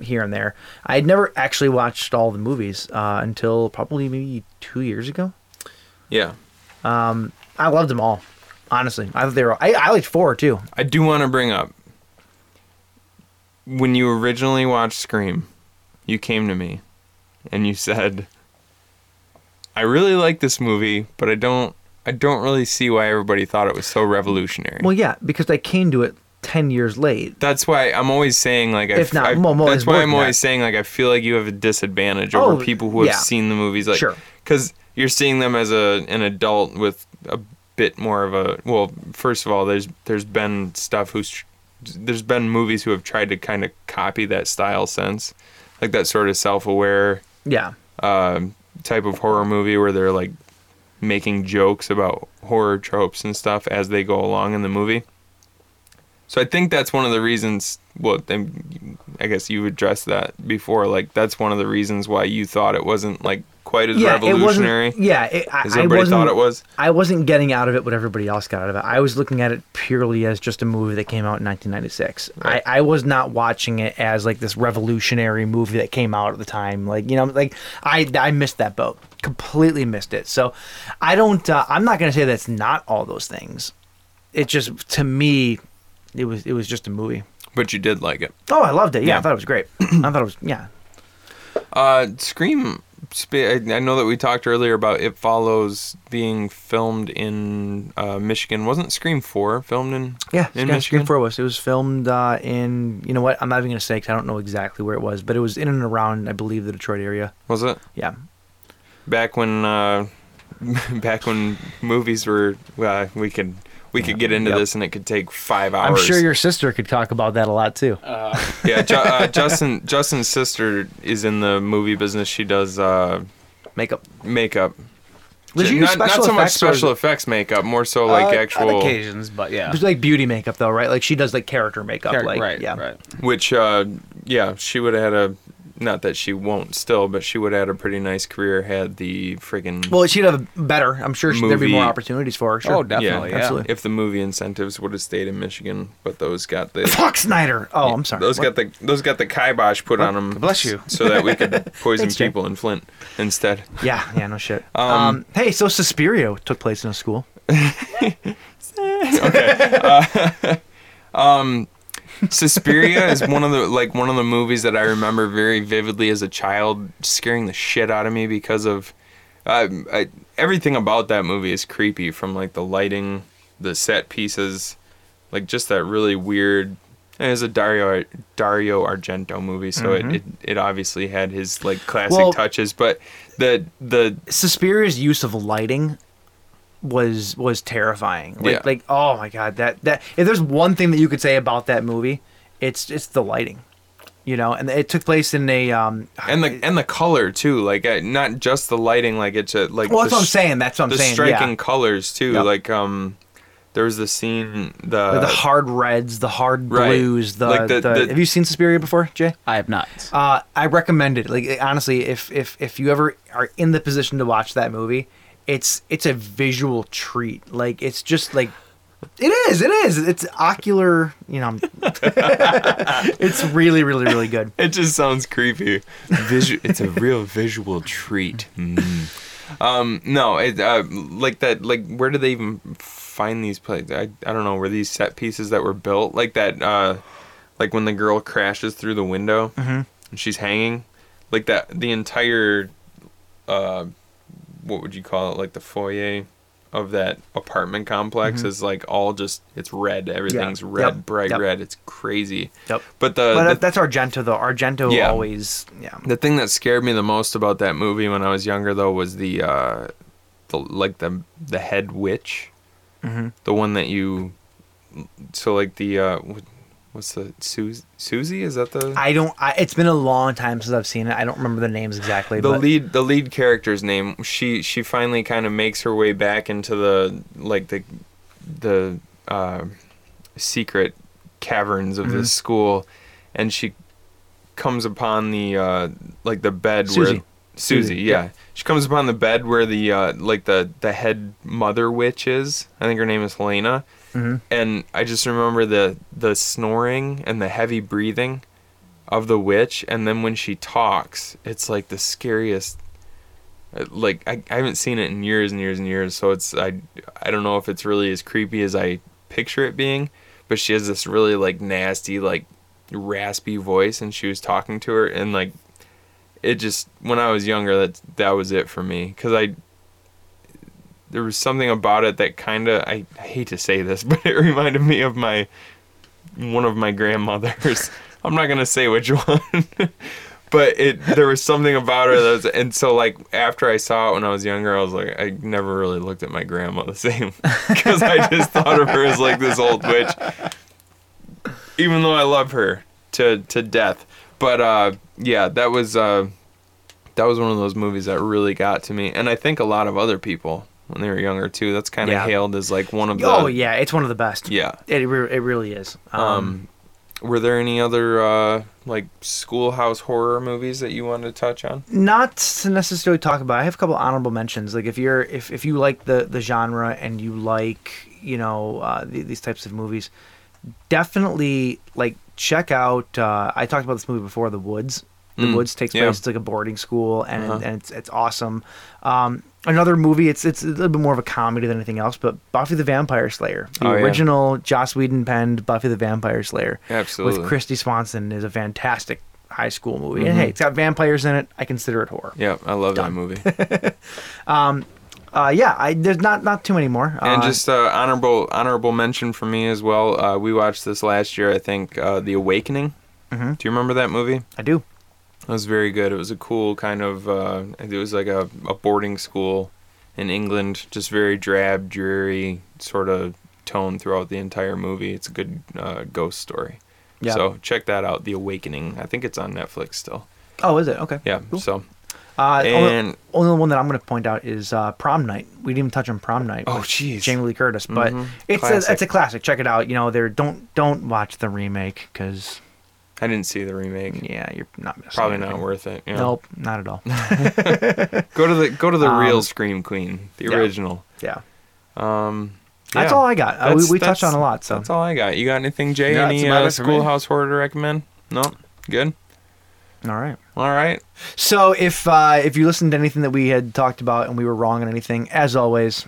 here and there. I had never actually watched all the movies uh, until probably maybe two years ago. yeah. I loved them all, honestly. I thought they were. I, I liked four too. I do want to bring up when you originally watched Scream, you came to me and you said, "I really like this movie, but I don't, I don't really see why everybody thought it was so revolutionary." Well, yeah, because I came to it ten years late. that's why I'm always saying like I, If not, I- mo- mo- that's it's why more I'm than always that. saying like I feel like you have a disadvantage Oh, over people who have yeah. seen the movies like Sure. cuz you're seeing them as a an adult with a bit more of a well first of all there's there's been stuff who's there's been movies who have tried to kind of copy that style sense like that sort of self-aware Yeah, um, type of horror movie where they're like making jokes about horror tropes and stuff as they go along in the movie. So I think that's one of the reasons. Well, then, I guess you addressed that before. Like that's one of the reasons why you thought it wasn't like quite as yeah, it revolutionary wasn't. Yeah, it, I, as I everybody wasn't, thought it was. I wasn't getting out of it what everybody else got out of it. I was looking at it purely as just a movie that came out in 1996. I, I was not watching it as like this revolutionary movie that came out at the time. Like you know, like I I missed that boat completely missed it. So I don't. Uh, I'm not gonna say that's not all those things. It just to me, it was it was just a movie. But you did like it. Oh, I loved it. Yeah, Yeah. I thought it was great. I thought it was yeah. Uh, Scream. sp- I I know that we talked earlier about It Follows being filmed in uh, Michigan. Wasn't Scream Four filmed in? Yeah, in yeah, Michigan. Scream Four was. It was filmed uh, in you know what? I'm not even gonna say 'cause I don't know exactly where it was, but it was in and around I believe the Detroit area. Was it? Yeah, back when uh, back when movies were uh, we could we could get into Yep. this and it could take five hours. I'm sure your sister could talk about that a lot too. yeah. Ju- uh, Justin Justin's sister is in the movie business. She does uh, Makeup. makeup. Was she do not, not special so much effects or is special it- effects makeup, more so like Uh, on actual. occasions, but yeah. It was like beauty makeup though, right? Like she does like character makeup. Char- like right, yeah. right. Which uh, yeah, she would have had a. Not that she won't still, but she would have had a pretty nice career had the friggin' Well, she'd have a better. I'm sure she, there'd be more Movie. opportunities for her. Sure. Oh, definitely. Yeah, absolutely. if the movie incentives would have stayed in Michigan, but those got the Fuck Snyder. Oh, I'm sorry. Those What? got the those got the kibosh put on 'em on them. Bless you. So that we could poison Thanks, Jay. people in Flint instead. Yeah, yeah, no shit. um, hey, so Suspiria took place in a school. Suspiria is one of the like one of the movies that I remember very vividly as a child, scaring the shit out of me because of uh, I, everything about that movie is creepy. From like the lighting, the set pieces, like just that really weird. and It was a Dario Dario Argento movie, so it, it it obviously had his like classic Well- touches, but the the Suspiria's use of lighting was was terrifying. Like Yeah. like oh my god, that that if there's one thing that you could say about that movie, it's it's the lighting. You know, and it took place in a um and the and the color too like uh, not just the lighting like it's a, like Well, the that's what I'm sh- saying. That's what I'm the saying. striking yeah. colors too Yep. like um there was the scene the, the hard reds, the hard Right. blues, the, Like the- the, the- Have you seen Suspiria before, Jay? I have not. Uh, I recommend it. Like honestly, if if if you ever are in the position to watch that movie, it's it's a visual treat. Like it's just like it is. It is. It's ocular. You know, it's really really really good. it just sounds creepy Visu- it's a real visual treat Mm. Um, no, it, uh, like that. Like, where did they even find these plays? I, I don't know. Were these set pieces that were built like that? Uh, like when the girl crashes through the window Mm-hmm. and she's hanging, like that. The entire, uh, what would you call it? Like the foyer of that apartment complex is like all just it's red. Everything's red, Mm-hmm. Yep. bright Yep. red. It's crazy. Yep. But the, but Uh, the that- that's Argento though. Argento Yeah. always yeah. the thing that scared me the most about that movie when I was younger though was the uh the like the the head witch. Mm-hmm. The one that you so like the uh what- what's the Sus- Susie is that the I don't. I, it's been a long time since I've seen it. I don't remember the names exactly. the but lead the lead character's name she she finally kind of makes her way back into the like the the uh, secret caverns of this school and she comes upon the uh, like the bed where Susie. Susie, Susie, yeah. She comes upon the bed where the uh, like the the head mother witch is. I think her name is Helena. And I just remember the the snoring and the heavy breathing of the witch and then when she talks, it's like the scariest uh, like I, I haven't seen it in years and years and years, so it's I I don't know if it's really as creepy as I picture it being, but she has this really like nasty like raspy voice and she was talking to her and like it just when I was younger that that was it for me cuz I there was something about it that kind of I, I hate to say this but it reminded me of my one of my grandmothers. I'm not going to say which one. but it there was something about her that was and so like after I saw it when I was younger, I was like I never really looked at my grandma the same cuz I just thought of her as like this old witch even though I love her to to death. But uh, yeah, that was uh, that was one of those movies that really got to me, and I think a lot of other people when they were younger too. That's kind of Yeah. hailed as like one of the. oh yeah, it's one of the best. uh, Yeah. It re- it really is. Um, Um, were there any other uh, like schoolhouse horror movies that you wanted to touch on? not to necessarily talk about. I have a couple honorable mentions. Like if you're if, if you like the the genre and you like you know uh, the, these types of movies, definitely like check out. Uh, I talked about this movie before, The Woods. The Mm, Woods takes yeah. place it's like a boarding school, and, Uh-huh. and it's it's awesome. Um, another movie, it's it's a little bit more of a comedy than anything else, but Buffy the Vampire Slayer, the Oh, yeah. original Joss Whedon penned Buffy the Vampire Slayer, Absolutely. Mm-hmm. with Christy Swanson, is a fantastic high school movie. And hey, it's got vampires in it. I consider it horror. Yeah, I love that movie. Uh, yeah, I, there's not not too many more. and Uh, just uh, honorable honorable mention for me as well. Uh, we watched this last year, I think, uh, The Awakening. Mm-hmm. Do you remember that movie? I do. It was very good. It was a cool kind of. Uh, it was like a, a boarding school in England, just very drab, dreary sort of tone throughout the entire movie. It's a good uh, ghost story. Yeah. So check that out, The Awakening. I think it's on Netflix still. Oh, is it okay? Yeah. So. Uh, And- only, only one that I'm going to point out is uh, Prom Night. We didn't even touch on Prom Night. Oh, with jeez. Mm-hmm. Jamie Lee Curtis, but it's a, it's a Classic. classic. Check it out. You know, there don't don't watch the remake because I didn't see the remake. yeah, you're not missing Probably anything. not worth it. yeah. Nope, Um, not at all. Go to the go to the real Scream Queen, the yeah. original. Yeah, Um, Yeah. that's all I got. Uh, we That's- we touched that's- on a lot, so That's all I got. You got anything, Jay? No, that's Any about uh, it for me. schoolhouse horror to recommend? No. Good. all right. All right. So if uh, if you listened to anything that we had talked about and we were wrong on anything, as always,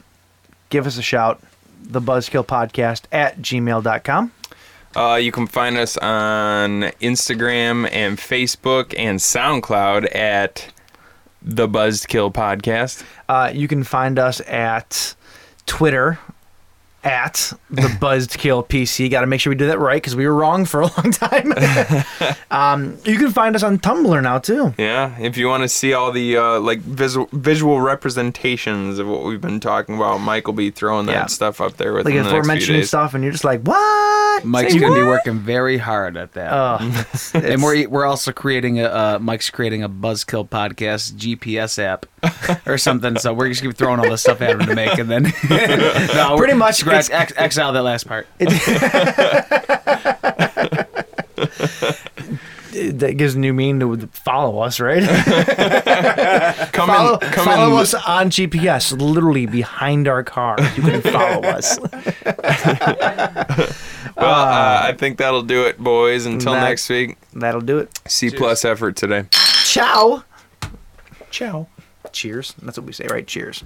give us a shout. The Buzzkill Podcast at gmail.com. Uh, you can find us on Instagram and Facebook and SoundCloud at the Buzzkill Podcast. Uh, you can find us at Twitter at the Buzzed Kill PC. Got to make sure we do that right because we were wrong for a long time. um, you can find us on Tumblr now too. Yeah, if you want to see all the uh, like visual visual representations of what we've been talking about, Mike will be throwing that Yeah. stuff up there with Like the if we're next few mentioning days. stuff and you're just like, what? Mike's Say gonna be what? working very hard at that. Uh, and we're e, we're also creating a uh, Mike's creating a Buzzkill podcast GPS app or something. so we're just gonna be throwing all this stuff at him to make, and then no, Pretty much, it's- scratch X, X out that last part. that gives new meaning to follow us, right? Come follow, in, Uh, come follow in, us on GPS, literally behind our car. You can follow us. Well, uh, I think that'll do it, boys. Until That- next week, That'll do it. C plus effort today. Ciao. Ciao. Cheers. That's what we say, right? Cheers.